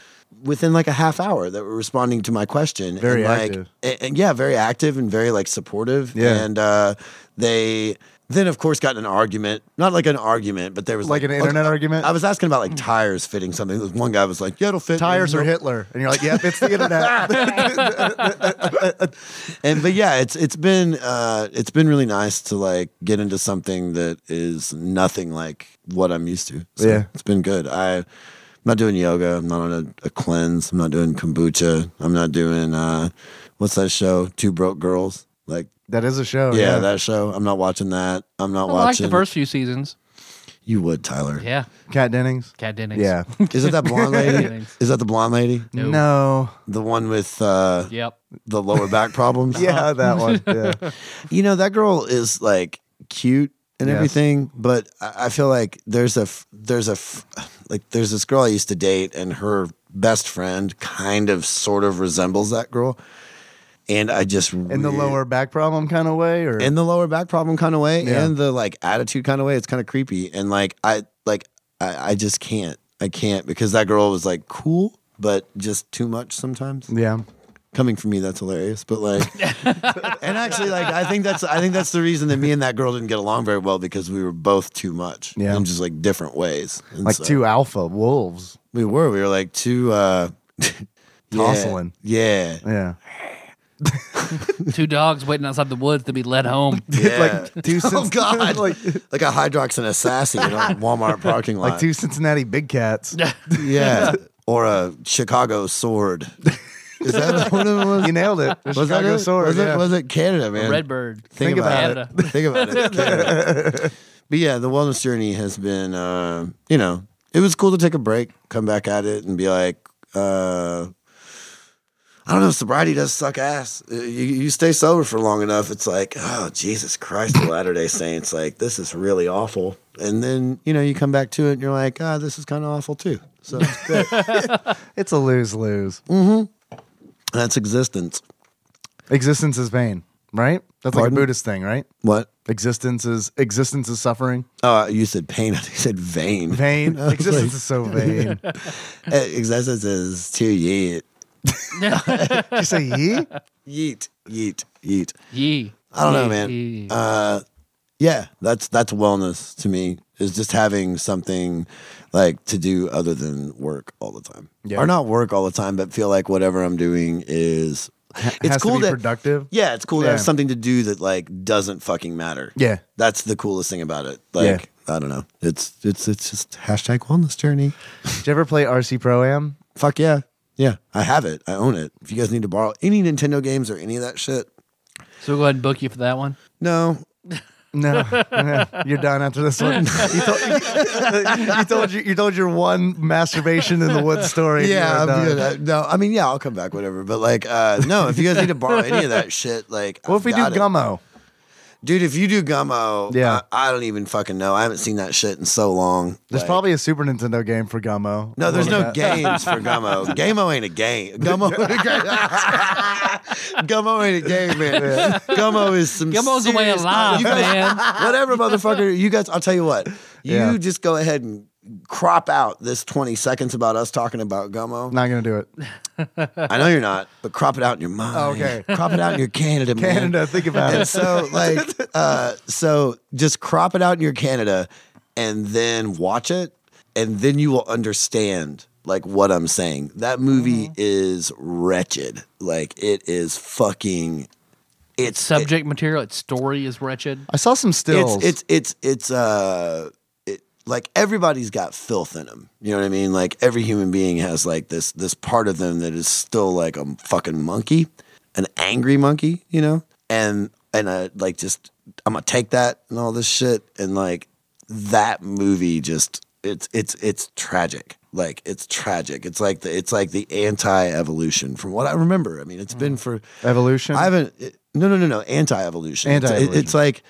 Speaker 3: within like a half hour that were responding to my question.
Speaker 2: Very
Speaker 3: and, like,
Speaker 2: active.
Speaker 3: and, and yeah, very active and very like supportive.
Speaker 2: Yeah.
Speaker 3: and uh, they. Then of course got in an argument, not like an argument, but there was
Speaker 2: Like
Speaker 3: like,
Speaker 2: an internet argument?
Speaker 3: I was asking about like tires fitting something. This One guy was like, "Yeah, it'll fit."
Speaker 2: tires
Speaker 3: Nope.
Speaker 2: or Hitler? And you're like, yep, it's the
Speaker 3: <laughs>
Speaker 2: internet.
Speaker 3: and but yeah, it's it's been uh, it's been really nice to like get into something that is nothing like what I'm used to. So
Speaker 2: Yeah.
Speaker 3: it's been good. I, I'm not doing yoga. I'm not on a, a cleanse. I'm not doing kombucha. I'm not doing uh, what's that show? Two broke girls. Like
Speaker 2: that is a show.
Speaker 3: yeah,
Speaker 2: Oh, Yeah,
Speaker 3: that show. I'm not watching that. I'm not
Speaker 1: I like
Speaker 3: watching.
Speaker 1: the first few seasons.
Speaker 3: You would Tyler.
Speaker 1: Yeah,
Speaker 2: Cat Dennings.
Speaker 1: Cat Dennings.
Speaker 2: Yeah.
Speaker 3: Is it
Speaker 1: <laughs>
Speaker 3: that blonde lady?
Speaker 1: Thanks.
Speaker 3: Is that the blonde lady?
Speaker 1: No.
Speaker 2: <laughs> No.
Speaker 3: The one with uh,
Speaker 1: Yep.
Speaker 3: the lower back problems?
Speaker 2: <laughs> Yeah, that one. Yeah.
Speaker 3: You know, that girl is like cute and
Speaker 2: Yes.
Speaker 3: everything, but I I feel like there's a f- there's a f- like there's this girl I used to date, and her best friend kind of sort of resembles that girl, and I just
Speaker 2: In the lower back problem kind of way, or
Speaker 3: in the lower back problem kind of way,
Speaker 2: Yeah.
Speaker 3: and the like attitude kind of way. It's kind of creepy, and like I like I, I just can't I can't because that girl was like cool. But just too much sometimes
Speaker 2: yeah.
Speaker 3: coming from me that's hilarious but like and actually like i think that's i think that's the reason that me and that girl didn't get along very well because we were both too much
Speaker 2: Yeah.
Speaker 3: in just like different ways And
Speaker 2: Like
Speaker 3: so-
Speaker 2: two alpha wolves.
Speaker 3: we were we were like
Speaker 2: <laughs>
Speaker 3: two uh yeah,
Speaker 2: Tussling.
Speaker 3: <laughs> yeah
Speaker 2: Yeah.
Speaker 1: Two dogs waiting outside the woods to be led
Speaker 3: <laughs>
Speaker 1: home.
Speaker 3: yeah
Speaker 2: <laughs> Like two
Speaker 3: <laughs> oh
Speaker 2: Cincinnati, <laughs>
Speaker 3: god
Speaker 2: like,
Speaker 3: like like a hydrox and a sassy in a
Speaker 2: <laughs>
Speaker 3: walmart parking lot
Speaker 2: like two Cincinnati big cats. <laughs>
Speaker 3: yeah or a
Speaker 2: <laughs>
Speaker 3: chicago sword is that what it was
Speaker 2: you nailed it. <laughs> The
Speaker 3: <laughs> was
Speaker 2: Chicago
Speaker 3: that it?
Speaker 2: sword.
Speaker 3: was,
Speaker 2: yeah.
Speaker 3: it, was it canada man
Speaker 1: Redbird.
Speaker 3: Think,
Speaker 2: Think
Speaker 3: about
Speaker 1: about
Speaker 3: it. Think about it. Canada. but <laughs> yeah, the wellness journey has been, uh, you know, it was cool to take a break, come back at it, and be like, uh, I don't know, sobriety does suck ass. Uh, You, you stay sober for long enough, it's like, oh, Jesus Christ, the Latter day Saints, like, this is really awful. And then, you know, you come back to it and you're like, ah, this is kind of awful too. So it's <laughs> great.
Speaker 2: It's a lose lose.
Speaker 3: That's existence.
Speaker 2: Existence is pain, right? That's like
Speaker 3: Pardon?
Speaker 2: a Buddhist thing, right?
Speaker 3: What?
Speaker 2: Existence is existence is suffering.
Speaker 3: Oh, you said pain. <laughs> I think you said vein.
Speaker 2: Pain.
Speaker 3: was
Speaker 2: Existence
Speaker 3: <laughs> like-
Speaker 2: is so vain.
Speaker 3: Uh, existence is too yeet.
Speaker 2: you say ye?
Speaker 3: Yeet. Yeet. Yeet.
Speaker 1: Yee.
Speaker 3: I don't know,
Speaker 1: Yee,
Speaker 3: man.
Speaker 1: yee.
Speaker 3: Uh, yeah, that's that's wellness to me. Is just having something like to do other than work all the time,
Speaker 2: Yeah.
Speaker 3: or not work all the time, but feel like whatever I'm doing is. It's
Speaker 2: Has
Speaker 3: cool
Speaker 2: to be
Speaker 3: that
Speaker 2: productive.
Speaker 3: yeah, it's cool to have
Speaker 2: Yeah.
Speaker 3: something to do that like doesn't fucking matter.
Speaker 2: Yeah.
Speaker 3: that's the coolest thing about it. Like I don't know, it's it's it's just hashtag wellness journey.
Speaker 2: Did you ever play RC Pro Am?
Speaker 3: Fuck yeah, yeah, I have it. I own it. If you guys need to borrow any Nintendo games or any of that shit,
Speaker 1: So we'll go ahead and book you for that one.
Speaker 3: no,
Speaker 2: No, no, you're done after this one. You told, <laughs> you told you, you told your one masturbation in the woods story. and you
Speaker 3: Yeah,
Speaker 2: are
Speaker 3: I'm
Speaker 2: done.
Speaker 3: good. I- no, I mean, yeah, I'll come back, whatever. But like, uh, no, if you guys need to borrow any
Speaker 2: <laughs>
Speaker 3: of that shit, like,
Speaker 2: What if we do
Speaker 3: I've got it.
Speaker 2: gummo?
Speaker 3: dude? If you do gummo,
Speaker 2: Yeah.
Speaker 3: I, I don't even fucking know. I haven't seen that shit in so long.
Speaker 2: There's
Speaker 3: Like,
Speaker 2: probably a Super Nintendo game for gummo.
Speaker 3: no, there's
Speaker 2: <laughs>
Speaker 3: no
Speaker 2: Love that.
Speaker 3: games for gummo. Gameo ain't
Speaker 2: <laughs>
Speaker 3: a game. Gummo, ain't a game. gummo ain't a game, man. Gummo is some.
Speaker 1: Gummo's the way
Speaker 3: serious-
Speaker 1: of life,
Speaker 3: You guys-
Speaker 1: man.
Speaker 3: <laughs> whatever, motherfucker. You guys, I'll tell you what. You
Speaker 2: Yeah.
Speaker 3: just go ahead and crop out this 20 seconds about us talking about gummo.
Speaker 2: Not gonna do it.
Speaker 3: I know you're not, but crop it out in your mind.
Speaker 2: Oh, Okay.
Speaker 3: <laughs> Crop it out in your <laughs> Canada, man.
Speaker 2: Canada, think about
Speaker 3: And
Speaker 2: it.
Speaker 3: so,
Speaker 2: <laughs>
Speaker 3: like, uh, so just crop it out in your Canada and then watch it, and then you will understand like what I'm saying. That movie
Speaker 2: Mm-hmm.
Speaker 3: is wretched. Like it is fucking it's
Speaker 1: Subject material, its story is wretched.
Speaker 2: I saw some stills.
Speaker 3: it's it's it's it's uh it, like everybody's got filth in them. You know what I mean? Like every human being has like this this part of them that is still like a fucking monkey, an angry monkey, you know? And and I like just I'm gonna take that and all this shit and like that movie just it's it's it's tragic. Like it's tragic. It's like the it's like the anti-evolution from what I remember. I mean, it's been for
Speaker 2: evolution.
Speaker 3: I haven't. it- No, no, no, no. Anti-evolution. It's- it-
Speaker 2: Anti-evolution.
Speaker 3: It's, like,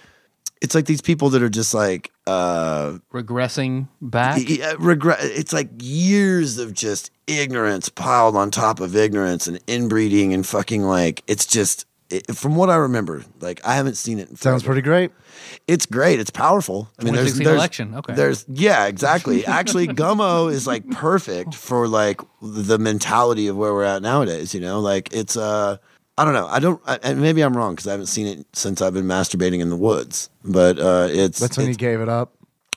Speaker 3: it's like these people that are just like uh,
Speaker 1: Regressing back.
Speaker 3: e- e- regret. It's like years of just ignorance piled on top of ignorance and inbreeding and fucking like it's just. It, from what I remember, like I haven't seen it. In
Speaker 2: Sounds
Speaker 3: forever.
Speaker 2: pretty great.
Speaker 3: It's great. It's powerful. I mean, there's,
Speaker 1: 2016
Speaker 3: there's
Speaker 1: election, okay.
Speaker 3: There's yeah, exactly.
Speaker 1: <laughs>
Speaker 3: Actually, Gummo is like perfect for like the mentality of where we're at nowadays. You know, like it's uh, I don't know. I don't, I, and maybe I'm wrong because I haven't seen it since I've been masturbating in the woods. But uh, it's,
Speaker 2: That's when
Speaker 3: it's-
Speaker 2: he gave it up.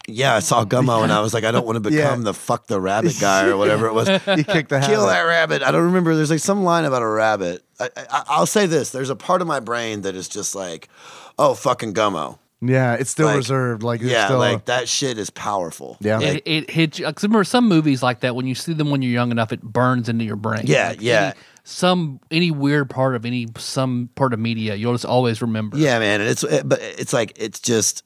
Speaker 3: yeah, I saw Gummo and I was like, I don't want to
Speaker 2: <laughs>
Speaker 3: become
Speaker 2: Yeah.
Speaker 3: the fuck the rabbit guy or whatever
Speaker 2: <laughs>
Speaker 3: it was.
Speaker 2: He kicked the
Speaker 3: Kill
Speaker 2: habit.
Speaker 3: that rabbit. I don't remember. There's like some line about a rabbit. I, I, I'll say this: there's a part of my brain that is just like, oh fucking Gummo.
Speaker 2: Yeah, it's still
Speaker 3: Like,
Speaker 2: reserved. Like it's
Speaker 3: Yeah,
Speaker 2: still
Speaker 3: like that shit is powerful.
Speaker 2: Yeah.
Speaker 1: it,
Speaker 3: Like,
Speaker 1: it hits you. 'cause remember, some movies like that, when you see them when you're young enough, it burns into your brain.
Speaker 3: Yeah,
Speaker 1: Like,
Speaker 3: yeah.
Speaker 1: any- some any weird part of any some part of media, you'll just always remember.
Speaker 3: yeah, man. And it's it, but it's like it's just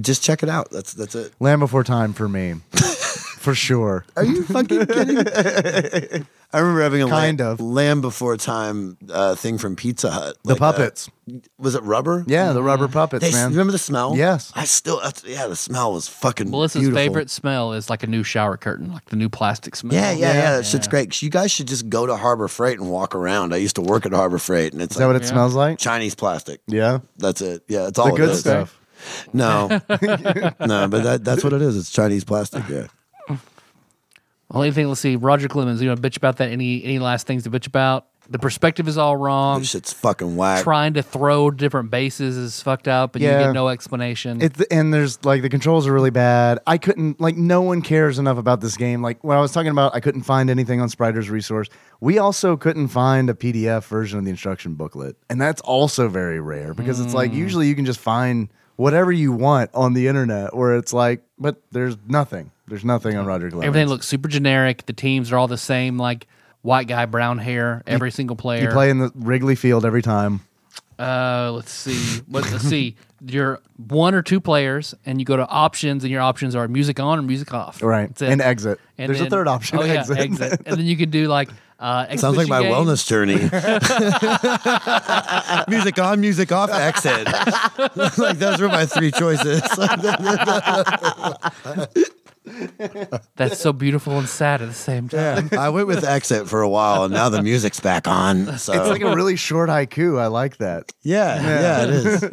Speaker 3: just check it out. That's that's it.
Speaker 2: Land Before Time for me,
Speaker 3: <laughs>
Speaker 2: for sure.
Speaker 3: Are you fucking kidding? I remember having a
Speaker 2: Kind
Speaker 3: lamb,
Speaker 2: of.
Speaker 3: lamb before time uh, thing from Pizza Hut.
Speaker 2: The
Speaker 3: Like, uh,
Speaker 2: puppets.
Speaker 3: was it rubber?
Speaker 2: yeah, the rubber puppets,
Speaker 3: They,
Speaker 2: man.
Speaker 3: remember the smell?
Speaker 2: Yes.
Speaker 3: I still, that's- yeah, the smell was fucking
Speaker 1: Melissa's
Speaker 3: beautiful.
Speaker 1: favorite smell is like a new shower curtain, like the new plastic smell.
Speaker 3: Yeah, yeah, yeah, That shit's great. You guys should just go to Harbor Freight and walk around. I used to work at Harbor Freight, and it's
Speaker 2: Is that
Speaker 3: like
Speaker 2: what it smells like?
Speaker 3: Chinese plastic.
Speaker 2: Yeah,
Speaker 3: That's it. Yeah, that's all
Speaker 2: the
Speaker 3: it
Speaker 2: good
Speaker 3: is.
Speaker 2: stuff. <laughs>
Speaker 3: No, <laughs> no, but that, that's what it is. It's Chinese plastic. Yeah.
Speaker 1: Well, anything. Let's see. Roger Clemens. You know, bitch about that. Any any last things to bitch about? The perspective is all wrong.
Speaker 3: That shit's fucking whack.
Speaker 1: Trying to throw different bases is fucked up, and you
Speaker 2: Yeah.
Speaker 1: get no explanation.
Speaker 2: It and there's like the controls are really bad. I couldn't like no one cares enough about this game. Like when I was talking about, I couldn't find anything on Spriter's resource. We also couldn't find a PDF version of the instruction booklet, and that's also very rare because it's
Speaker 1: Mm.
Speaker 2: like usually you can just find whatever you want on the internet, where it's like, but there's nothing. There's nothing on Roger Clemens.
Speaker 1: Everything looks super generic. The teams are all the same, like white guy, brown hair, every single player.
Speaker 2: You play in the Wrigley Field every time.
Speaker 1: Uh, let's see. What, let's see. You're one or two players, and you go to options, and your options are music on or music off.
Speaker 2: Right.
Speaker 1: That's it.
Speaker 2: And exit.
Speaker 1: And
Speaker 2: There's
Speaker 1: then-
Speaker 2: a third option.
Speaker 1: Oh, yeah,
Speaker 2: exit.
Speaker 1: and then you can do like uh,
Speaker 3: Sounds like my
Speaker 1: exhibition game.
Speaker 3: wellness
Speaker 2: <laughs>
Speaker 3: journey. <laughs> music on, music off, exit. like those were my three
Speaker 2: <laughs>
Speaker 3: choices.
Speaker 1: That's so beautiful and sad at the same time.
Speaker 3: I went with exit for a while, and now the music's back on. So
Speaker 2: It's like a really short haiku. I like that.
Speaker 3: yeah, yeah,
Speaker 2: <laughs>
Speaker 3: it is.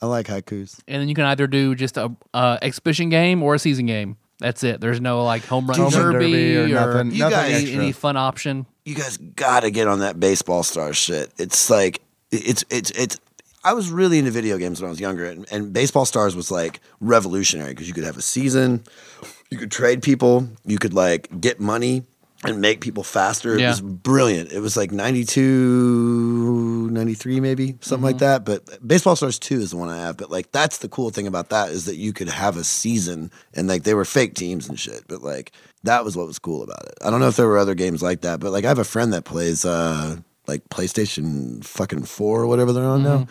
Speaker 3: I like haikus.
Speaker 1: And then you can either do just a uh, exhibition game or a season game. That's it. There's no like home run
Speaker 2: Home run
Speaker 1: derby,
Speaker 2: derby or nothing-
Speaker 3: You nothing
Speaker 1: any,
Speaker 2: extra.
Speaker 1: any fun option.
Speaker 3: you guys gotta get on that baseball star shit. It's like it's it's it's. I was really into video games when I was younger, and, and Baseball Stars was like revolutionary because you could have a season, you could trade people, you could like get money and make people faster. It
Speaker 1: Yeah.
Speaker 3: was brilliant. It was like 92, 93 maybe, something like that. But Baseball Stars 2 is the one I have. But like that's the cool thing about that is that you could have a season and like they were fake teams and shit. But like that was what was cool about it. I don't know if there were other games like that, but like I have a friend that plays uh like PlayStation fucking 4 or whatever they're on now.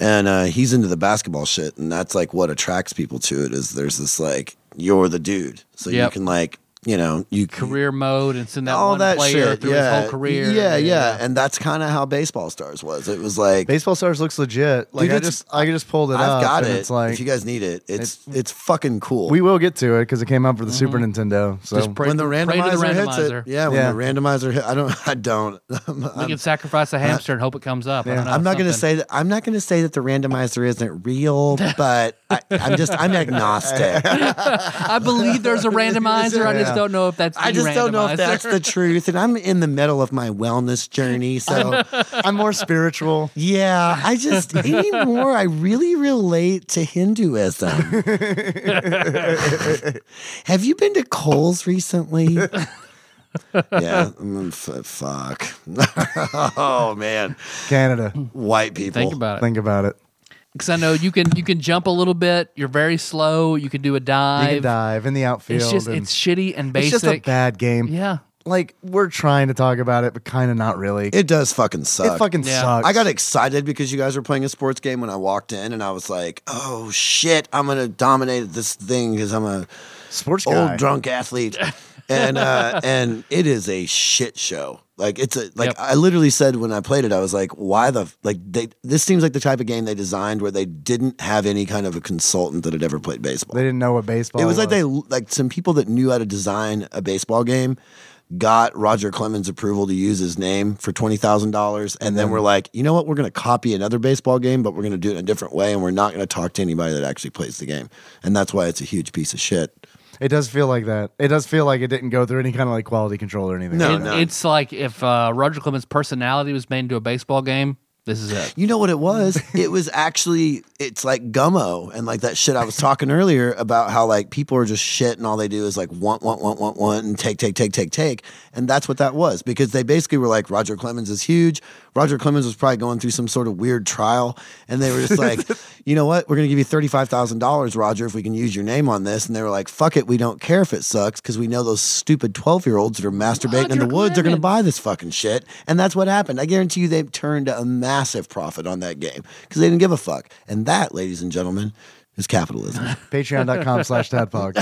Speaker 3: And uh, he's into the basketball shit and that's like what attracts people to it is there's this like you're the dude. So
Speaker 1: Yep.
Speaker 3: you can like, you know, you
Speaker 1: Career mode and send that
Speaker 3: all
Speaker 1: one
Speaker 3: that
Speaker 1: player
Speaker 3: shit.
Speaker 1: through
Speaker 3: yeah.
Speaker 1: his whole career. uh,
Speaker 3: Yeah, yeah, and that's kind of how Baseball Stars was. It was like
Speaker 2: Baseball Stars looks legit. Like
Speaker 3: Dude,
Speaker 2: I
Speaker 3: it's-
Speaker 2: just I just pulled it
Speaker 3: I've
Speaker 2: up.
Speaker 3: got
Speaker 2: and
Speaker 3: it.
Speaker 2: It's like
Speaker 3: if you guys need it, it's it's, fucking cool.
Speaker 2: we will get to it because it came out for the Super Nintendo. So
Speaker 1: Just pray,
Speaker 3: when the
Speaker 1: pray to
Speaker 3: randomizer,
Speaker 1: the
Speaker 3: hits
Speaker 1: randomizer.
Speaker 3: it, yeah, when
Speaker 2: Yeah.
Speaker 3: the randomizer hit, I don't, <laughs> I don't. I'm,
Speaker 1: We
Speaker 3: I'm,
Speaker 1: can sacrifice a
Speaker 2: Uh,
Speaker 1: hamster and hope it comes up. I don't know,
Speaker 3: I'm not going to
Speaker 1: something.
Speaker 3: say that. I'm not going to say that the randomizer isn't real, but I, I'm
Speaker 1: <laughs>
Speaker 3: just, I'm agnostic.
Speaker 1: <laughs> I believe
Speaker 3: <laughs>
Speaker 1: there's a randomizer. I just
Speaker 2: Yeah.
Speaker 1: don't know if that's.
Speaker 3: I
Speaker 1: the
Speaker 3: just don't know if
Speaker 1: randomizer.
Speaker 3: that's the truth, and I'm in the middle of my wellness journey, so.
Speaker 2: I'm more spiritual.
Speaker 3: Yeah, I just anymore I really relate to Hinduism. Have you been to Kohl's recently? yeah. mm, f- fuck. <laughs> oh man,
Speaker 2: Canada.
Speaker 3: white
Speaker 1: <laughs>
Speaker 3: people.
Speaker 1: Think about it.
Speaker 2: Think about it.
Speaker 1: Because I know you can you can jump a little bit. You're very slow. You can do a
Speaker 2: You
Speaker 1: dive.
Speaker 2: can dive in the outfield.
Speaker 1: It's just
Speaker 2: and-
Speaker 1: it's shitty and
Speaker 2: it's
Speaker 1: basic.
Speaker 2: just a bad game.
Speaker 1: yeah.
Speaker 2: Like we're trying to talk about it, but kind of not really. It,
Speaker 3: it does fucking suck.
Speaker 2: fucking
Speaker 1: Yeah.
Speaker 2: sucks.
Speaker 3: I got excited because you guys were playing a sports game when I walked in, and I was like, "Oh shit, I'm gonna dominate this thing because I'm a
Speaker 2: sports guy.
Speaker 3: old drunk athlete." and uh, and it is a shit show. Like it's a like
Speaker 1: Yep.
Speaker 3: I literally said when I played it, I was like, "Why the f- like they?" This seems like the type of game they designed where they didn't have any kind of a consultant that had ever played baseball.
Speaker 2: They didn't know what baseball.
Speaker 3: It was like they like some people that knew how to design a baseball game got Roger Clemens approval to use his name for twenty thousand dollars, and then we're like, you know what? We're going to copy another baseball game, but we're going to do it in a different way, and we're not going to talk to anybody that actually plays the game, and that's why it's a huge piece of shit.
Speaker 2: It does feel like that. It does feel like it didn't go through any kind of like quality control or anything.
Speaker 3: No,
Speaker 2: like
Speaker 3: no.
Speaker 2: that.
Speaker 1: It's like if uh, Roger Clemens' personality was made into a baseball game. This is it.
Speaker 3: You know what
Speaker 1: <laughs>
Speaker 3: it was? it was actually it's like gummo and like that shit I was talking earlier about how like people are just shit and all they do is like want want want want want and take take take take take and that's what that was because they basically were like Roger Clemens is huge. Roger Clemens was probably going through some sort of weird trial and they were
Speaker 1: <laughs>
Speaker 3: just like, "You know what? We're going to give you $35,000, Roger, if we can use your name on this." And they were like, "Fuck it, we don't care if it sucks because we know those stupid 12-year-olds that are masturbating in the
Speaker 1: Roger
Speaker 3: woods are going
Speaker 1: Clemens.
Speaker 3: to buy buy this fucking shit. And that's what happened. I guarantee you they turned a massive profit on that game because they didn't give a fuck. And that, ladies and gentlemen, is capitalism.
Speaker 2: <laughs> Patreon.com slash tadpog.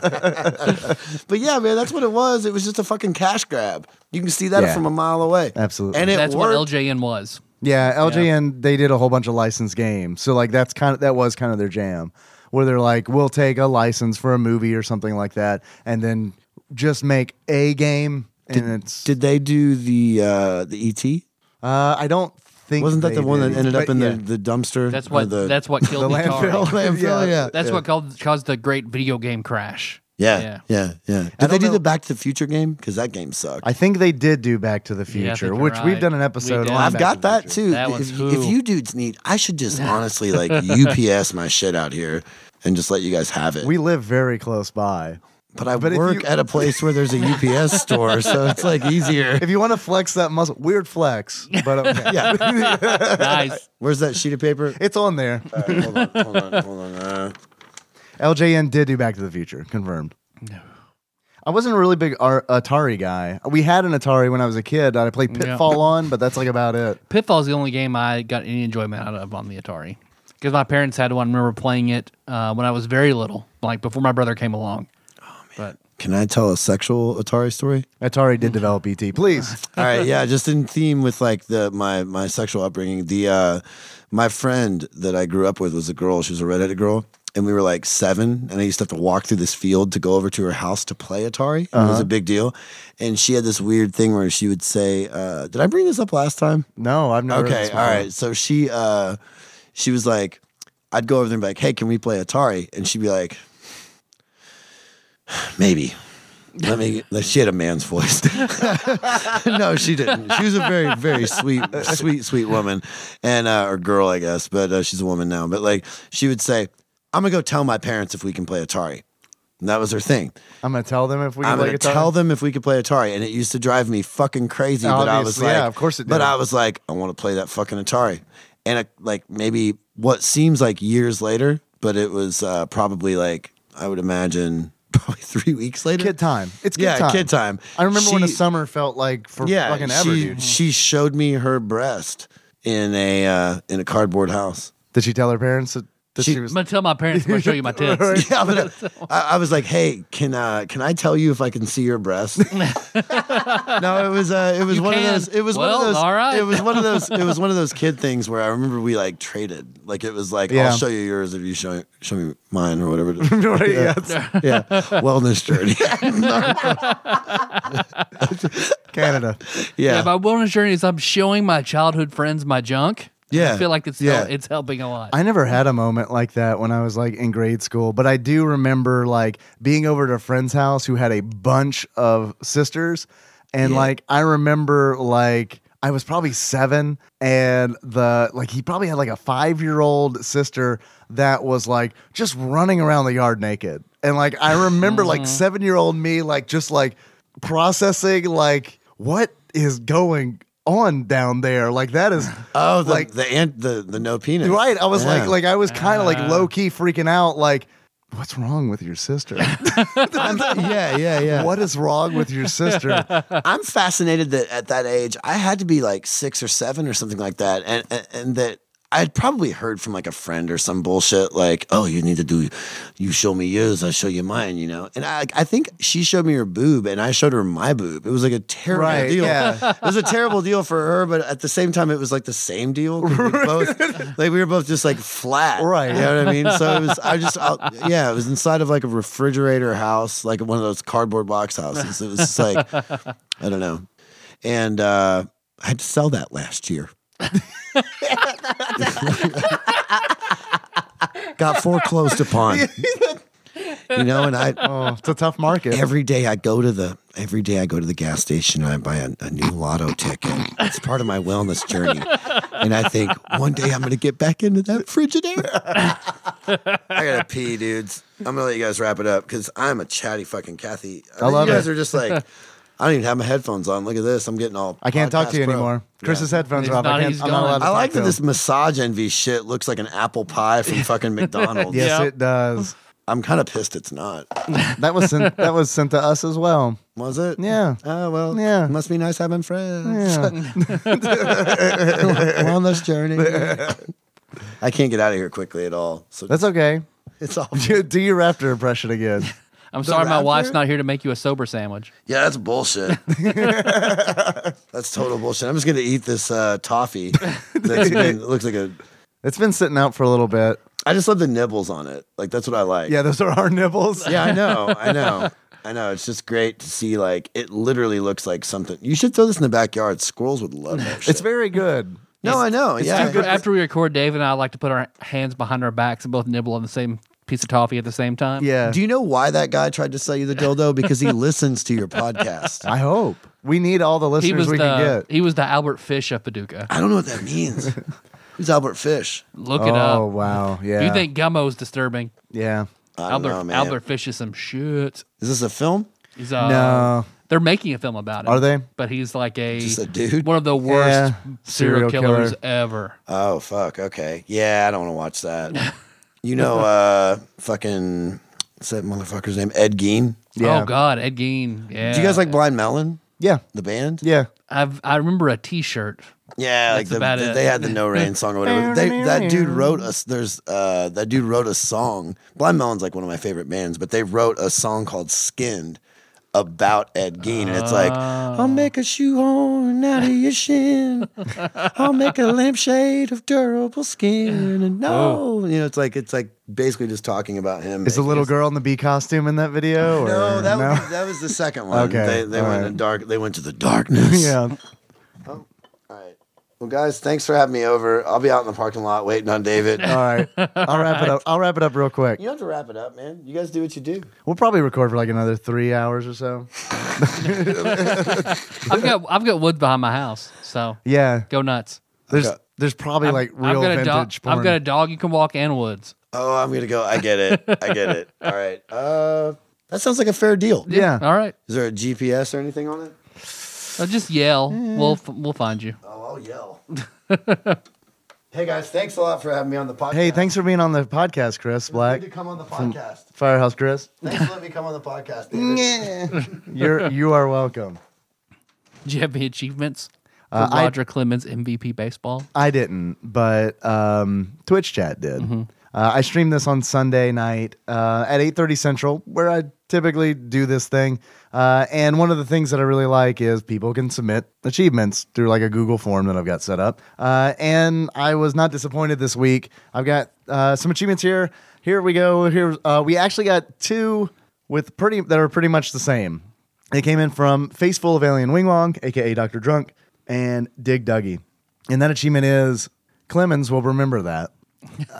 Speaker 3: but yeah, man, that's what it was. It was just a fucking cash grab. You can see that
Speaker 2: Yeah.
Speaker 3: from a mile away.
Speaker 2: Absolutely.
Speaker 3: And it
Speaker 1: That's
Speaker 3: worked.
Speaker 1: what LJN was.
Speaker 2: Yeah, LJN they did a whole bunch of licensed games. So like that's kind of that was kind of their jam. Where they're like, we'll take a license for a movie or something like that, and then just make a game. And it's
Speaker 3: Did they do the uh, the ET?
Speaker 2: uh, I don't think
Speaker 3: Wasn't that
Speaker 2: they
Speaker 3: the one
Speaker 2: did,
Speaker 3: that ended up
Speaker 2: but
Speaker 3: in
Speaker 2: yeah.
Speaker 3: the, the dumpster?
Speaker 1: That's
Speaker 3: or
Speaker 1: what
Speaker 3: The,
Speaker 1: that's what
Speaker 2: the
Speaker 1: killed Atari.
Speaker 2: landfill?
Speaker 3: Landfill, yeah.
Speaker 1: <laughs> That's what called, caused the great video game crash. Yeah.
Speaker 3: yeah, yeah, yeah.
Speaker 2: I
Speaker 3: Did they
Speaker 2: don't
Speaker 3: do
Speaker 2: know-
Speaker 3: the Back to the Future game? Because that game sucked.
Speaker 2: I think they did do Back to the
Speaker 1: Yeah, I think
Speaker 2: Future,
Speaker 1: you're
Speaker 2: which
Speaker 1: right.
Speaker 2: we've done an
Speaker 1: We
Speaker 2: episode
Speaker 1: did.
Speaker 2: on.
Speaker 3: I've
Speaker 2: Back to
Speaker 3: got
Speaker 2: the
Speaker 3: that
Speaker 2: Future.
Speaker 3: too.
Speaker 1: That one's
Speaker 3: if, if
Speaker 1: who.
Speaker 3: you dudes need, I should
Speaker 1: <laughs>
Speaker 3: just honestly like UPS my shit out here and just let you guys have it.
Speaker 2: We live very close by.
Speaker 3: but I
Speaker 2: but if
Speaker 3: work
Speaker 2: you-
Speaker 3: at a place where there's a <laughs> UPS store, so it's like easier.
Speaker 2: If you want to flex that muscle, weird flex, but
Speaker 3: <laughs>
Speaker 2: okay.
Speaker 3: Yeah.
Speaker 1: Nice.
Speaker 3: <laughs> Where's that sheet of paper?
Speaker 2: it's on there.
Speaker 3: hold on, hold on, hold on. Uh,
Speaker 2: LJN did do Back to the Future, confirmed. I wasn't a really big Ar- Atari guy. We had an Atari when I was a kid. that I played Pitfall on, but that's like about it.
Speaker 1: Pitfall's the only game I got any enjoyment out of on the Atari because my parents had one. I remember playing it uh, when I was very little, like before my brother came along.
Speaker 3: Oh, can I tell a sexual Atari story?
Speaker 2: Atari did develop ET. Please,
Speaker 3: All right, yeah, just in theme with like the my my sexual upbringing. The uh my friend that I grew up with was a girl. She was a redheaded girl, and we were like seven. And I used to have to walk through this field to go over to her house to play Atari. It was a big deal. And she had this weird thing where she would say, uh, "Did I bring this up last time?"
Speaker 2: no, I've never. heard
Speaker 3: Okay,
Speaker 2: this
Speaker 3: all
Speaker 2: before.
Speaker 3: right. So she uh she was like, I'd go over there and be like, Hey, can we play Atari? And she'd be like, Maybe. Let me like, she had a man's voice. <laughs> no, she didn't. She was a very, very sweet, sweet, sweet woman. And uh or girl, I guess, but uh, she's a woman now. But like she would say, I'm gonna go tell my parents if we can play Atari. And that was her thing.
Speaker 2: I'm gonna tell them if we
Speaker 3: I'm
Speaker 2: can play
Speaker 3: gonna
Speaker 2: guitar.
Speaker 3: tell them if we could play Atari, and it used to drive me fucking crazy. but I was
Speaker 2: Obviously,
Speaker 3: like,
Speaker 2: yeah, of course it
Speaker 3: But
Speaker 2: did.
Speaker 3: I was like, I want to play that fucking Atari, and it, like maybe what seems like years later, but it was uh, probably like I would imagine <laughs> probably three weeks later.
Speaker 2: kid time. It's kid
Speaker 3: yeah,
Speaker 2: time.
Speaker 3: kid time.
Speaker 2: I remember when the
Speaker 3: She-
Speaker 2: summer felt like for fucking ever,
Speaker 3: she,
Speaker 2: dude.
Speaker 3: she showed me her breast in a uh, in a cardboard house.
Speaker 2: Did she tell her parents that, that she,
Speaker 3: She-
Speaker 1: I'm
Speaker 2: was?
Speaker 1: gonna tell my parents. I'm gonna show you
Speaker 3: <laughs>
Speaker 1: my tits.
Speaker 3: Yeah, but uh, I, I was like, "Hey, can uh, can I tell you if I can see your breast?"
Speaker 1: <laughs>
Speaker 3: no, it was uh, it was
Speaker 1: You
Speaker 3: one
Speaker 1: can.
Speaker 3: of those. It was one
Speaker 1: Well,
Speaker 3: of those.
Speaker 1: all right.
Speaker 3: It was one of those.
Speaker 1: <laughs>
Speaker 3: It was one of those kid things where I remember we like traded. Like it was like,
Speaker 2: Yeah.
Speaker 3: "I'll show you yours if you show show me mine or
Speaker 1: <laughs>
Speaker 3: whatever." it is.
Speaker 2: Right, yeah, it's
Speaker 3: yeah, wellness journey. <laughs>
Speaker 2: Canada.
Speaker 1: Yeah,
Speaker 3: yeah,
Speaker 1: my wellness journey is I'm showing my childhood friends my junk.
Speaker 3: Yeah.
Speaker 1: I feel like it's
Speaker 3: Yeah.
Speaker 1: hel- it's helping a lot.
Speaker 2: I never had a moment like that when I was like in grade school, but I do remember like being over at a friend's house who had a bunch of sisters. And like, I remember like, I was probably seven, and the like he probably had like a five year old sister that was like just running around the yard naked. And like I remember like seven year old me like just like processing like what is going on down there? Like that is
Speaker 3: Oh, the
Speaker 2: Like-
Speaker 3: the ant, the the no penis.
Speaker 2: <laughs> Right. I was like,
Speaker 3: Yeah.
Speaker 2: like I was kind of like low key freaking out, like, what's wrong with your <laughs> sister?
Speaker 3: I'm, yeah, yeah, yeah.
Speaker 2: what is wrong with your sister? <laughs>
Speaker 3: I'm fascinated that at that age, I had to be like six or seven or something like that, and and, and that. I'd probably heard from like a friend or some bullshit, like, "Oh, you need to do, you show me yours, I show you mine," you know. And I, I think she showed me her boob, and I showed her my boob. It was like a terrible
Speaker 2: Right,
Speaker 3: deal.
Speaker 2: yeah.
Speaker 3: <laughs> It was a terrible deal for her, but at the same time, it was like the same deal. 'cause We were both, like we were both just like flat,
Speaker 2: Right.
Speaker 3: You know what I mean? So it was. I just, I, yeah, it was inside of like a refrigerator house, like one of those cardboard box houses. It was just like, I don't know, and uh, I had to sell that last year. <laughs> Got foreclosed upon. You know, and I
Speaker 2: Oh, it's a tough market.
Speaker 3: every day I go to the every day I go to the gas station and I buy a, a new lotto ticket. It's part of my wellness journey, and I think one day I'm gonna get back into that Frigidaire. I gotta pee, dudes. I'm gonna let you guys wrap it up because I'm a chatty fucking Kathy. I,
Speaker 2: love
Speaker 3: you guys
Speaker 2: it.
Speaker 3: are just like. I don't even have my headphones on. Look at this. I'm getting all.
Speaker 2: I can't talk to you
Speaker 3: podcast pro.
Speaker 2: anymore. Chris's headphones
Speaker 1: He's
Speaker 2: are off.
Speaker 1: not-
Speaker 2: I can't,
Speaker 1: he's
Speaker 2: I'm not
Speaker 1: gone.
Speaker 2: allowed to
Speaker 3: I
Speaker 2: talk
Speaker 3: like
Speaker 2: to
Speaker 3: that
Speaker 2: him.
Speaker 3: this massage envy shit looks like an apple pie from <laughs> fucking
Speaker 2: <laughs>
Speaker 3: McDonald's.
Speaker 2: Yes,
Speaker 1: Yeah.
Speaker 2: it does.
Speaker 3: I'm kind of pissed it's not.
Speaker 2: That was sent, that was sent to us as well.
Speaker 3: Was it?
Speaker 2: Yeah.
Speaker 3: Oh well.
Speaker 2: Yeah.
Speaker 3: Must be nice having friends.
Speaker 2: Yeah.
Speaker 3: We're on this journey. <laughs> I can't get out of here quickly at all. So
Speaker 2: That's okay. <laughs>
Speaker 3: <laughs> it's all.
Speaker 2: Do your raptor impression again.
Speaker 1: I'm sorry, my
Speaker 3: raptor?
Speaker 1: wife's not here to make you a sober
Speaker 2: <laughs>
Speaker 1: sandwich.
Speaker 3: <laughs> Yeah, that's bullshit. that's total bullshit. I'm just gonna eat this uh,
Speaker 2: <laughs>
Speaker 3: toffee. That's been, looks like a.
Speaker 2: It's been sitting out for a little bit.
Speaker 3: I just love the nibbles on it. Like that's what I like.
Speaker 2: Yeah, those are our nibbles.
Speaker 3: Yeah, I know. I know. I know. It's just great to see. Like it literally looks like something. You should throw this in the backyard. Squirrels would love that. Shit.
Speaker 2: It's very good.
Speaker 3: no, I know. yeah.
Speaker 1: After, after we record, Dave and I like to put our hands behind our backs and both nibble on the same piece of toffee at the same time.
Speaker 2: Yeah.
Speaker 3: Do you know why that guy tried to sell you the dildo? Because he listens to your
Speaker 2: <laughs>
Speaker 3: podcast.
Speaker 2: I hope. We need all the
Speaker 1: He was
Speaker 2: listeners we can
Speaker 1: the
Speaker 2: get.
Speaker 1: he was the Albert Fish of Paducah.
Speaker 3: I don't know what that means. Who's Albert Fish?
Speaker 1: Look it
Speaker 2: Oh,
Speaker 1: up.
Speaker 2: wow. Yeah.
Speaker 1: If you think Gummo's disturbing,
Speaker 2: Yeah.
Speaker 3: I don't
Speaker 1: Albert
Speaker 3: know, man.
Speaker 1: Albert Fish is some shit.
Speaker 3: Is this a film?
Speaker 1: He's uh,
Speaker 2: No.
Speaker 1: They're making a film about it.
Speaker 2: Are they?
Speaker 1: But he's like a
Speaker 3: Just a dude?
Speaker 1: one of the worst
Speaker 2: Yeah.
Speaker 1: serial,
Speaker 2: Serial
Speaker 1: killers
Speaker 2: killer.
Speaker 1: ever.
Speaker 3: Oh fuck. Okay. Yeah, I don't want to
Speaker 1: <laughs>
Speaker 3: watch that. you know, uh, fucking what's that motherfucker's name? Ed Gein.
Speaker 2: Yeah.
Speaker 1: Oh God, Ed Gein. Yeah.
Speaker 3: Do you guys like Blind Melon?
Speaker 2: Yeah.
Speaker 3: The band?
Speaker 2: Yeah.
Speaker 1: I've I remember a T-shirt.
Speaker 3: Yeah, like
Speaker 1: That's
Speaker 3: the,
Speaker 1: about
Speaker 3: the-
Speaker 1: it.
Speaker 3: they had the
Speaker 1: <laughs>
Speaker 3: No Rain song or whatever. they, that dude wrote us. There's uh, that dude wrote a song. Blind Melon's like one of my favorite bands, but they wrote a song called "Skinned" about Ed Gein, and it's like,
Speaker 1: Ah.
Speaker 3: I'll make a shoehorn out of your shin. I'll make a lampshade of durable
Speaker 1: <gasps>
Speaker 3: skin. And
Speaker 1: Oh.
Speaker 3: no, you know, it's like it's like basically just talking about him.
Speaker 2: Is the
Speaker 3: making
Speaker 2: little
Speaker 3: his-
Speaker 2: girl in the bee costume in that video? Or
Speaker 3: No, that,
Speaker 2: <laughs>
Speaker 3: Was, that was the second one.
Speaker 2: Okay,
Speaker 3: they, they
Speaker 2: all
Speaker 3: went
Speaker 2: right.
Speaker 3: in dark. They went to the
Speaker 2: <laughs>
Speaker 3: darkness.
Speaker 2: yeah.
Speaker 3: Oh, All right. Well, guys, thanks for having me over. I'll be out in the parking lot waiting
Speaker 2: <laughs>
Speaker 3: on David.
Speaker 2: All right. I'll wrap
Speaker 1: <laughs>
Speaker 2: it up. I'll wrap it up real quick.
Speaker 3: you don't have to wrap it up, man. You guys do what you do.
Speaker 2: We'll probably record for like another three hours or so.
Speaker 1: I've got I've got wood behind my house, so
Speaker 2: <laughs> Yeah.
Speaker 1: go nuts.
Speaker 2: There's there's probably like
Speaker 1: I've
Speaker 2: real
Speaker 1: got a dog.
Speaker 2: vintage porn.
Speaker 1: I've got a dog you can walk and woods.
Speaker 3: Oh, I'm gonna go. I get it. I get
Speaker 2: <laughs>
Speaker 3: it. All right. Uh, that sounds like a fair deal.
Speaker 2: yeah.
Speaker 1: All right.
Speaker 3: Is there a GPS or anything on it?
Speaker 1: So just yell. We'll f- we'll find you. <laughs>
Speaker 3: Oh, I'll
Speaker 2: <laughs>
Speaker 3: yell. hey guys, thanks a lot for having me on the podcast.
Speaker 2: Hey, thanks for being on the podcast, Chris Black.
Speaker 3: Good to come on the podcast.
Speaker 2: Firehouse Chris.
Speaker 3: Thanks for letting me come on the podcast. David.
Speaker 2: <laughs> You're you are welcome.
Speaker 1: Do you have any achievements for
Speaker 2: Uh, I-
Speaker 1: Roger Clemens MVP baseball?
Speaker 2: I didn't, but um, Twitch chat did. Uh, I streamed this on Sunday night uh, at 8:30 Central, where I typically do this thing. Uh, and one of the things that I really like is people can submit achievements through like a Google form that I've got set up. Uh, and I was not disappointed this week. I've got uh, some achievements here. Here we go. Here uh, we actually got two with pretty that are pretty much the same. They came in from Face Full of Alien Wing Wong, aka Doctor Drunk, and Dig Dougie. And that achievement is Clemens will remember that.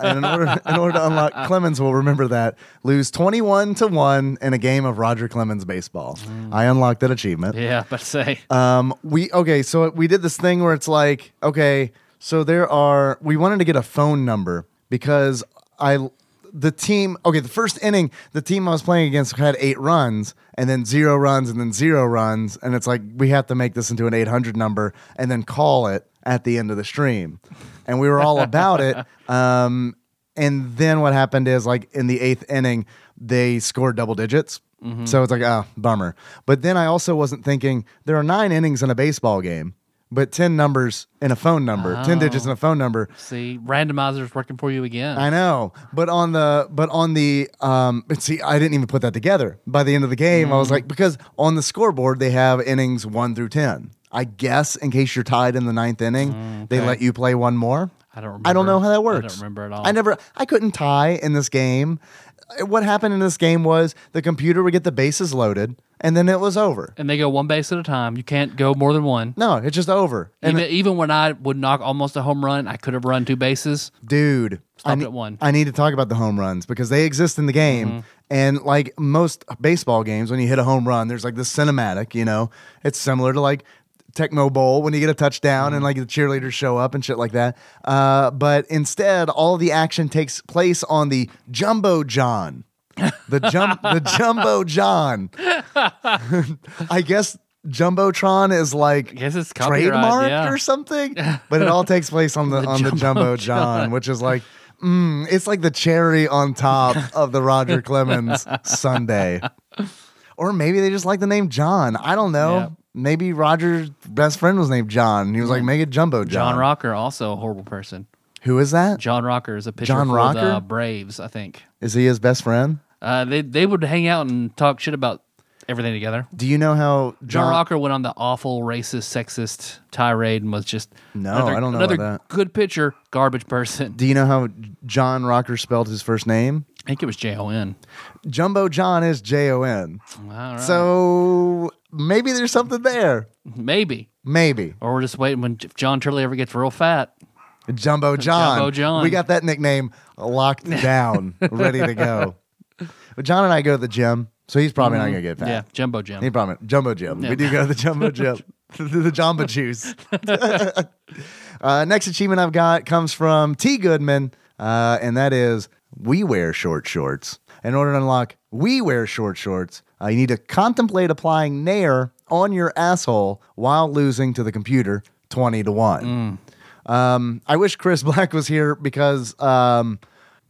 Speaker 2: And in order, in order to unlock, Clemens will remember that. Lose 21 to 1 in a game of Roger Clemens baseball. I unlocked that achievement.
Speaker 1: Yeah, but say
Speaker 2: Um, we okay, so we did this thing where it's like, okay, so there are we wanted to get a phone number because I the team okay, the first inning, the team I was playing against had eight runs and then zero runs and then zero runs, and it's like we have to make this into an eight hundred number and then call it at the end of the stream. And we were all about it. Um and then what happened is like in the eighth inning, they scored double digits. So it's like, ah, bummer. But then I also wasn't thinking there are nine innings in a baseball game, but 10 numbers in a phone number, 10 digits in a phone number.
Speaker 1: see randomizers working for you again.
Speaker 2: I know, but on the but on the um, but see, I didn't even put that together. By the end of the game, I was
Speaker 1: Mm.
Speaker 2: like, because on the scoreboard they have innings one through ten. I guess in case you're tied in the ninth inning, they let you play one more.
Speaker 1: I don't
Speaker 2: I
Speaker 1: remember.
Speaker 2: don't know how
Speaker 1: I
Speaker 2: that
Speaker 1: don't
Speaker 2: works.
Speaker 1: remember at all.
Speaker 2: I never. I couldn't tie in this game. Uh, What happened in this game was the computer would get the bases loaded, and then it was over.
Speaker 1: and they go one base at a time. You can't go more than one.
Speaker 2: No, it's just over. And
Speaker 1: even, even when I would knock almost a home run, I could have run two bases.
Speaker 2: dude, I,
Speaker 1: Stopped
Speaker 2: ne-
Speaker 1: at one. Mm-hmm.
Speaker 2: I need to talk about the home runs because they exist in the game. And like most baseball games, when you hit a home run, there's like this cinematic, you know, it's similar to like Tecmo Bowl when you get a touchdown
Speaker 1: Mm-hmm.
Speaker 2: and like the cheerleaders show up and shit like that. Uh, but instead, all the action takes place on the Jumbo John. The
Speaker 1: <laughs>
Speaker 2: jump, the Jumbo John. <laughs> I guess Jumbotron is like
Speaker 1: guess it's copyright, <laughs>
Speaker 2: trademarked
Speaker 1: yeah.
Speaker 2: or something, but it all takes place on the, on the Jumbo John, which is like, mm, it's like the cherry on top of
Speaker 1: <laughs>
Speaker 2: the Roger Clemens Sunday. Or maybe they just like the name John. I don't know.
Speaker 1: Yeah. Mm.
Speaker 2: Maybe Roger's best friend was named John. and He was like, make it Jumbo John.
Speaker 1: John Rocker, also a horrible person.
Speaker 2: Who is that?
Speaker 1: John Rocker is a pitcher
Speaker 2: John
Speaker 1: for
Speaker 2: Rocker?
Speaker 1: the Braves, I think.
Speaker 2: Is he his best friend?
Speaker 1: Uh, they they would hang out and talk shit about everything together.
Speaker 2: Do you know how
Speaker 1: John
Speaker 2: John
Speaker 1: Rocker went on the awful racist, sexist tirade and was just
Speaker 2: No,
Speaker 1: another,
Speaker 2: I don't know
Speaker 1: another
Speaker 2: about
Speaker 1: good pitcher, garbage person. <laughs>
Speaker 2: do you know how John Rocker spelled his first name?
Speaker 1: I think it was J O N.
Speaker 2: Jumbo John is J O N.
Speaker 1: All right.
Speaker 2: So maybe there's something there.
Speaker 1: maybe,
Speaker 2: Maybe.
Speaker 1: or we're just waiting when if John Turley ever gets real fat.
Speaker 2: Jumbo John.
Speaker 1: Jumbo John.
Speaker 2: We got that nickname locked
Speaker 1: <laughs>
Speaker 2: down, ready to go. But John and I go to the gym, so he's probably not gonna get fat.
Speaker 1: Mm-hmm. Yeah, Jumbo Jim.
Speaker 2: He probably Jumbo Jim. We do go to the Jumbo Jim.
Speaker 1: <laughs>
Speaker 2: <laughs> the Jamba Juice. <laughs> uh, next achievement I've got comes from T. Goodman, uh, and that is we wear short shorts. In order to unlock we wear short shorts, uh, you need to contemplate applying Nair on your asshole while losing to the computer 20 to 1.
Speaker 1: Mm.
Speaker 2: Um, I wish Chris <laughs> Black was here because um,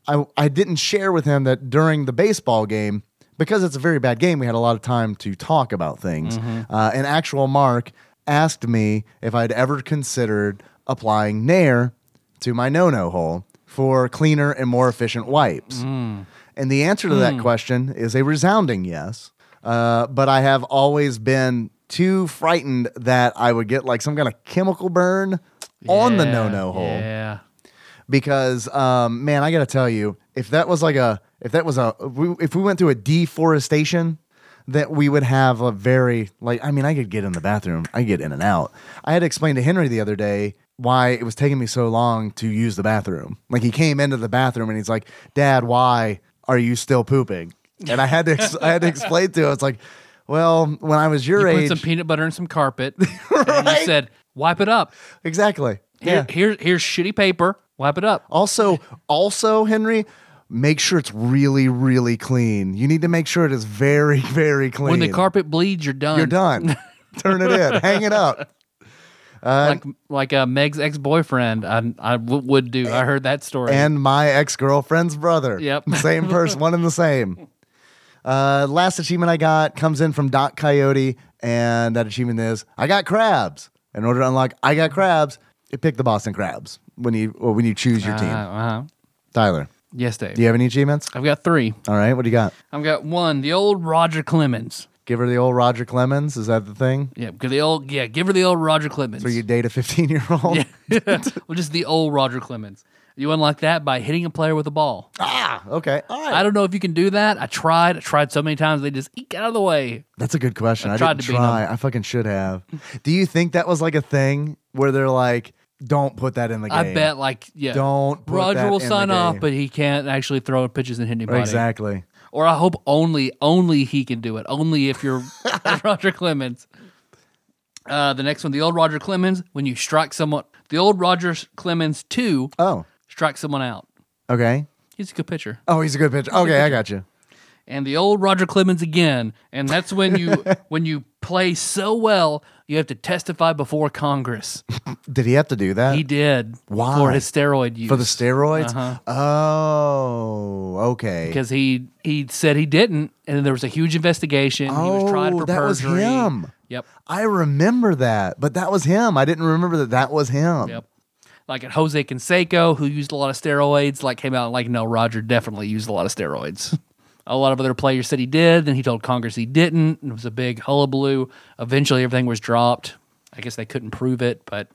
Speaker 2: I, I didn't share with him that during the baseball game, because it's a very bad game, we had a lot of time to talk about things. Uh, an actual Mark asked me if I'd ever considered applying Nair to my no no hole for cleaner and more efficient wipes. And the answer to that question is a resounding yes. Uh, but I have always been too frightened that I would get like some kind of chemical burn on the
Speaker 1: Yeah,
Speaker 2: no no hole
Speaker 1: Yeah.
Speaker 2: because um, man, I gotta tell you, if that was like a if that was a if we, if we went through a deforestation, that we would have a very like I mean, I could get in the bathroom, I could get in and out. I had to explain to Henry the other day why it was taking me so long to use the bathroom. Like he came into the bathroom and he's like, "Dad, why are you still pooping?" And I had to ex- I had to explain to him. It's like, well, when I was your
Speaker 1: You put
Speaker 2: age,
Speaker 1: some peanut butter and some
Speaker 2: <laughs>
Speaker 1: carpet. And you said, wipe it up.
Speaker 2: exactly.
Speaker 1: Here, here, here's shitty paper. Wipe it up.
Speaker 2: Also, also Henry, make sure it's really, really clean. You need to make sure it is very, <laughs> very clean.
Speaker 1: When the carpet bleeds, you're done.
Speaker 2: you're done. Turn it in. Hang
Speaker 1: <laughs>
Speaker 2: it up.
Speaker 1: Like like uh, Meg's ex boyfriend, I, I w- would do. I heard that story.
Speaker 2: And my ex girlfriend's brother.
Speaker 1: Yep.
Speaker 2: <laughs> Same person, one and the same. Uh, last achievement I got comes in from Doc Coyote, and that achievement is I got crabs. In order to unlock I got crabs, you pick the Boston Crabs when you or when you choose your
Speaker 1: uh,
Speaker 2: team.
Speaker 1: uh,
Speaker 2: Tyler,
Speaker 1: yes, Dave.
Speaker 2: do you have any achievements?
Speaker 1: I've got three.
Speaker 2: All right, what do you got?
Speaker 1: I've got one. The old Roger Clemens.
Speaker 2: Give her the old Roger Clemens. Is that the thing?
Speaker 1: Yeah, give the old yeah, give her the old Roger Clemens.
Speaker 2: for you date a 15 year old.
Speaker 1: <laughs> well, just the old Roger Clemens. You unlock that by hitting a player with a ball.
Speaker 2: <laughs> Ah, okay. All right.
Speaker 1: I don't know if you can do that. I tried. I tried so many times. They just eek out of the way.
Speaker 2: That's a good question. I,
Speaker 1: tried
Speaker 2: didn't
Speaker 1: to be
Speaker 2: try. I fucking should have. Do you think that was like a thing where they're like, Don't put that in the game.
Speaker 1: I bet, like, yeah.
Speaker 2: Don't put
Speaker 1: Roger
Speaker 2: that
Speaker 1: will
Speaker 2: in the
Speaker 1: sign off,
Speaker 2: game.
Speaker 1: but he can't actually throw pitches and hit anybody.
Speaker 2: Exactly.
Speaker 1: Or I hope only, only he can do it. Only if
Speaker 2: <laughs>
Speaker 1: you're <laughs> Roger Clemens. Uh, the next one, the old Roger Clemens, when you strike someone, the old Roger Clemens 2
Speaker 2: Oh,
Speaker 1: strike someone out.
Speaker 2: okay.
Speaker 1: He's a good pitcher.
Speaker 2: Oh, he's a good pitcher. Okay, I got you.
Speaker 1: and the old Roger Clemens again, and that's when
Speaker 2: <laughs>
Speaker 1: you when you play so well, you have to testify before Congress.
Speaker 2: Did he have to do <laughs> that
Speaker 1: He did
Speaker 2: Why?
Speaker 1: for his steroid use
Speaker 2: for the steroids? Oh, okay.
Speaker 1: Uh-huh. because he he said he didn't, and then there was a huge investigation. he was tried
Speaker 2: Oh,
Speaker 1: for
Speaker 2: that was
Speaker 1: perjury.
Speaker 2: him.
Speaker 1: Yep,
Speaker 2: I remember that, but that was him. I didn't remember that that was him.
Speaker 1: yep. Like at Jose Canseco, who used a lot of steroids, like came out and like, no, Roger definitely used a lot of steroids. <laughs> A lot of other players said he did. Then he told Congress he didn't. And it was a big hullabaloo. Eventually, everything was dropped. I guess they couldn't prove it, but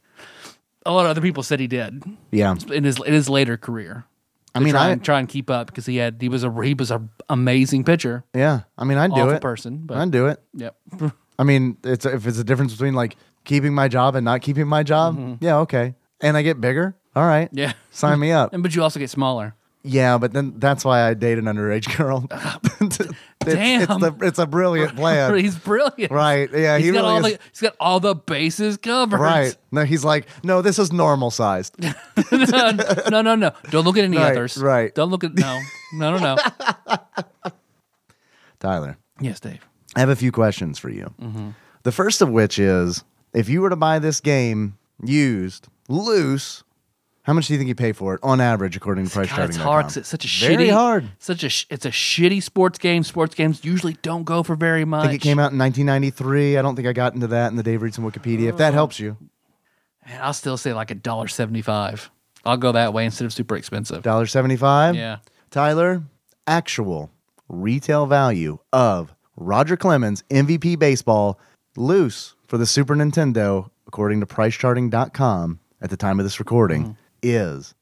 Speaker 1: a lot of other people said he did
Speaker 2: Yeah.
Speaker 1: in his in his later career.
Speaker 2: I mean,
Speaker 1: try
Speaker 2: I-
Speaker 1: and, try and keep up because he had he was a he was a amazing pitcher.
Speaker 2: Yeah. I mean, I'd do
Speaker 1: Awful
Speaker 2: it.
Speaker 1: person, but-
Speaker 2: I'd do it.
Speaker 1: Yep. <laughs>
Speaker 2: I mean, it's if it's a difference between like keeping my job and not keeping my job, yeah, okay. And I get bigger. All right.
Speaker 1: Mm-hmm. Yeah.
Speaker 2: Sign
Speaker 1: <laughs>
Speaker 2: me up.
Speaker 1: And but you also get smaller.
Speaker 2: Yeah, but then that's why I date an underage
Speaker 1: <laughs>
Speaker 2: girl. <laughs> it's, It's,
Speaker 1: Damn.
Speaker 2: the, it's
Speaker 1: <laughs>
Speaker 2: a brilliant plan.
Speaker 1: he's brilliant.
Speaker 2: Right. Yeah,
Speaker 1: He's
Speaker 2: he
Speaker 1: got
Speaker 2: really
Speaker 1: all
Speaker 2: is-
Speaker 1: the he's got all the bases covered.
Speaker 2: <laughs> Right. No, he's like, no, this is normal sized.
Speaker 1: <laughs> no, no, no, no. Don't look at any
Speaker 2: Right,
Speaker 1: others.
Speaker 2: right.
Speaker 1: Don't look at no. No,
Speaker 2: <laughs>
Speaker 1: no, no.
Speaker 2: Tyler,
Speaker 1: yes, Dave.
Speaker 2: I have a few questions for you.
Speaker 1: Mm-hmm.
Speaker 2: The first of which is if you were to buy this game used, loose, how much do you think you pay for it on average according to price
Speaker 1: God, it's
Speaker 2: charting?
Speaker 1: hard. 'cause It's such a
Speaker 2: Very
Speaker 1: shitty.
Speaker 2: hard.
Speaker 1: Such a. sh- It's a shitty sports game. Sports games usually don't go for very much.
Speaker 2: I think it came out in 1993. I don't think I got into that in the Dave Reads and Wikipedia. If that
Speaker 1: Oh.
Speaker 2: helps you,
Speaker 1: Man, I'll still say like a dollar seventy-five. I'll go that way instead of super expensive.
Speaker 2: dollar seventy-five.
Speaker 1: Yeah.
Speaker 2: Tyler, actual retail value of Roger Clemens MVP baseball loose for the Super Nintendo, according to PriceCharting.com at the time of this recording,
Speaker 1: Hmm.
Speaker 2: is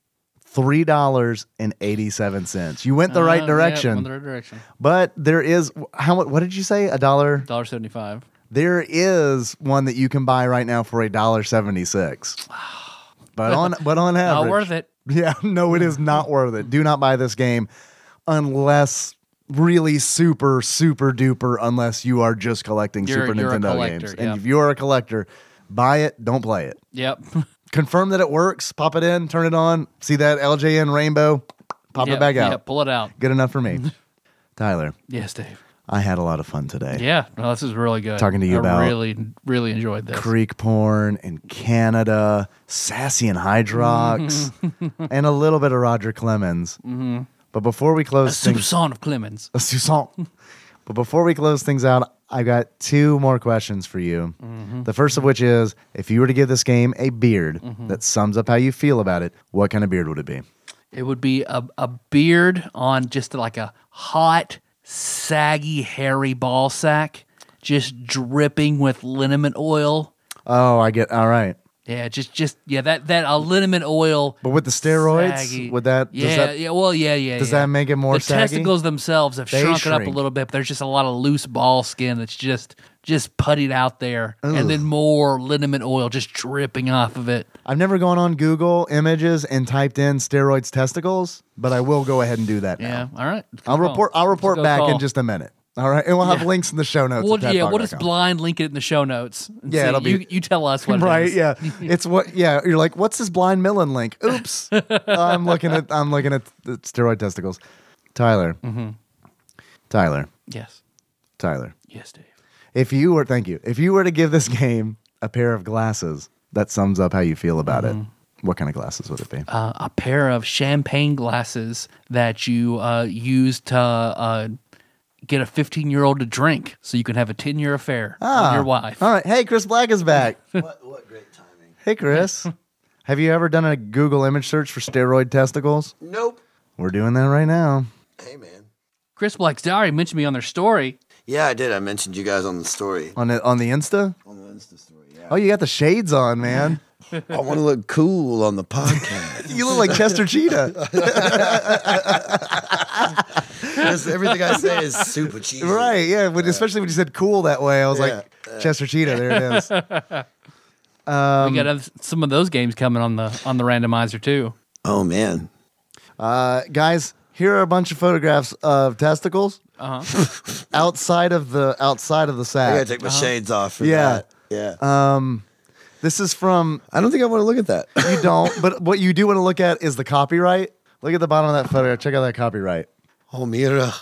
Speaker 2: three dollars and eighty-seven cents. You went the
Speaker 1: Uh,
Speaker 2: right
Speaker 1: Yeah,
Speaker 2: direction,
Speaker 1: went the right direction.
Speaker 2: but there is how much? What did you say? A dollar?
Speaker 1: Dollar seventy-five.
Speaker 2: There is one that you can buy right now for a dollar seventy-six. But on but on
Speaker 1: <laughs>
Speaker 2: average,
Speaker 1: Not worth it.
Speaker 2: yeah, <laughs> no, it is not worth it. Do not buy this game unless really super, super duper, unless you are just collecting
Speaker 1: You're-
Speaker 2: Super
Speaker 1: you're a
Speaker 2: Nintendo
Speaker 1: collector,
Speaker 2: games.
Speaker 1: yeah.
Speaker 2: And if you are a collector, buy it, don't play it.
Speaker 1: Yep.
Speaker 2: Confirm that it works, pop it in, turn it on, see that LJN rainbow,
Speaker 1: <laughs>
Speaker 2: pop
Speaker 1: Yep,
Speaker 2: it back out.
Speaker 1: yep, pull it out.
Speaker 2: Good enough for me. <laughs> Tyler,
Speaker 1: Yes, Dave.
Speaker 2: I had a lot of fun today.
Speaker 1: Yeah. No, this is really good.
Speaker 2: Talking to you
Speaker 1: I
Speaker 2: about
Speaker 1: really, really enjoyed this.
Speaker 2: Creek porn in Canada, Sassy and Hydrox,
Speaker 1: Mm-hmm.
Speaker 2: and a little bit of Roger Clemens. But before we
Speaker 1: a
Speaker 2: close
Speaker 1: super
Speaker 2: things
Speaker 1: son of Clemens.
Speaker 2: a Susan. but before we close things out, I've got two more questions for you.
Speaker 1: Mm-hmm.
Speaker 2: The first of which is if you were to give this game a beard
Speaker 1: Mm-hmm.
Speaker 2: that sums up how you feel about it, what kind of beard would it be?
Speaker 1: It would be a, a beard on just like a hot, saggy, hairy ball sack, just dripping with liniment oil.
Speaker 2: Oh, I get all right.
Speaker 1: Yeah, just just yeah, that that a liniment oil.
Speaker 2: But with the steroids,
Speaker 1: saggy.
Speaker 2: would that does
Speaker 1: yeah
Speaker 2: that
Speaker 1: yeah well yeah yeah
Speaker 2: does
Speaker 1: yeah.
Speaker 2: that make it more
Speaker 1: the
Speaker 2: saggy?
Speaker 1: testicles themselves have
Speaker 2: They
Speaker 1: shrunk it up
Speaker 2: shrink.
Speaker 1: a little bit. But there's just a lot of loose ball skin that's just just puttied out there, and then more liniment oil just dripping off of it.
Speaker 2: I've never gone on Google Images and typed in steroids testicles, but I will go ahead and do that
Speaker 1: Yeah,
Speaker 2: now.
Speaker 1: all right. Good
Speaker 2: I'll
Speaker 1: call.
Speaker 2: report I'll
Speaker 1: Let's
Speaker 2: report
Speaker 1: go
Speaker 2: back in
Speaker 1: call.
Speaker 2: just a minute. All right. And we'll have links in the show notes.
Speaker 1: We'll,
Speaker 2: at
Speaker 1: yeah, we'll
Speaker 2: tadpog.com.
Speaker 1: just blind link it in the show notes. and
Speaker 2: Yeah,
Speaker 1: say,
Speaker 2: it'll be-
Speaker 1: you, you tell us
Speaker 2: <laughs>
Speaker 1: what. it
Speaker 2: right
Speaker 1: is. <laughs>
Speaker 2: yeah it's what yeah you're like what's this blind melon link
Speaker 1: <laughs>
Speaker 2: oops i'm looking at i'm looking at the steroid testicles tyler
Speaker 1: Mm-hmm.
Speaker 2: tyler
Speaker 1: Yes.
Speaker 2: tyler
Speaker 1: Yes, Dave.
Speaker 2: if you were thank you if you were to give this game a pair of glasses that sums up how you feel about it what kind of glasses would it be
Speaker 1: Mm-hmm. Uh, a pair of champagne glasses that you uh, use to uh, get a 15 year old to drink so you can have a 10 year affair with
Speaker 2: Ah.
Speaker 1: your wife.
Speaker 2: all right hey chris black
Speaker 1: <laughs>
Speaker 2: is back
Speaker 3: What, what great timing.
Speaker 2: hey chris have you ever done a google image search for steroid testicles
Speaker 3: Nope.
Speaker 2: we're doing that right now
Speaker 3: Hey, man.
Speaker 1: Chris Black's Diary mentioned me on their story.
Speaker 3: Yeah, I did. I mentioned you guys on the story.
Speaker 2: on the on the insta
Speaker 3: On the Insta story, yeah.
Speaker 2: oh you got the shades on
Speaker 3: <laughs>
Speaker 2: man
Speaker 3: I want to look cool on
Speaker 2: <laughs>
Speaker 3: the podcast.
Speaker 2: you look like chester cheetah
Speaker 3: <laughs> Because everything I say is super cheesy.
Speaker 2: Right, yeah. When, especially when you said cool that way, I was
Speaker 3: Yeah. <laughs>
Speaker 2: like, Chester Cheetah, there it is.
Speaker 1: we
Speaker 2: Um,
Speaker 1: got oth- some of those games coming on the on the randomizer too.
Speaker 3: Oh man.
Speaker 2: Uh, guys, here are a bunch of photographs of testicles <laughs> outside of the outside of the
Speaker 3: I
Speaker 2: sack.
Speaker 3: gotta Uh-huh. take my shades off. For
Speaker 2: Yeah.
Speaker 3: that. yeah.
Speaker 2: This is from
Speaker 3: I don't think I want to look at that.
Speaker 2: you don't,
Speaker 3: <laughs>
Speaker 2: but what you do want to look at is the copyright. Look at the bottom of that photograph. Check out that copyright.
Speaker 3: oh, Mira,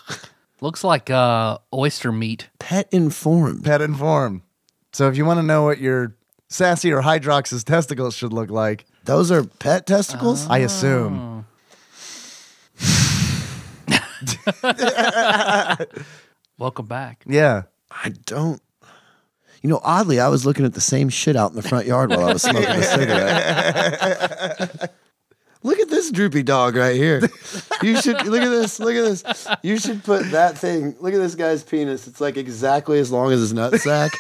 Speaker 1: Looks like uh, oyster meat.
Speaker 3: pet informed.
Speaker 2: Pet informed. So if you want to know what your sassy or hydrox's testicles should look like,
Speaker 3: Those are pet testicles.
Speaker 2: I
Speaker 3: Oh.
Speaker 2: assume.
Speaker 1: Welcome back.
Speaker 2: Yeah.
Speaker 3: I don't. You know, oddly, I was looking at the same shit out in the front yard while I was smoking a cigarette. <laughs> look at this droopy dog right here. You should look at this. Look at this. You should put that thing. Look at this guy's penis. It's like exactly as long as his nutsack.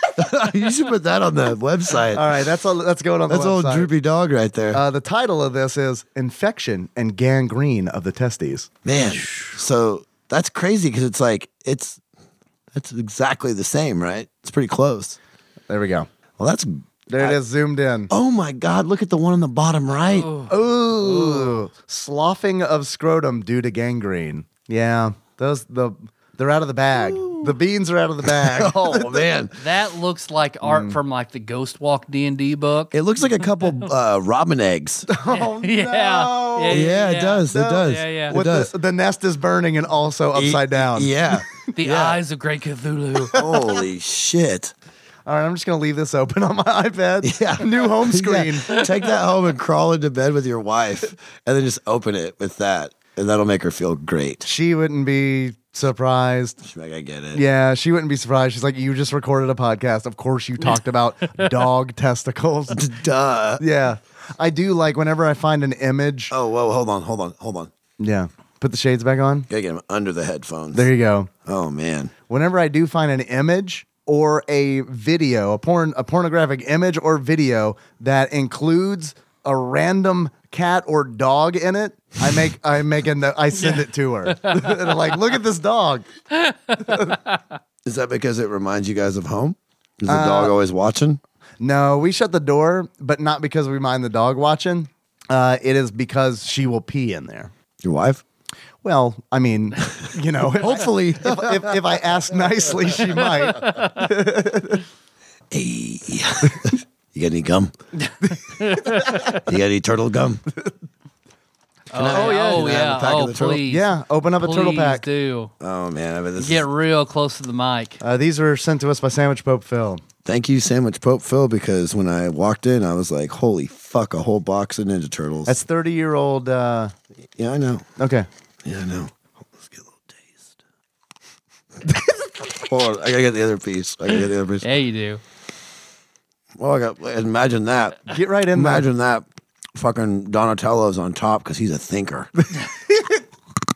Speaker 3: <laughs> you should put that on the website.
Speaker 2: All right. That's all. That's going on.
Speaker 3: That's
Speaker 2: the
Speaker 3: old
Speaker 2: website.
Speaker 3: droopy dog right there.
Speaker 2: Uh, the title of this is "Infection and Gangrene of the Testes."
Speaker 3: Man, so that's crazy because it's like it's that's exactly the same, right? It's pretty close.
Speaker 2: There we go.
Speaker 3: Well, that's
Speaker 2: There it is, zoomed in.
Speaker 3: oh my god! Look at the one on the bottom right.
Speaker 2: Oh. Ooh, sloughing of scrotum due to gangrene. Yeah, those the they're out of the bag. The beans are out of the bag.
Speaker 3: <laughs>
Speaker 2: <laughs>
Speaker 3: <laughs> Oh man,
Speaker 1: That looks like
Speaker 2: Hmm.
Speaker 1: art from like the Ghost Walk D and D book.
Speaker 3: it looks like a couple uh, robin eggs.
Speaker 2: oh
Speaker 1: <laughs> yeah.
Speaker 2: no.
Speaker 1: Yeah,
Speaker 3: Yeah, it does.
Speaker 2: No.
Speaker 3: It does.
Speaker 1: Yeah, yeah.
Speaker 3: It
Speaker 2: With
Speaker 3: does.
Speaker 2: the, the nest is burning and also <laughs> upside down. <laughs>
Speaker 3: Yeah.
Speaker 1: The eyes of Great Cthulhu.
Speaker 3: <laughs> Holy shit.
Speaker 2: All right, I'm just gonna leave this open on my <laughs> iPad.
Speaker 3: <laughs> Yeah.
Speaker 2: New home screen.
Speaker 3: Yeah. Take that home and crawl into bed with your wife, and then just open it with that, and that'll make her feel great.
Speaker 2: She wouldn't be surprised.
Speaker 3: She's like, I get it.
Speaker 2: Yeah, she wouldn't be surprised. She's like, "You just recorded a podcast. Of course, you talked about dog testicles."
Speaker 3: Duh.
Speaker 2: Yeah, I do like whenever I find an image.
Speaker 3: Oh, whoa, hold on, hold on, hold on.
Speaker 2: Yeah, put the shades back on.
Speaker 3: Gotta get him under the headphones.
Speaker 2: There you go.
Speaker 3: Oh man.
Speaker 2: Whenever I do find an image or a video, a porn, a pornographic image or video that includes a random cat or dog in it, I make I make a no- I send it to her. <laughs> and I'm like, look at this dog.
Speaker 3: Is that because it reminds you guys of home? Is the dog
Speaker 2: Uh,
Speaker 3: always watching?
Speaker 2: No, we shut the door, but not because we mind the dog watching. Uh, it is because she will pee in there.
Speaker 3: Your wife?
Speaker 2: Well, I mean, you know, <laughs> hopefully, if, if, if I ask nicely, she might.
Speaker 3: Hey. you got any
Speaker 2: <laughs>
Speaker 3: gum? you got any turtle gum?
Speaker 1: oh, yeah. Oh,
Speaker 3: I have a
Speaker 1: yeah.
Speaker 3: pack of
Speaker 1: oh,
Speaker 3: the turtle?
Speaker 1: please.
Speaker 2: Yeah, open up a
Speaker 1: Please
Speaker 2: turtle pack.
Speaker 1: do.
Speaker 3: Oh man, I mean this
Speaker 1: Get
Speaker 3: is,
Speaker 1: real close to the mic.
Speaker 3: <laughs>
Speaker 2: Uh, these were sent to us by Sandwich Pope Phil.
Speaker 3: thank you, Sandwich Pope Phil, because when I walked in, I was like, holy fuck, a whole box of Ninja Turtles.
Speaker 2: That's 30 year old. Uh,
Speaker 3: yeah, I know.
Speaker 2: okay.
Speaker 3: Yeah, I know. Let's get a little taste. <laughs> Hold on, I gotta get the other piece. I gotta get the other piece.
Speaker 1: Yeah, you do.
Speaker 3: Well, I got imagine that.
Speaker 2: Get right in there.
Speaker 3: Imagine that fucking Donatello's on top because he's a thinker.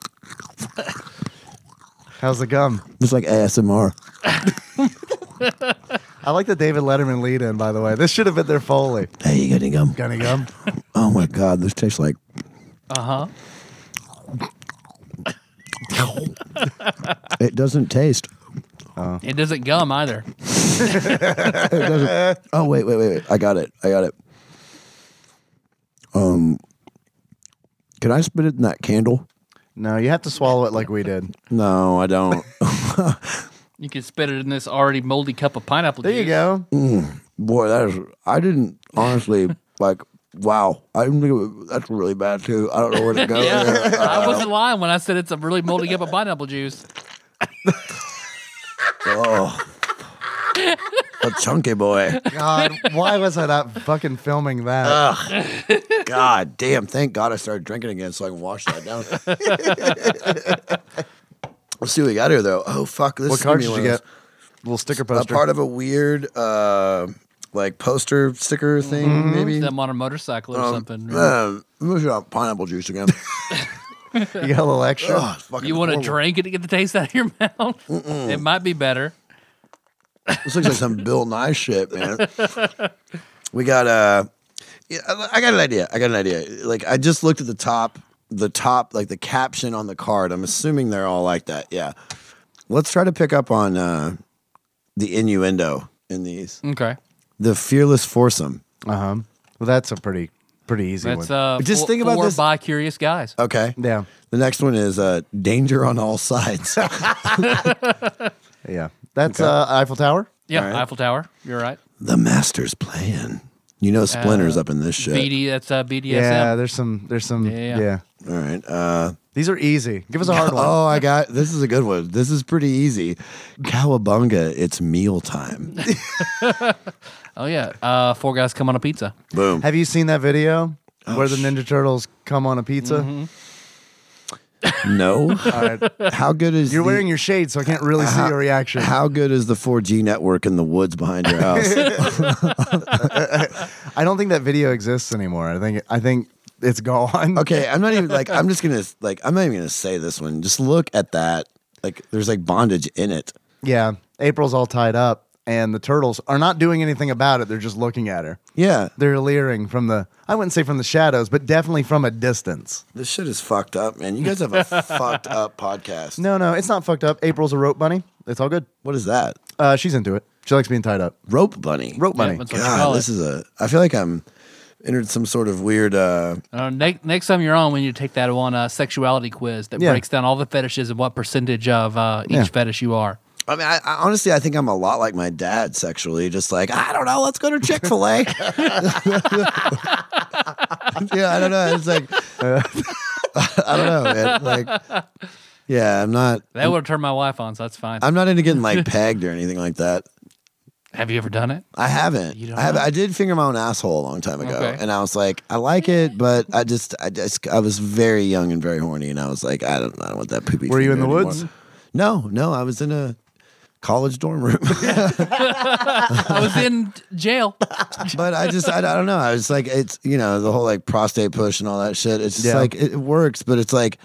Speaker 3: <laughs>
Speaker 2: How's the gum?
Speaker 3: It's like ASMR.
Speaker 2: I like the David Letterman lead in, by the way. This should have been their Foley.
Speaker 3: Hey, you getting gum?
Speaker 2: Gunny gum.
Speaker 3: Oh my god, this tastes like.
Speaker 1: Uh huh.
Speaker 3: It doesn't taste.
Speaker 1: It doesn't gum either.
Speaker 3: Oh wait, wait, wait, wait. I got it. I got it. Um, can I spit it in that candle?
Speaker 2: No, you have to swallow it like we did.
Speaker 3: No, I don't.
Speaker 1: You can spit it in this already moldy cup of pineapple
Speaker 2: There you
Speaker 1: juice.
Speaker 2: go.
Speaker 3: <laughs> Boy, that is. I didn't honestly like. Wow, I didn't think it was- that's really bad too. I don't know where to
Speaker 2: <laughs>
Speaker 3: go.
Speaker 1: Yeah.
Speaker 3: there.
Speaker 1: I wasn't lying when I said it's a really moldy cup of pineapple
Speaker 3: <laughs>
Speaker 1: juice.
Speaker 3: Oh, a chunky boy.
Speaker 2: <laughs> God, why was I not fucking filming that?
Speaker 3: God damn! Thank God I started drinking again, so I can wash that down. <laughs> Let's see what we got here, though. Oh fuck! This
Speaker 2: what
Speaker 3: is gonna
Speaker 2: card
Speaker 3: be
Speaker 2: did
Speaker 3: one
Speaker 2: you
Speaker 3: of
Speaker 2: get?
Speaker 3: those-
Speaker 2: little sticker
Speaker 3: A
Speaker 2: poster. <laughs>
Speaker 3: part of a weird, uh, like poster sticker thing,
Speaker 2: Mm-hmm.
Speaker 3: maybe.
Speaker 1: Them on a motorcycle or something.
Speaker 3: Uh, I'm gonna shoot out pineapple
Speaker 1: <laughs>
Speaker 3: juice again.
Speaker 2: you got a
Speaker 3: <laughs>
Speaker 2: little extra.
Speaker 3: Ugh, it's fucking
Speaker 1: you want to
Speaker 3: horrible.
Speaker 1: drink it to get the taste out of your <laughs> mouth? It might be better.
Speaker 3: This looks like some Bill Nye
Speaker 1: <laughs>
Speaker 3: shit, man. we got uh yeah, I- I got an idea. I got an idea. Like I just looked at the top, the top, like the caption on the card. I'm assuming they're all like that. Yeah. Let's try to pick up on uh the innuendo in these.
Speaker 1: Okay.
Speaker 3: The fearless foursome.
Speaker 2: Uh huh. Well, that's a pretty pretty easy
Speaker 1: That's
Speaker 2: one.
Speaker 1: uh,
Speaker 3: Just
Speaker 1: four,
Speaker 3: think about
Speaker 1: four
Speaker 3: this- Uh,
Speaker 1: bi curious guys.
Speaker 3: Okay.
Speaker 2: yeah,
Speaker 3: The next one is uh, danger on
Speaker 1: <laughs>
Speaker 3: all sides.
Speaker 2: yeah. That's uh, Eiffel Tower.
Speaker 1: yeah,
Speaker 3: all right.
Speaker 1: Eiffel Tower. You're right.
Speaker 3: the master's plan. You know,
Speaker 1: Uh,
Speaker 3: Splinter's up in this shit.
Speaker 1: BD. That's uh, BDSM.
Speaker 2: Yeah, there's some there's some
Speaker 1: Yeah.
Speaker 2: yeah.
Speaker 3: All right. Uh,
Speaker 2: These are easy. Give us a hard one.
Speaker 3: oh, I got this is a good one. This is pretty easy. Cowabunga, it's
Speaker 2: <laughs>
Speaker 3: meal time.
Speaker 1: Oh yeah. Uh, four guys come on a pizza.
Speaker 3: Boom.
Speaker 2: Have you seen that video
Speaker 3: Oh,
Speaker 2: where the Ninja Turtles come on a pizza? All
Speaker 3: No.
Speaker 2: right.
Speaker 3: How good is
Speaker 2: You're
Speaker 3: the- Uh-huh.
Speaker 2: wearing your shades, so I can't really see your reaction.
Speaker 3: how good is the 4G network in the woods behind your
Speaker 2: <laughs>
Speaker 3: house?
Speaker 2: I don't think that video exists anymore. I think I think it's gone.
Speaker 3: okay, I'm not even like I'm just gonna like I'm not even gonna say this one. Just look at that. Like there's like bondage in it.
Speaker 2: <laughs> Yeah, April's all tied up, and the turtles are not doing anything about it. They're just looking at her.
Speaker 3: Yeah.
Speaker 2: They're leering from the I wouldn't say from the shadows, but definitely from a distance.
Speaker 3: This shit is fucked up, man. You guys have
Speaker 2: <laughs>
Speaker 3: a fucked up podcast.
Speaker 2: No, no, it's not fucked up. April's a rope bunny. It's all good.
Speaker 3: What is that?
Speaker 2: Uh, she's into it. She likes being
Speaker 1: <laughs>
Speaker 2: tied up.
Speaker 3: Rope bunny.
Speaker 2: Rope bunny.
Speaker 1: that's what you call
Speaker 3: Oh God,
Speaker 1: it.
Speaker 3: this is a. I feel like I'm entered some sort of weird. uh
Speaker 1: Uh, next, next time you're on, we need to take that one uh, sexuality quiz that
Speaker 2: Yeah.
Speaker 1: breaks down all the fetishes and what percentage of uh, each
Speaker 2: Yeah.
Speaker 1: fetish you are.
Speaker 3: I mean, I, I honestly, I think I'm a lot like my dad sexually. Just like I don't know, let's go to Chick Fil
Speaker 2: <laughs>
Speaker 3: <laughs> A. yeah, I don't know. It's like <laughs> I don't know, man. Like, yeah, I'm not.
Speaker 1: That would have turned my wife on, so that's fine.
Speaker 3: Mm. I'm not into
Speaker 2: <laughs>
Speaker 3: getting like pegged or anything like that.
Speaker 1: Have you ever done it?
Speaker 3: I haven't.
Speaker 1: You don't
Speaker 3: I have.
Speaker 1: know?
Speaker 3: I did finger my own asshole a long time ago,
Speaker 1: Okay.
Speaker 3: and I was like, I like it, but I just, I just, I was very young and very horny, and I was like, I don't, I don't want that poopy.
Speaker 2: Were you in
Speaker 3: finger
Speaker 2: the
Speaker 3: anymore.
Speaker 2: woods?
Speaker 3: No, no, I was in a college dorm room, <laughs>
Speaker 1: I was in <laughs> jail.
Speaker 3: <laughs> but I just, I, I don't know. I was like, it's you know the whole like prostate push and all that shit. It's just
Speaker 2: Yeah.
Speaker 3: like it, it works, but it's like,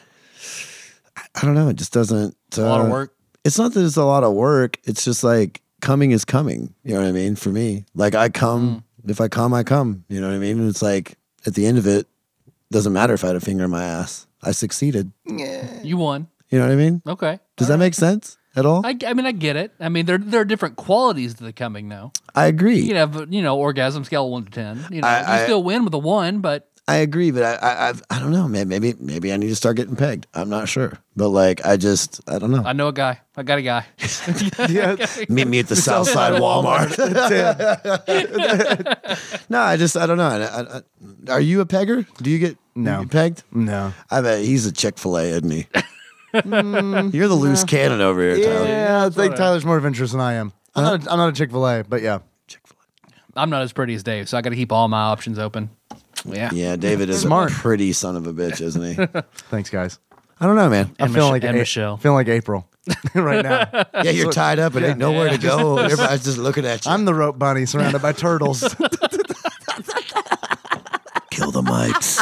Speaker 3: I, I don't know. It just doesn't.
Speaker 1: A
Speaker 3: Uh,
Speaker 1: lot of work.
Speaker 3: It's not that it's a lot of work. It's just like coming is coming. You know what I mean? For me, like I come.
Speaker 1: Mm.
Speaker 3: If I come, I come. You know what I mean? And it's like at the end of it, doesn't matter if I had a finger in my ass. I succeeded.
Speaker 1: You won.
Speaker 3: You know what I mean?
Speaker 1: Okay.
Speaker 3: Does that make sense at all? I,
Speaker 1: I, I mean, I get it. I mean, there there are different qualities to the coming, though.
Speaker 3: agree.
Speaker 1: You can have, you know, orgasm scale one to ten. You know,
Speaker 3: I-
Speaker 1: you
Speaker 3: I-
Speaker 1: still win with a one, but
Speaker 3: I agree, but I, I, I've, I don't know, man. Maybe, maybe I need to start getting pegged. I'm not sure, but like, I just, I don't know.
Speaker 1: I know a guy. I got a guy. <laughs>
Speaker 2: Yeah.
Speaker 3: <laughs> Meet me at the South Side Walmart. <laughs> no, I just, I don't know. I, I, I- are you a pegger? Do you get
Speaker 2: No.
Speaker 3: you get pegged?
Speaker 2: No.
Speaker 3: I bet he's a Chick Fil A, isn't <laughs> he? You're the loose cannon over here, Tyler.
Speaker 2: Yeah, I think
Speaker 1: sorta.
Speaker 2: Tyler's more adventurous than I am. I'm not a, I'm not a Chick Fil A, but yeah,
Speaker 1: I'm not as pretty as Dave, so I got to keep all my options open. Yeah.
Speaker 3: Yeah, David is
Speaker 2: Smart.
Speaker 3: a pretty son of a bitch, isn't he?
Speaker 2: thanks guys.
Speaker 3: I don't
Speaker 2: <laughs>
Speaker 3: know, man.
Speaker 2: I'm
Speaker 1: And
Speaker 2: feeling
Speaker 1: Mich-
Speaker 2: like
Speaker 1: and
Speaker 2: A-
Speaker 1: Michelle.
Speaker 2: Feeling like April <laughs>
Speaker 1: <laughs>
Speaker 2: right now.
Speaker 3: Yeah, you're tied up and ain't nowhere
Speaker 2: <laughs>
Speaker 3: to go. Everybody's just looking at you.
Speaker 2: I'm the rope bunny surrounded by turtles.
Speaker 1: <laughs>
Speaker 3: kill the mics.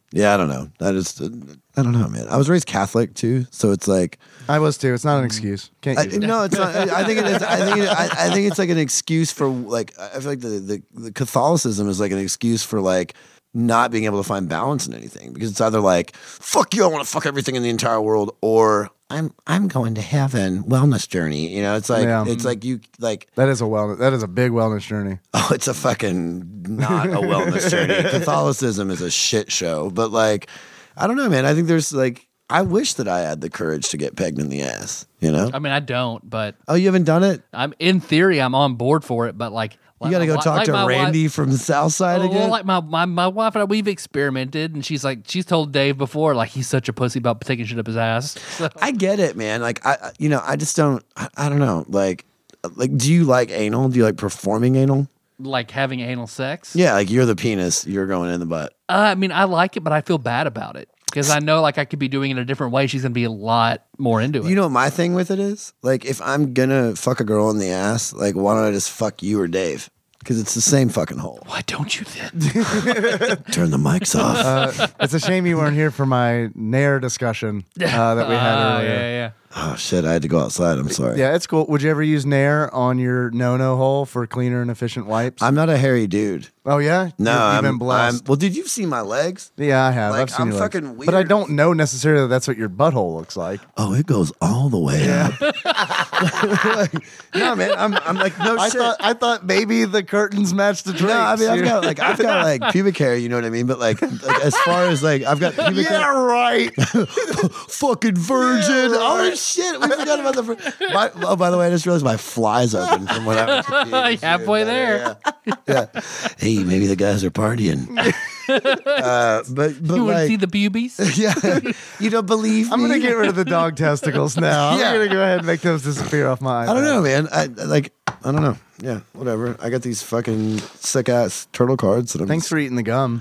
Speaker 3: <laughs> yeah, I don't know. I just, uh, I don't know, man. I was raised Catholic too, so it's like,
Speaker 2: I was too. It's not an excuse.
Speaker 1: Mm-hmm.
Speaker 2: Can't
Speaker 3: I,
Speaker 2: use it.
Speaker 3: no, it's not. I think it is. I think it, I, I think it's like an excuse for like. I feel like the, the the Catholicism is like an excuse for like not being able to find balance in anything because it's either like fuck you, I want to fuck everything in the entire world, or I'm I'm going to heaven, wellness journey. You know, it's like
Speaker 2: Yeah.
Speaker 3: it's like you like
Speaker 2: That is a wellness. That is a big wellness journey.
Speaker 3: <laughs> Oh, it's a fucking not a wellness journey.
Speaker 1: <laughs>
Speaker 3: Catholicism is a shit show. But like, I don't know, man. I think there's like, I wish that I had the courage to get pegged in the ass. You know?
Speaker 1: I mean, I don't, but
Speaker 3: Oh, you haven't done it?
Speaker 1: I'm in theory, I'm on board for it. But like,
Speaker 3: You got to go
Speaker 1: like-
Speaker 3: talk
Speaker 1: like
Speaker 3: to
Speaker 1: my wife-
Speaker 3: Randy from the South Side
Speaker 1: Well,
Speaker 3: again.
Speaker 1: like my, my, my wife and I, we've experimented, and she's like, she's told Dave before, like he's such a pussy about taking shit up his ass. <laughs> So,
Speaker 3: I get it, man. Like I, I- you know, I just don't. I, I don't know. Like, like, do you like anal? Do you like performing anal?
Speaker 1: like having anal sex.
Speaker 3: Yeah, like you're the penis. You're going in the butt.
Speaker 1: Uh, I mean, I like it, but I feel bad about it because I know like I could be doing it a different way. She's gonna be a lot more into it.
Speaker 3: You know what my thing with it is? Like, if I'm gonna fuck a girl in the ass, like, why don't I just fuck you or Dave? Because it's the same fucking hole.
Speaker 1: why don't you then?
Speaker 3: <laughs> Turn the mics off.
Speaker 1: <laughs>
Speaker 2: Uh, it's a shame you weren't here for my Nair discussion uh, that we had
Speaker 1: Ah,
Speaker 2: earlier.
Speaker 1: yeah, yeah.
Speaker 3: <laughs> Oh shit! I had to go outside. I'm sorry.
Speaker 2: Yeah, it's cool. Would you ever use Nair on your no-no hole for cleaner and efficient wipes?
Speaker 3: I'm not a hairy dude.
Speaker 2: oh yeah,
Speaker 3: No,
Speaker 2: You- you've
Speaker 3: I'm,
Speaker 2: been blessed.
Speaker 3: I'm- well, dude, you've seen my legs.
Speaker 2: yeah, I have.
Speaker 3: like,
Speaker 2: I've seen
Speaker 3: I'm
Speaker 2: your legs.
Speaker 3: fucking
Speaker 2: but I
Speaker 3: weird.
Speaker 2: don't know necessarily that that's what your butthole looks
Speaker 3: <laughs>
Speaker 2: like.
Speaker 3: Oh, it goes all the way up. like, no, man, I'm, I'm like <laughs> no
Speaker 2: I
Speaker 3: shit.
Speaker 2: thought I thought maybe the curtains matched the drapes.
Speaker 3: no, I mean I've
Speaker 2: you
Speaker 3: got
Speaker 2: know?
Speaker 3: like I've got <laughs> like pubic hair, you know what I mean? But like, like, as far as like I've <laughs> got pubic
Speaker 2: yeah,
Speaker 3: hair,
Speaker 2: right.
Speaker 3: fucking virgin.
Speaker 2: Yeah,
Speaker 3: Oh
Speaker 2: right.
Speaker 3: shit, we forgot about the. Vir- my, oh, by the way, I just realized my fly's open from when I was
Speaker 2: <laughs>
Speaker 3: a teenager.
Speaker 1: Halfway there.
Speaker 3: Yeah. yeah. Hey, maybe the guys are
Speaker 2: <laughs>
Speaker 3: partying. uh, but but
Speaker 1: You wouldn't
Speaker 3: like,
Speaker 1: see the boobies.
Speaker 3: yeah, <laughs> you don't believe
Speaker 2: I'm gonna
Speaker 3: me?
Speaker 2: get rid of the dog testicles
Speaker 3: <laughs>
Speaker 2: now. I'm
Speaker 3: Yeah.
Speaker 2: gonna go ahead and make those disappear off my.
Speaker 3: I don't
Speaker 2: iPad.
Speaker 3: know, man. I I, like. I don't know. Yeah, whatever. I got these fucking sick ass turtle cards that I'm.
Speaker 2: Thanks for Mm-hmm. eating the gum.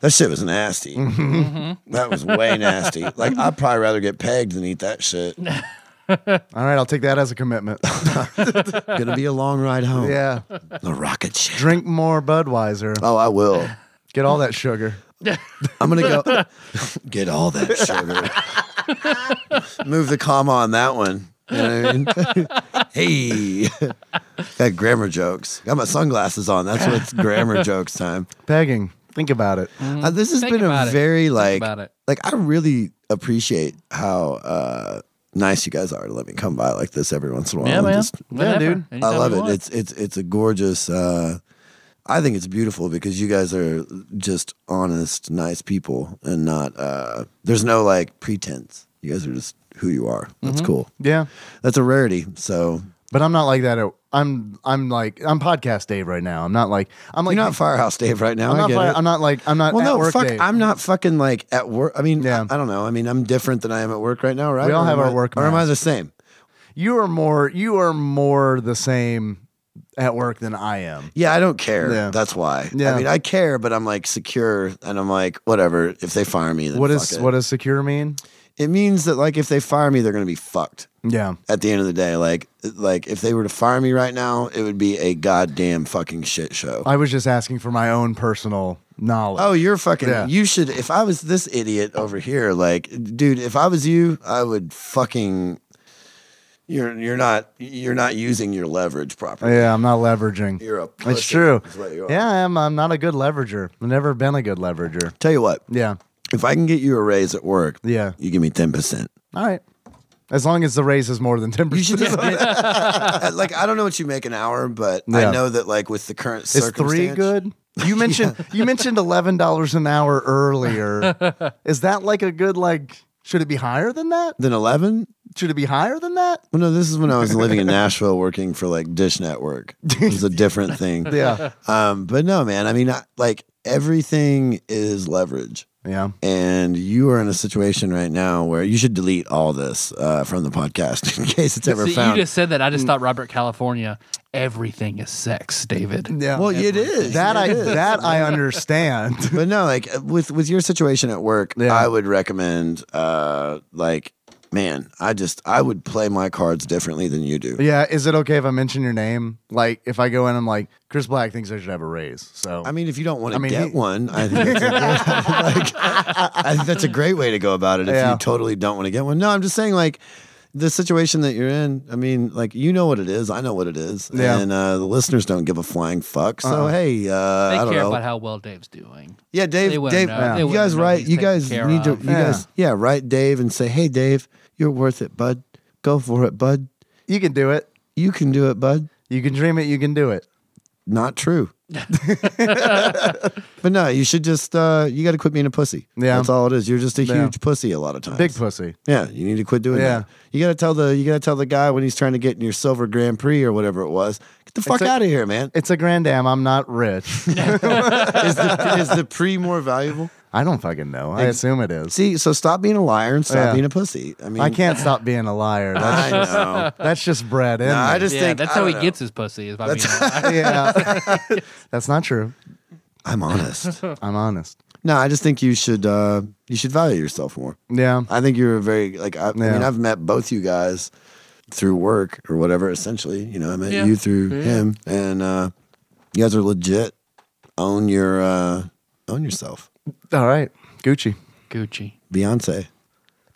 Speaker 3: That shit was nasty. That was way nasty. Like I'd probably rather get pegged than eat that
Speaker 2: <laughs>
Speaker 3: shit.
Speaker 2: All right, I'll take that as a
Speaker 3: <laughs>
Speaker 2: commitment.
Speaker 3: Gonna be a long ride home.
Speaker 2: yeah,
Speaker 3: The rocket ship.
Speaker 2: drink more Budweiser.
Speaker 3: Oh, I will.
Speaker 2: Get all that sugar.
Speaker 3: I'm
Speaker 1: <laughs>
Speaker 3: gonna go get all that sugar. <laughs> Move the comma on that one. You know what
Speaker 1: <laughs>
Speaker 3: I mean? hey, <laughs> got grammar jokes. Got my sunglasses on. That's
Speaker 1: <laughs>
Speaker 3: what's grammar jokes time.
Speaker 2: Pegging. Think about it.
Speaker 3: Uh, this has
Speaker 1: Mm-hmm. Think
Speaker 3: been
Speaker 1: about
Speaker 3: a
Speaker 1: it.
Speaker 3: very like
Speaker 1: about it.
Speaker 3: like I really appreciate how uh nice you guys are to let me come by like this every once in a while.
Speaker 1: Yeah,
Speaker 3: and
Speaker 1: man.
Speaker 3: just-
Speaker 1: Whatever.
Speaker 2: dude.
Speaker 1: Anytime
Speaker 3: I love
Speaker 1: you
Speaker 3: it.
Speaker 1: want.
Speaker 3: It's it's it's a gorgeous. Uh, I think it's beautiful because you guys are just honest, nice people, and not. Uh, there's no like pretense. You guys are just who you are. That's
Speaker 2: Mm-hmm.
Speaker 3: cool.
Speaker 2: Yeah,
Speaker 3: That's a rarity. So
Speaker 2: but I'm not like that. At, I'm I'm like I'm podcast Dave right now. I'm not like I'm like
Speaker 3: you're not Firehouse Dave right now.
Speaker 2: I'm
Speaker 3: I
Speaker 2: not
Speaker 3: get
Speaker 2: fi-
Speaker 3: it.
Speaker 2: I'm not like I'm not.
Speaker 3: well,
Speaker 2: at
Speaker 3: no,
Speaker 2: work
Speaker 3: fuck.
Speaker 2: Dave.
Speaker 3: I'm not fucking like at work. I mean,
Speaker 2: Yeah.
Speaker 3: I, I don't know. I mean, I'm different than I am at work right now, right?
Speaker 2: We all
Speaker 3: Or
Speaker 2: have
Speaker 3: am
Speaker 2: our
Speaker 3: I-
Speaker 2: work
Speaker 3: Or am I
Speaker 2: masks.
Speaker 3: the same?
Speaker 2: you are more you are more the same at work than I am.
Speaker 3: Yeah, I don't care.
Speaker 2: Yeah.
Speaker 3: That's why. I
Speaker 2: Yeah.
Speaker 3: mean, I care, but I'm like secure, and I'm like, whatever. If they fire me, then
Speaker 2: What
Speaker 3: fuck
Speaker 2: is
Speaker 3: it.
Speaker 2: what does secure mean?
Speaker 3: it means that like if they fire me, they're gonna be fucked.
Speaker 2: Yeah.
Speaker 3: At the end of the day, like like if they were to fire me right now, it would be a goddamn fucking shit show.
Speaker 2: I was just asking for my own personal knowledge.
Speaker 3: oh, you're fucking.
Speaker 2: Yeah.
Speaker 3: You should. If I was this idiot over here, like dude, if I was you, I would fucking. You're you're not you're not using your leverage properly.
Speaker 2: yeah, I'm not leveraging.
Speaker 3: You're a. Pussy,
Speaker 2: it's true.
Speaker 3: is what you are.
Speaker 2: Yeah, I'm I'm not a good leverager. I've never been a good leverager.
Speaker 3: Tell you what,
Speaker 2: Yeah.
Speaker 3: if I can get you a raise at work,
Speaker 2: Yeah.
Speaker 3: you give me ten percent.
Speaker 2: All right. As long as the raise is more than ten
Speaker 3: You should
Speaker 2: percent.
Speaker 3: just get, I-
Speaker 2: <laughs>
Speaker 3: like I don't know what you make an hour, but I
Speaker 2: Yeah.
Speaker 3: know that like with the current
Speaker 2: Is three
Speaker 3: circumstance-
Speaker 2: good? You
Speaker 3: <laughs>
Speaker 2: mentioned you mentioned eleven dollars an hour earlier. is that like a good like should it be higher than that?
Speaker 3: Then eleven?
Speaker 2: Should it be higher than that?
Speaker 3: Well, no, this is when I
Speaker 1: <laughs>
Speaker 3: was living in Nashville working for like Dish Network. It was
Speaker 1: <laughs>
Speaker 3: a different thing. <laughs>
Speaker 2: Yeah.
Speaker 3: Um, but no, man, I mean, I, like everything is leverage.
Speaker 2: Yeah.
Speaker 3: And you are in a situation right now where you should delete all this uh, from the podcast <laughs> in case it's ever
Speaker 1: See,
Speaker 3: found.
Speaker 1: you just said that. I
Speaker 3: Mm.
Speaker 1: just thought Robert California. Everything is sex, David.
Speaker 2: Yeah.
Speaker 3: well, it is.
Speaker 2: that
Speaker 3: It
Speaker 1: <laughs>
Speaker 2: I
Speaker 3: is.
Speaker 2: that I understand. <laughs>
Speaker 3: but no, like with with your situation at work,
Speaker 2: Yeah.
Speaker 3: I would recommend uh like man, I just I would play my cards differently than you do.
Speaker 2: Yeah, is it okay if I mention your name? Like, if I go in, I'm like, Chris Black thinks I should have a raise. So,
Speaker 3: I mean, if you don't want to
Speaker 2: I mean,
Speaker 3: get
Speaker 2: he-
Speaker 3: one, I think, that's a, <laughs> like, I think that's a great way to go about it. If
Speaker 2: Yeah.
Speaker 3: you totally don't want to get one, no, I'm just saying like the situation that you're in. I mean, like you know what it is. I know what it is,
Speaker 2: Yeah.
Speaker 3: and uh, the listeners don't give a flying fuck. So
Speaker 2: Uh-uh.
Speaker 3: hey, uh,
Speaker 1: They
Speaker 3: I don't
Speaker 1: care
Speaker 3: know.
Speaker 1: about how well Dave's doing.
Speaker 3: Yeah, Dave.
Speaker 1: They wouldn't
Speaker 3: Dave,
Speaker 1: know. Yeah. They
Speaker 3: you
Speaker 1: wouldn't
Speaker 3: guys
Speaker 1: know
Speaker 3: write.
Speaker 1: he's
Speaker 3: You
Speaker 1: taken
Speaker 3: guys
Speaker 1: care
Speaker 3: need to.
Speaker 1: of.
Speaker 3: You guys, yeah, write Dave and say, "Hey, Dave, you're worth it, bud. Go for it, bud.
Speaker 2: you can do it.
Speaker 3: You can do it, bud."
Speaker 2: You can dream it. You can do it. <laughs>
Speaker 3: Not true. but no, you should just. uh You got to quit being a pussy.
Speaker 2: Yeah.
Speaker 3: that's all it is. You're just a
Speaker 2: Yeah.
Speaker 3: huge pussy a lot of times.
Speaker 2: Big pussy.
Speaker 3: Yeah, you need to quit doing
Speaker 2: Yeah.
Speaker 3: that. You got to tell the. You got to tell the guy when he's trying to get in your silver Grand Prix or whatever it was. Get the fuck
Speaker 2: a-
Speaker 3: out of here, man.
Speaker 2: It's a grandam. I'm not
Speaker 3: <laughs>
Speaker 2: rich.
Speaker 3: is, <laughs> the, is the pre more valuable?
Speaker 2: I don't fucking know. I assume it
Speaker 3: <laughs>
Speaker 2: is.
Speaker 3: See, so stop being a liar and stop
Speaker 2: Yeah.
Speaker 3: being a pussy. I mean,
Speaker 2: I can't stop being a liar. That's, <laughs>
Speaker 3: I know.
Speaker 2: that's just bred in.
Speaker 3: No, I
Speaker 2: me.
Speaker 3: just
Speaker 1: Yeah,
Speaker 3: think
Speaker 1: that's
Speaker 3: I
Speaker 1: how
Speaker 3: don't
Speaker 1: he
Speaker 3: know.
Speaker 1: gets his pussy. Is by being
Speaker 3: <laughs>
Speaker 2: yeah. that's not true. <laughs>
Speaker 3: I'm honest.
Speaker 2: I'm honest.
Speaker 3: no, I just think you should uh, you should value yourself more.
Speaker 2: Yeah.
Speaker 3: I think you're a very like I, I mean
Speaker 2: Yeah.
Speaker 3: I've met both you guys through work or whatever. Essentially, you know, I met
Speaker 1: Yeah.
Speaker 3: you through him, and uh, you guys are legit. Own your uh, own yourself,
Speaker 2: All right. Gucci.
Speaker 1: Gucci.
Speaker 3: Beyonce.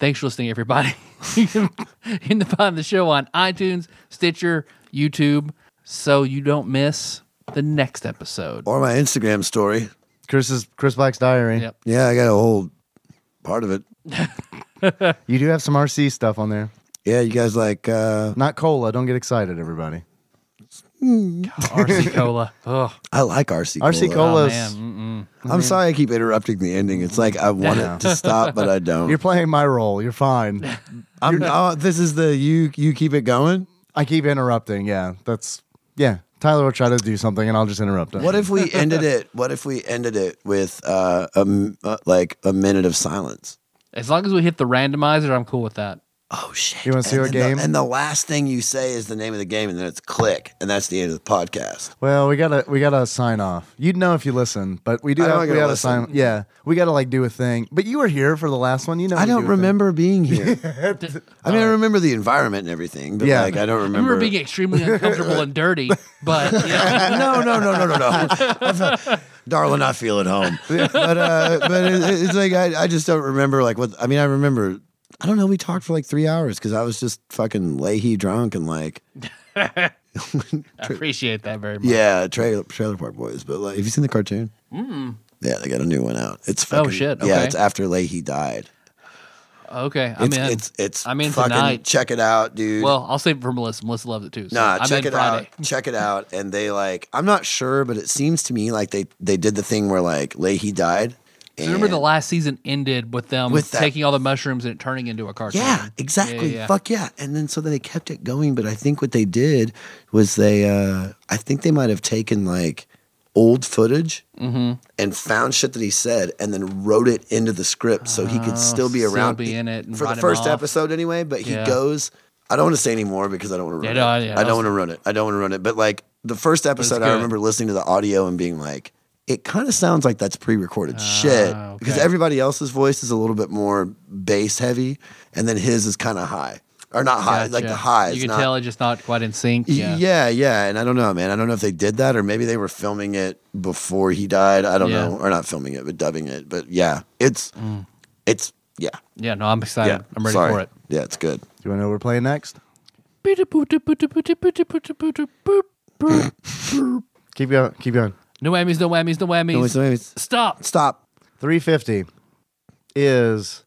Speaker 1: Thanks for listening, everybody. <laughs> you can you can find the show on iTunes, Stitcher, YouTube, so you don't miss the next
Speaker 3: <laughs>
Speaker 1: episode.
Speaker 3: Or my Instagram story.
Speaker 2: Chris's Chris Black's diary.
Speaker 1: Yep.
Speaker 3: Yeah, I got a whole part of it.
Speaker 2: You do have some RC stuff on there.
Speaker 3: Yeah, you guys like uh
Speaker 2: Not cola. Don't get excited, everybody.
Speaker 1: RC Cola. Ugh.
Speaker 3: I like RC Cola.
Speaker 2: RC
Speaker 1: Oh,
Speaker 2: colas.
Speaker 1: man. Mm-mm.
Speaker 3: I'm sorry I keep interrupting the ending. It's
Speaker 2: <laughs>
Speaker 3: like I want it to stop, but I don't.
Speaker 2: You're playing my role. You're fine.
Speaker 3: <laughs> I'm, oh, this is the you you keep it going.
Speaker 2: I keep interrupting. Yeah, that's yeah. Tyler will try to do something, and I'll just interrupt him.
Speaker 3: <laughs> What if we ended it? What if we ended it with uh, a m- uh, like a minute of silence?
Speaker 1: As long as we hit the randomizer, I'm cool with that.
Speaker 3: Oh shit!
Speaker 2: You wanna see
Speaker 3: And
Speaker 2: our
Speaker 3: then
Speaker 2: game?
Speaker 3: The, and the last thing you say is the name of the game, and then it's click, and that's the end of the podcast.
Speaker 2: Well, we gotta we gotta sign off. You'd know if you listen, but we do.
Speaker 3: I know I
Speaker 2: Have, we
Speaker 3: gotta
Speaker 2: gotta
Speaker 3: listen.
Speaker 2: sign. Yeah, we gotta like do a thing. But you were here for the last one. You know,
Speaker 3: I
Speaker 2: we do a
Speaker 3: don't
Speaker 2: thing. <laughs>
Speaker 3: remember being
Speaker 1: <laughs>
Speaker 3: here. I mean, I remember the environment and everything, but
Speaker 2: Yeah.
Speaker 3: like I don't
Speaker 1: I
Speaker 3: remember.
Speaker 1: remember being extremely uncomfortable and dirty,
Speaker 3: <laughs>
Speaker 1: but you know,
Speaker 3: no, no, no, no,
Speaker 1: <laughs>
Speaker 3: no, no. I felt- Darling, I feel at home. But uh, but it, it's like I, I just don't remember like what I mean. I remember. I don't know. We talked for like three hours because I was just fucking Leahy drunk and like
Speaker 1: I appreciate that very much.
Speaker 3: yeah, trailer Trailer Park Boys. But like, have you seen the cartoon? Mm. Yeah, they got a new one out. It's
Speaker 1: Hmm. Oh,
Speaker 3: fucking,
Speaker 1: shit,
Speaker 3: Yeah,
Speaker 1: okay.
Speaker 3: it's after Leahy died.
Speaker 1: Okay, I'm
Speaker 3: It's
Speaker 1: in.
Speaker 3: it's it's
Speaker 1: I'm in
Speaker 3: fucking
Speaker 1: tonight.
Speaker 3: check it out, dude.
Speaker 1: well, I'll save it for Melissa. Melissa loves it too. So
Speaker 3: Nah,
Speaker 1: I'm
Speaker 3: check
Speaker 1: in
Speaker 3: it
Speaker 1: Friday.
Speaker 3: out. Check it out. And they like, I'm not sure, but it seems to me like they they did the thing where like Leahy died.
Speaker 1: So remember the
Speaker 3: and-
Speaker 1: last season ended with them
Speaker 3: With that-
Speaker 1: taking all the mushrooms and it turning into a cartoon.
Speaker 3: Yeah, exactly.
Speaker 1: yeah.
Speaker 3: Fuck yeah. And then so they kept it going, but I think what they did was they uh I think they might have taken like old footage
Speaker 1: Mm-hmm.
Speaker 3: and found shit that he said and then wrote it into the script so he could still be
Speaker 1: Oh, still
Speaker 3: around
Speaker 1: be in it and
Speaker 3: for the
Speaker 1: write him
Speaker 3: first
Speaker 1: off.
Speaker 3: episode anyway, but he
Speaker 1: Yeah.
Speaker 3: goes I don't want to say anymore because I don't want to
Speaker 1: Yeah,
Speaker 3: ruin
Speaker 1: no,
Speaker 3: it.
Speaker 1: yeah,
Speaker 3: I
Speaker 1: that was-
Speaker 3: don't want to ruin it. I don't want to ruin it. But like the first episode I
Speaker 1: good.
Speaker 3: remember listening to the audio and being like it kind of sounds like that's pre-recorded
Speaker 1: Uh,
Speaker 3: shit because
Speaker 1: Ah, okay.
Speaker 3: every everybody else's voice is a little bit more bass heavy, and then his is kind of high or not high, like the
Speaker 1: Gotcha.
Speaker 3: high.
Speaker 1: You
Speaker 3: is
Speaker 1: can
Speaker 3: not,
Speaker 1: tell it's just not quite in sync.
Speaker 3: yeah.
Speaker 1: Yeah.
Speaker 3: yeah, and I don't know, man. I don't know if they did that or maybe they were filming it before he died. I don't
Speaker 1: Yeah.
Speaker 3: know, or not filming it, but dubbing it. But yeah, it's it's yeah,
Speaker 1: Yeah, No, I'm excited.
Speaker 3: yeah.
Speaker 1: I'm ready
Speaker 3: Sorry.
Speaker 1: for it.
Speaker 3: Yeah, it's good.
Speaker 2: Do you want to know what we're playing next? Keep going. Keep going.
Speaker 1: No whammies. No whammies. No whammies.
Speaker 3: No, wait, no, wait.
Speaker 1: Stop.
Speaker 3: Stop.
Speaker 2: 350 is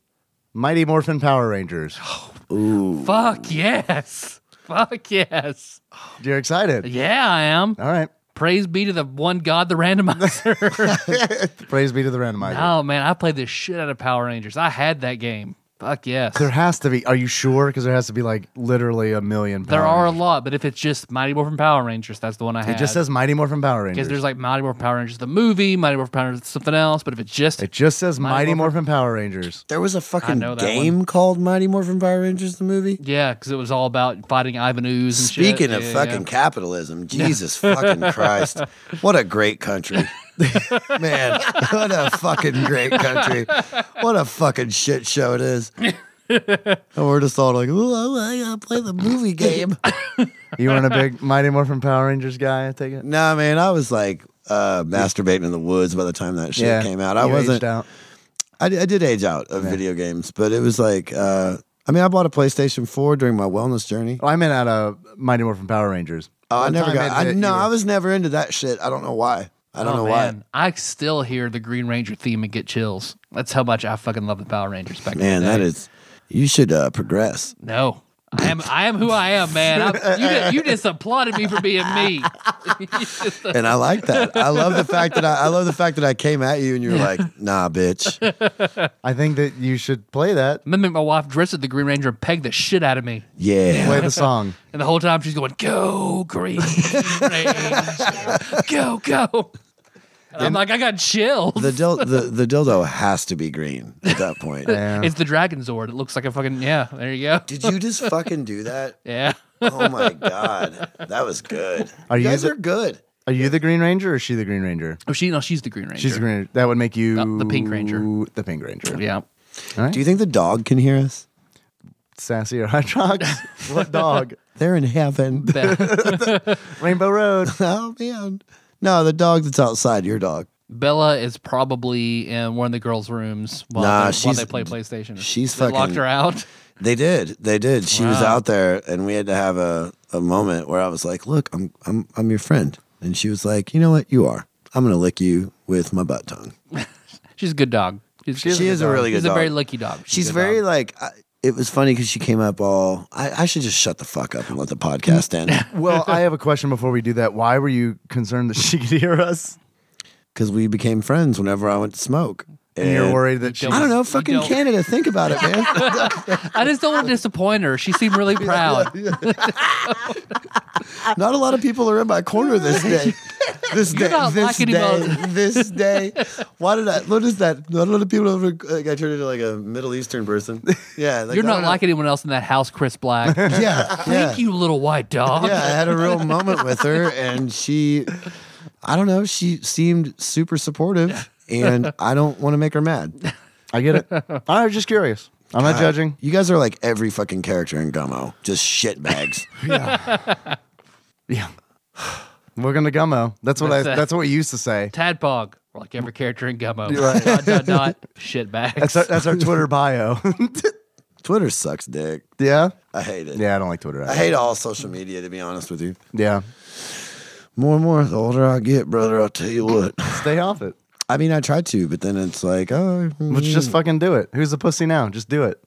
Speaker 2: Mighty Morphin Power
Speaker 1: <sighs>
Speaker 2: Rangers.
Speaker 1: Fuck yes. Fuck yes.
Speaker 2: You're excited.
Speaker 1: Yeah, I am.
Speaker 2: All right.
Speaker 1: Praise be to the one God, the
Speaker 3: <laughs>
Speaker 1: randomizer.
Speaker 2: Praise be to the randomizer.
Speaker 1: oh man, I played the shit out of Power Rangers. I had that game. Fuck yes.
Speaker 2: There has to be. Are you sure? Because there has to be like literally a million.
Speaker 1: There
Speaker 2: Power
Speaker 1: are a
Speaker 2: Rangers.
Speaker 1: lot, but if it's just Mighty Morphin Power Rangers, that's the one I had.
Speaker 2: It just says Mighty Morphin Power
Speaker 1: because
Speaker 2: Rangers.
Speaker 1: there's like Mighty Morphin Power Rangers the movie, Mighty Morphin Power Rangers something else. But if it's just
Speaker 2: it just says
Speaker 1: Mighty
Speaker 2: Mighty
Speaker 1: Morphin-
Speaker 2: Morphin
Speaker 1: <laughs>
Speaker 2: Power Rangers.
Speaker 3: There was a fucking
Speaker 1: know that
Speaker 3: game called Mighty Morphin Power Rangers the movie.
Speaker 1: yeah, because it was all about fighting Ivan Ooze. And shit.
Speaker 3: Speaking of
Speaker 1: Yeah, yeah,
Speaker 3: fucking capitalism, Jesus fucking Christ. What a great country. Man, what a fucking great country. What a fucking shit show it is. And we're just all like, oh, I gotta play the movie game.
Speaker 2: You weren't a big Mighty Morphin Power Rangers guy, I take it?
Speaker 3: nah, man, I was like uh, masturbating in the woods by the time that shit came out. I
Speaker 2: You aged
Speaker 3: wasn't.
Speaker 2: out.
Speaker 3: I, I did age out of video games, but it was like, uh, I mean, I bought a PlayStation 4 during my wellness journey.
Speaker 2: Oh, I meant out of Mighty Morphin Power Rangers.
Speaker 3: Oh, I
Speaker 2: One
Speaker 3: never
Speaker 2: time
Speaker 3: got.
Speaker 2: it
Speaker 3: I,
Speaker 2: hit,
Speaker 3: no,
Speaker 2: you were-
Speaker 3: I was never into that shit. I don't know why. I don't
Speaker 1: Oh,
Speaker 3: know why.
Speaker 1: man. I still hear the Green Ranger theme and get chills. That's how much I fucking love the Power Rangers back in
Speaker 3: Man,
Speaker 1: the day.
Speaker 3: that is. You should uh, progress.
Speaker 1: no. I am I am who I am, man. I'm, you, di- you just applauded me for being me. <laughs>
Speaker 3: <laughs> And I like that. I love the fact that I, I love the fact that I came at you and you were <laughs> like, "Nah, bitch."
Speaker 2: I think that you should play that.
Speaker 1: I'm gonna make my wife dress as the Green Ranger and peg the shit out of me.
Speaker 3: Yeah.
Speaker 2: Play
Speaker 1: <laughs>
Speaker 2: the song.
Speaker 1: And the whole time she's going, "Go
Speaker 3: <laughs>
Speaker 1: Green Ranger, go go." And I'm like, I got chills.
Speaker 3: The, dil- the the dildo has to be green at that point.
Speaker 2: Yeah.
Speaker 1: It's the Dragon Zord. It looks like a fucking yeah. There you go.
Speaker 3: Did you just fucking do that?
Speaker 1: Yeah.
Speaker 3: Oh my god, that was good.
Speaker 2: Are
Speaker 3: you
Speaker 2: you
Speaker 3: guys
Speaker 2: the-
Speaker 3: are good.
Speaker 2: Are you the Green Ranger or is she the Green Ranger?
Speaker 1: Oh, she no, she's the Green Ranger.
Speaker 2: She's the Green Ranger. That would make you
Speaker 1: Uh, the Pink Ranger.
Speaker 2: The Pink Ranger.
Speaker 3: <laughs>
Speaker 1: Yeah.
Speaker 3: Do you think the dog can hear us?
Speaker 2: Sassy
Speaker 1: <laughs>
Speaker 2: or Hydrox? what dog?
Speaker 3: They're in heaven. <laughs>
Speaker 1: That-
Speaker 2: Rainbow Road.
Speaker 3: oh man, no, the dog that's outside your dog.
Speaker 1: Bella is probably in one of the girls' rooms while,
Speaker 3: Nah,
Speaker 1: they, while
Speaker 3: she's-
Speaker 1: they play PlayStation.
Speaker 3: she's
Speaker 1: They locked
Speaker 3: fucking-
Speaker 1: her out.
Speaker 3: They did. They did. She was out there, and we had to have a, a moment where I was like, "Look, I'm I'm I'm your friend," and she was like, "You know what? You are. I'm gonna lick you with my butt tongue."
Speaker 1: She's a good dog. She's,
Speaker 3: She is a
Speaker 1: dog.
Speaker 3: really good
Speaker 1: She's a very
Speaker 3: dog.
Speaker 1: lucky dog.
Speaker 3: She's
Speaker 1: a good
Speaker 3: very
Speaker 1: dog.
Speaker 3: like. I, "Um, it was funny because she came up all. I, I should just shut the fuck up and let the podcast end
Speaker 2: Well, I have a question before we do that. Why were you concerned that <laughs> she could hear us?
Speaker 3: because we became friends whenever I went to smoke.
Speaker 2: And you're
Speaker 3: And-
Speaker 2: worried that she.
Speaker 1: don't-
Speaker 3: I don't know.
Speaker 1: You
Speaker 3: Fucking
Speaker 1: don't-
Speaker 3: Canada. Think about it, man.
Speaker 1: I just don't want to disappoint her. She seemed
Speaker 3: <laughs>
Speaker 1: really proud.
Speaker 3: Not a lot of people are in my corner this day. This
Speaker 1: You're
Speaker 3: day,
Speaker 1: not
Speaker 3: this
Speaker 1: liking
Speaker 3: day,
Speaker 1: about-
Speaker 3: this day. Why did I? What is that? Not a lot of people over. Like I turned into like a Middle
Speaker 1: <laughs>
Speaker 3: Eastern person. Yeah, like,
Speaker 1: You're
Speaker 3: I
Speaker 1: not
Speaker 3: don't know.
Speaker 1: like anyone else in that house, Chris Black. Thank
Speaker 3: <laughs> Yeah, yeah,
Speaker 1: you, little white dog.
Speaker 3: yeah. I had a real moment with her, and she, I don't know, she seemed super supportive, and I don't want to make her mad.
Speaker 2: I get it.
Speaker 1: <laughs>
Speaker 2: I was just curious. I'm not judging.
Speaker 3: You guys are like every fucking character in Gummo, just shit
Speaker 1: <laughs>
Speaker 3: bags.
Speaker 2: Yeah. <sighs> We're gonna gummo. That's what
Speaker 1: That's
Speaker 2: I.
Speaker 1: it.
Speaker 2: That's what we used to say.
Speaker 1: Tadpog, We're like every character in Gummo. Dot, dot, dot, shitbags.
Speaker 2: That's our, <laughs> that's our Twitter bio.
Speaker 3: Twitter sucks dick.
Speaker 2: yeah.
Speaker 3: I hate it.
Speaker 2: Yeah. I don't like Twitter.
Speaker 3: I hate all social media to be honest with you.
Speaker 2: Yeah.
Speaker 3: More and more, the older I get, brother, I'll tell you what.
Speaker 2: Stay off it.
Speaker 3: I mean, I tried to, but then it's like, oh,
Speaker 2: Let's just fucking do it. Who's the pussy now? Just do it.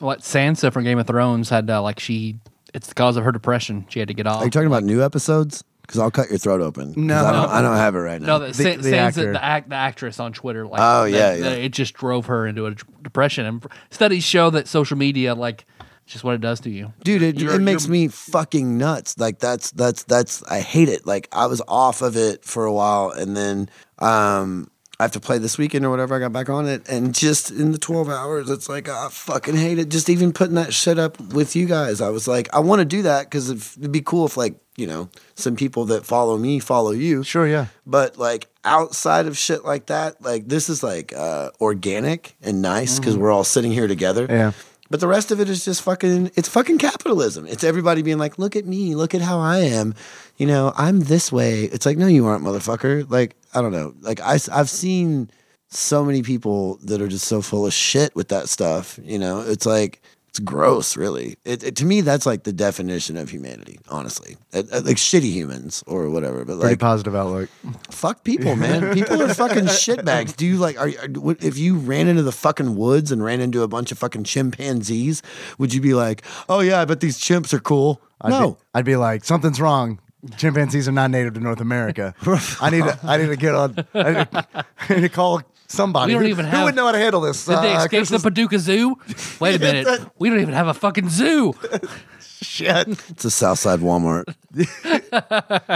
Speaker 1: what Sansa from Game of Thrones had, uh, like, she, it's the cause of her depression. She had to get off.
Speaker 3: are you talking about new episodes? Because I'll cut your throat open. 'Cause
Speaker 2: No.
Speaker 3: I don't, I don't have it right
Speaker 1: no,
Speaker 3: now.
Speaker 1: the,
Speaker 2: the-
Speaker 1: Sa-
Speaker 2: the
Speaker 1: Sansa,
Speaker 2: actor.
Speaker 1: the, act, the actress on Twitter, like,
Speaker 3: Oh, yeah,
Speaker 1: that-
Speaker 3: yeah.
Speaker 1: that it just drove her into a d- depression. And studies show that social media, like, it's just what it does to you.
Speaker 3: Dude, it,
Speaker 1: You're-
Speaker 3: it makes
Speaker 1: you're-
Speaker 3: me fucking nuts. Like that's that's that's I hate it. Like I was off of it for a while, and then um, I have to play this weekend or whatever. I got back on it, and just in the twelve hours, it's like I fucking hate it. Just even putting that shit up with you guys, I was like, I want to do that because it'd be cool if like you know some people that follow me follow you.
Speaker 2: Sure. Yeah.
Speaker 3: but like outside of shit like that like this is like uh organic and nice because we're all sitting here together
Speaker 2: Yeah.
Speaker 3: but the rest of it is just fucking it's fucking capitalism it's everybody being like look at me look at how i am you know i'm this way it's like no you aren't motherfucker like i don't know like I, i've seen so many people that are just so full of shit with that stuff you know it's like it's gross really it, it- to me that's like the definition of humanity honestly Uh, uh, like shitty humans or whatever but
Speaker 2: Pretty
Speaker 3: like
Speaker 2: positive outlook.
Speaker 3: Fuck people, man. People are
Speaker 2: <laughs>
Speaker 3: fucking shitbags. Do you like? Are, are what- if you ran into the fucking woods and ran into a bunch of fucking chimpanzees? Would you be like, oh yeah, I bet these chimps are cool?
Speaker 2: I'd
Speaker 3: no,
Speaker 2: Be, I'd be like, something's wrong. Chimpanzees are not native to North <laughs> America. I need to. I need to get on. I need <laughs> to, I need to call somebody.
Speaker 1: We don't
Speaker 2: Who-
Speaker 1: even
Speaker 2: Who
Speaker 1: have-
Speaker 2: would know how to handle this?
Speaker 1: Did they
Speaker 2: Uh,
Speaker 1: escape the
Speaker 2: Christmas-
Speaker 1: Paducah Zoo? Wait a minute. we don't even have a fucking zoo.
Speaker 2: <laughs> shit?
Speaker 3: it's a Southside
Speaker 2: <laughs>
Speaker 3: Walmart.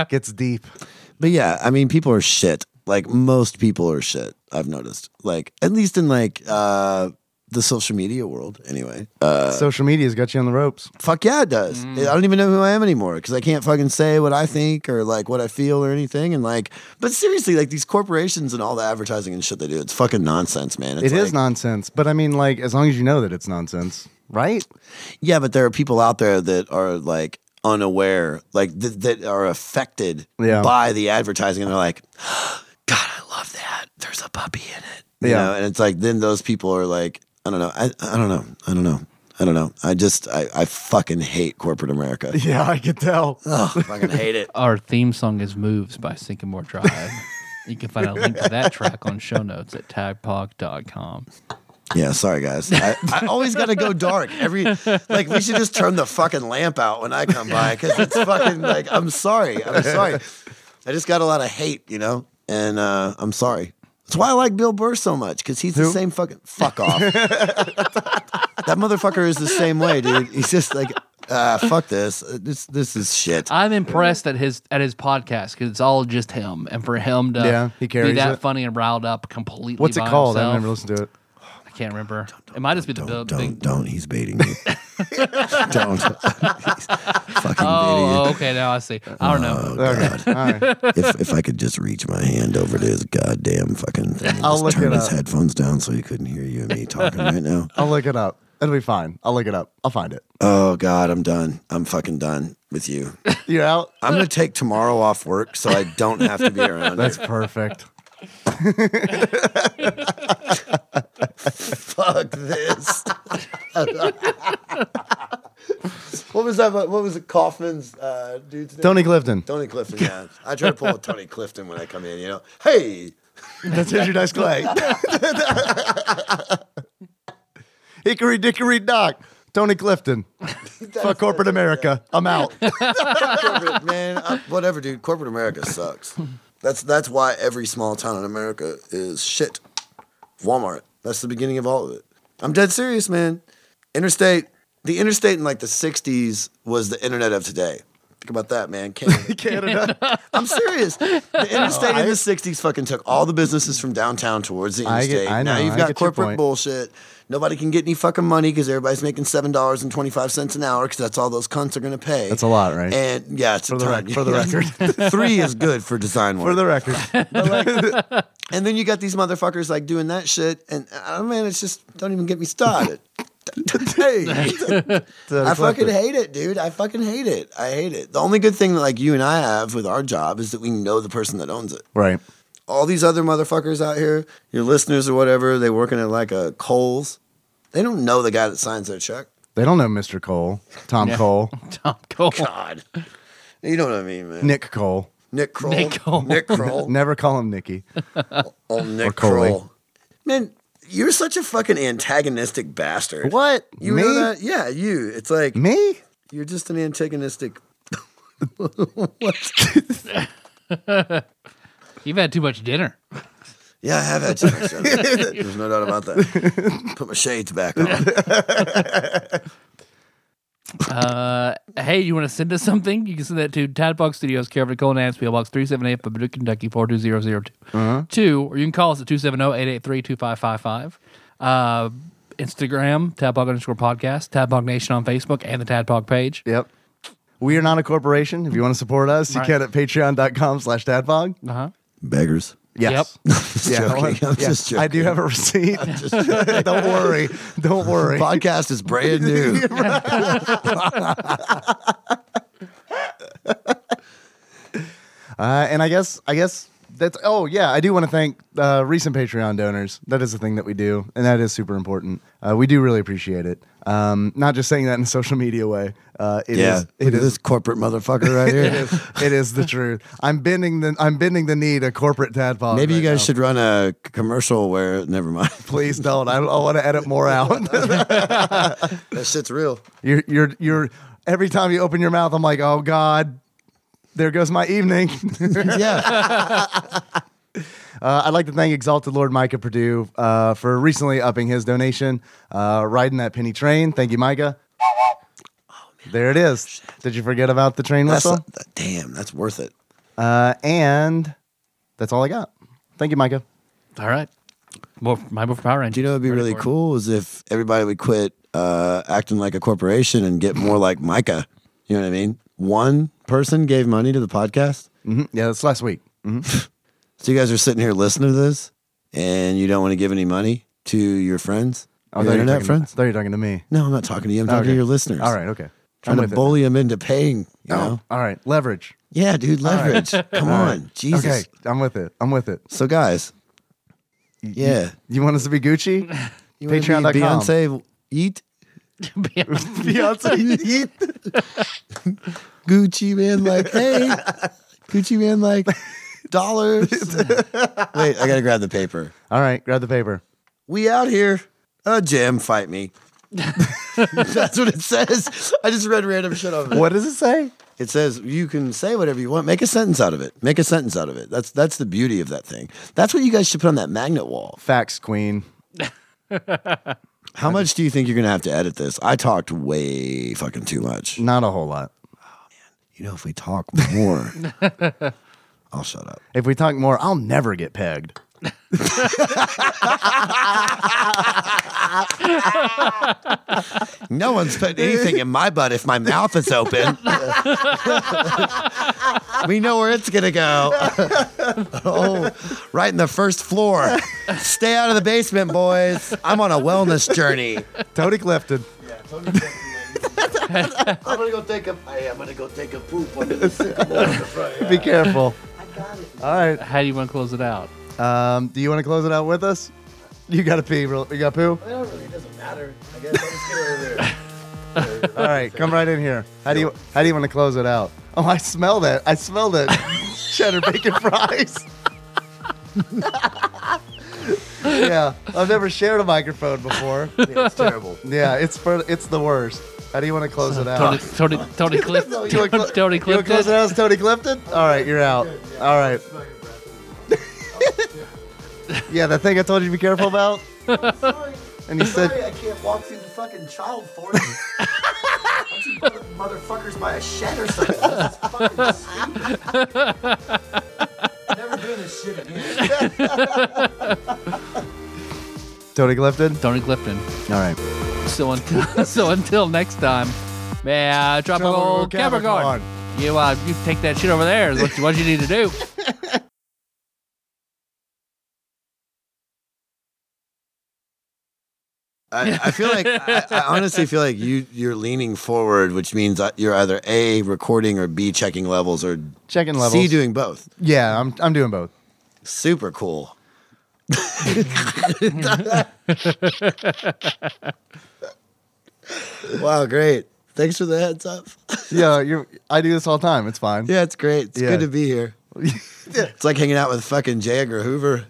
Speaker 2: Gets deep.
Speaker 3: But yeah, I mean, people are shit. Like most people are shit. I've noticed. Like at least in like uh, the social media world. Anyway,
Speaker 2: Social media's got you on the ropes.
Speaker 3: Fuck yeah, it does.
Speaker 2: Mm.
Speaker 3: I don't even know who I am anymore because I can't fucking say what I think or like what I feel or anything. And like, but seriously, like these corporations and all the advertising and shit they do, it's fucking nonsense, man. It's
Speaker 2: It's
Speaker 3: like-
Speaker 2: nonsense, but I mean, like, as long as you know that it's nonsense, right?
Speaker 3: Yeah, but there are people out there that are like unaware, like th- that are affected
Speaker 2: Yeah.
Speaker 3: by the advertising, and they're like, <gasps> "God, I love that. There's a puppy in it." You
Speaker 2: Yeah.
Speaker 3: know? and it's like then those people are like, I don't know, I, I don't know, I don't know, I don't know. I just I, I fucking hate corporate America.
Speaker 2: <laughs> <laughs> Yeah, I could tell.
Speaker 3: Ugh, I fucking hate it.
Speaker 1: Our theme song is Moves by Sycamore Drive. you can find a link to that track on show notes at tagpog.com.
Speaker 3: Yeah, sorry guys. I, I always gotta go dark. Every like we should just turn the fucking lamp out when I come by because it's fucking like I'm sorry. I'm sorry. I just got a lot of hate, you know, and uh, I'm sorry. That's why I like Bill Burr so much because he's the same fucking fuck off. <laughs> that motherfucker is the same way, dude. He's just like, ah, fuck this. This this is shit.
Speaker 1: I'm impressed at his at his podcast because it's all just him, and for him to
Speaker 2: Yeah, he
Speaker 1: be
Speaker 2: carries
Speaker 1: that
Speaker 2: it.
Speaker 1: funny and riled up completely.
Speaker 2: What's it
Speaker 1: by
Speaker 2: called?
Speaker 1: Himself,
Speaker 2: I never listened to it.
Speaker 1: I can't remember. it might just be the
Speaker 3: Don't,
Speaker 1: the
Speaker 3: don't,
Speaker 1: big.
Speaker 3: don't. He's
Speaker 1: <laughs>
Speaker 3: baiting you. don't. <laughs> He's fucking idiot.
Speaker 1: Oh, okay. Now I see. I don't know.
Speaker 2: <laughs> Okay. Oh, All right.
Speaker 3: if if I could just reach my hand over to his goddamn fucking thing, and
Speaker 2: I'll
Speaker 3: just
Speaker 2: look
Speaker 3: turn
Speaker 2: it
Speaker 3: his
Speaker 2: up.
Speaker 3: headphones down so he couldn't hear you and me talking right now. <laughs>
Speaker 2: I'll look it up. It'll be fine. I'll look it up. I'll find it.
Speaker 3: Oh God, I'm done. I'm fucking done with you.
Speaker 2: You're out.
Speaker 3: <laughs> I'm gonna take tomorrow off work so I don't have to be around.
Speaker 2: That's
Speaker 3: That's
Speaker 2: perfect.
Speaker 3: Fuck this. <laughs> what was that? What was it? Kaufman's uh, dude's name?
Speaker 2: Tony Clifton.
Speaker 3: Tony Clifton. Yeah, I try to pull a Tony Clifton when I come in. You know, hey,
Speaker 2: That's your Dice Clay. <laughs> Hickory Dickory Dock. Tony Clifton. Fuck corporate America.
Speaker 1: <laughs>
Speaker 2: I'm out. <laughs>
Speaker 3: corporate, man, I- whatever, dude. Corporate America sucks. That's that's why every small town in America is shit. Walmart. That's the beginning of all of it. I'm dead serious, man. Interstate. The interstate in like the '60s was the internet of today. Think about that, man. Canada.
Speaker 2: Canada.
Speaker 3: I'm serious.
Speaker 2: <laughs>
Speaker 3: The interstate in the '60s fucking took all the businesses from downtown towards the
Speaker 2: I get-
Speaker 3: interstate.
Speaker 2: I
Speaker 3: now
Speaker 2: know,
Speaker 3: you've
Speaker 2: I get
Speaker 3: got
Speaker 2: your
Speaker 3: corporate
Speaker 2: point.
Speaker 3: bullshit. Nobody can get any fucking money because everybody's making seven dollars and twenty five cents an hour because that's all those cunts are gonna pay.
Speaker 2: That's a lot, right?
Speaker 3: And yeah, it's a
Speaker 2: the
Speaker 3: ton.
Speaker 2: rec- for
Speaker 3: <laughs>
Speaker 2: the record.
Speaker 3: three is good for design work.
Speaker 2: For the
Speaker 1: <laughs>
Speaker 2: record.
Speaker 3: and then you got these motherfuckers like doing that shit, and oh man, it's just don't even get me started. <laughs>
Speaker 2: <laughs>
Speaker 3: hey.
Speaker 2: Tony
Speaker 3: I fucking
Speaker 2: Clifton.
Speaker 3: hate it, dude. I fucking hate it. I hate it. The only good thing that like you and I have with our job is that we know the person that owns it.
Speaker 2: Right.
Speaker 3: All these other motherfuckers out here, your listeners or whatever, they working at like a Kohl's. They don't know the guy that signs their check.
Speaker 2: They don't know Mr. Cole, Tom Cole,
Speaker 1: <laughs> Tom Cole.
Speaker 3: Uh, God. You know what I mean, man.
Speaker 2: Nick Cole.
Speaker 3: Nick Kroll.
Speaker 1: Nick Kroll.
Speaker 3: Nick Kroll.
Speaker 2: Never call him Nicky.
Speaker 3: Oh, Nick
Speaker 2: Coley.
Speaker 3: Kroll. Man, you're such a fucking antagonistic bastard.
Speaker 2: What?
Speaker 3: You
Speaker 2: Me?
Speaker 3: know that? Yeah, you. It's like
Speaker 2: Me?
Speaker 3: you're just an antagonistic
Speaker 1: You've had too much dinner.
Speaker 3: Yeah, I have had sex. <laughs> There's no doubt about that. Put my shades back on.
Speaker 1: Uh, hey, you want to send us something? You can send that to Tadbox Studios, Careful Cole Nance, PO Box 378, Paducah, Kentucky 42002.
Speaker 2: Uh-huh.
Speaker 1: Two, oh, or you can call us at 270-883-2555. Uh, Instagram, Tadpog underscore podcast, Tadpog Nation on Facebook, and the Tadpog page.
Speaker 2: Yep. We are not a corporation. If you want to support us, you
Speaker 1: Right.
Speaker 2: can at patreon.com slash dadbog.
Speaker 1: Uh-huh.
Speaker 3: Beggars.
Speaker 2: Yes.
Speaker 1: Yep. <laughs>
Speaker 2: Yeah,
Speaker 3: joking. I'm just
Speaker 2: I
Speaker 3: joking.
Speaker 2: do have a receipt. <laughs> don't worry. Don't worry.
Speaker 3: Podcast is brand new.
Speaker 2: Uh, and I guess I guess that's oh yeah I do want to thank uh, recent Patreon donors. That is the thing that we do, and that is super important. Uh, we do really appreciate it. Um, not just saying that in a social media way. Uh, <laughs> it is
Speaker 3: yeah,
Speaker 2: it is.
Speaker 3: this corporate
Speaker 2: <laughs>
Speaker 3: motherfucker right
Speaker 2: It
Speaker 3: here.
Speaker 2: is, it is the truth. I'm bending the I'm bending the knee to corporate tadpole.
Speaker 3: Maybe you
Speaker 2: right
Speaker 3: guys
Speaker 2: now.
Speaker 3: should run a c- commercial where. <laughs> Never mind.
Speaker 2: please don't. I, I want to edit more out.
Speaker 3: <laughs> That shit's real.
Speaker 2: you're you're you're every time you open your mouth, I'm like, oh god, there goes my evening.
Speaker 3: <laughs> Yeah.
Speaker 2: <laughs> Uh, I'd like to thank Exalted Lord Micah Purdue uh, for recently upping his donation, uh, riding that penny train. Thank you, Micah. There it is. Did you forget about the train
Speaker 3: That's
Speaker 2: whistle?
Speaker 3: that- damn. That's worth it.
Speaker 2: Uh, and that's all I got. Thank you, Micah.
Speaker 1: All right. More, my more for Power Rangers.
Speaker 3: Do you
Speaker 2: <laughs>
Speaker 3: know what'd be really cool is if everybody would quit uh, acting like a corporation and get more like Micah. You know what I mean? One person gave money to the podcast.
Speaker 2: hmm Yeah, that's last week.
Speaker 3: So you guys are sitting here listening to this, and you don't want to give any money to your friends,
Speaker 2: Oh, thought
Speaker 3: your
Speaker 2: you were
Speaker 3: internet
Speaker 2: talking-
Speaker 3: friends.
Speaker 2: thought you were talking to me.
Speaker 3: No, I'm not talking to you. I'm talking
Speaker 2: Okay.
Speaker 3: to your listeners.
Speaker 2: All right, okay.
Speaker 3: trying
Speaker 2: I'm
Speaker 3: to
Speaker 2: with it. Oh.
Speaker 3: bully them into paying. You know?
Speaker 2: All right, leverage.
Speaker 3: Yeah, dude, leverage. Come on, Jesus.
Speaker 2: Okay, I'm with it. I'm with it.
Speaker 3: So guys, yeah,
Speaker 2: You want us to be Gucci?
Speaker 3: you wanna be
Speaker 2: Patreon.com.
Speaker 3: Beyonce, <laughs> eat
Speaker 2: Beyonce. Yeet.
Speaker 3: <laughs> Gucci man like hey, Gucci man like dollars. <laughs> Wait, I gotta grab the paper.
Speaker 2: All right, grab the paper.
Speaker 3: We out here. A jam, fight <laughs> me. That's what it says. I just read random shit off of it.
Speaker 2: What does it say?
Speaker 3: It says you can say whatever you want. Make a sentence out of it. Make a sentence out of it. That's that's the beauty of that thing. That's what you guys should put on that magnet wall.
Speaker 2: Facts, Queen.
Speaker 3: How much do you think you're gonna have to edit this? I talked way fucking too much.
Speaker 2: Not a whole lot.
Speaker 3: You know, if we talk more, <laughs> I'll shut up.
Speaker 2: If we talk more, I'll never get pegged.
Speaker 3: No one's putting anything in my butt if my mouth is open. <laughs> we know where it's gonna go. <laughs> oh, right in the first floor. Stay out of the basement, boys. I'm on a wellness journey.
Speaker 2: Tony Clifton.
Speaker 3: I'm gonna go take a. I am gonna go take a poop under the sycamore in the front.
Speaker 2: Be careful. All right.
Speaker 1: How do you want to close it out?
Speaker 2: Um, do you want to close it out with us? You got to pee. real- You got poo?
Speaker 3: It really doesn't matter. I guess I'll just
Speaker 2: <laughs>
Speaker 3: get over there.
Speaker 2: All
Speaker 1: <laughs>
Speaker 2: right, come right in here. How do you how do you want to close it out? Oh, I smell that. I smell that <laughs> cheddar bacon fries. <laughs> yeah, I've never shared a
Speaker 1: <laughs>
Speaker 2: microphone before.
Speaker 3: Yeah, it's terrible.
Speaker 2: Yeah, it's for it's the worst. How do you want to close it
Speaker 1: Tony,
Speaker 2: out?
Speaker 1: Tony,
Speaker 2: <laughs>
Speaker 1: Tony, Cliff,
Speaker 2: No, Uh, you wanna clo-
Speaker 1: Tony
Speaker 2: you wanna
Speaker 1: Clifton.
Speaker 2: close it out as Tony Clifton? All right, you're out. All right. <laughs> Yeah, that thing I told you to be careful about. And he
Speaker 3: Sorry,
Speaker 2: said,
Speaker 3: I can't walk through the fucking child
Speaker 2: <laughs>
Speaker 3: forest. Don't you put motherfuckers by a shed or something? This is fucking stupid. Never doing this shit again.
Speaker 2: Tony Clifton.
Speaker 1: Tony Clifton.
Speaker 2: All right.
Speaker 1: So until <laughs> so until next time, may I drop a
Speaker 2: Tropical
Speaker 1: gold Capricorn.
Speaker 2: Capricorn.
Speaker 1: You uh, you take that shit over there. Is what you, what you need to do.
Speaker 3: I, I feel like I, I honestly feel like you you're leaning forward, which means that you're either a recording or b checking levels or
Speaker 2: Checking levels.
Speaker 3: c doing both.
Speaker 2: yeah, I'm I'm doing both.
Speaker 3: Super cool. wow, great! Thanks for the heads up. <laughs>
Speaker 2: Yeah, you're. I do this all the time. It's fine.
Speaker 3: Yeah, it's great. It's
Speaker 2: Yeah.
Speaker 3: good to be here. it's like hanging out with fucking J. Edgar Hoover.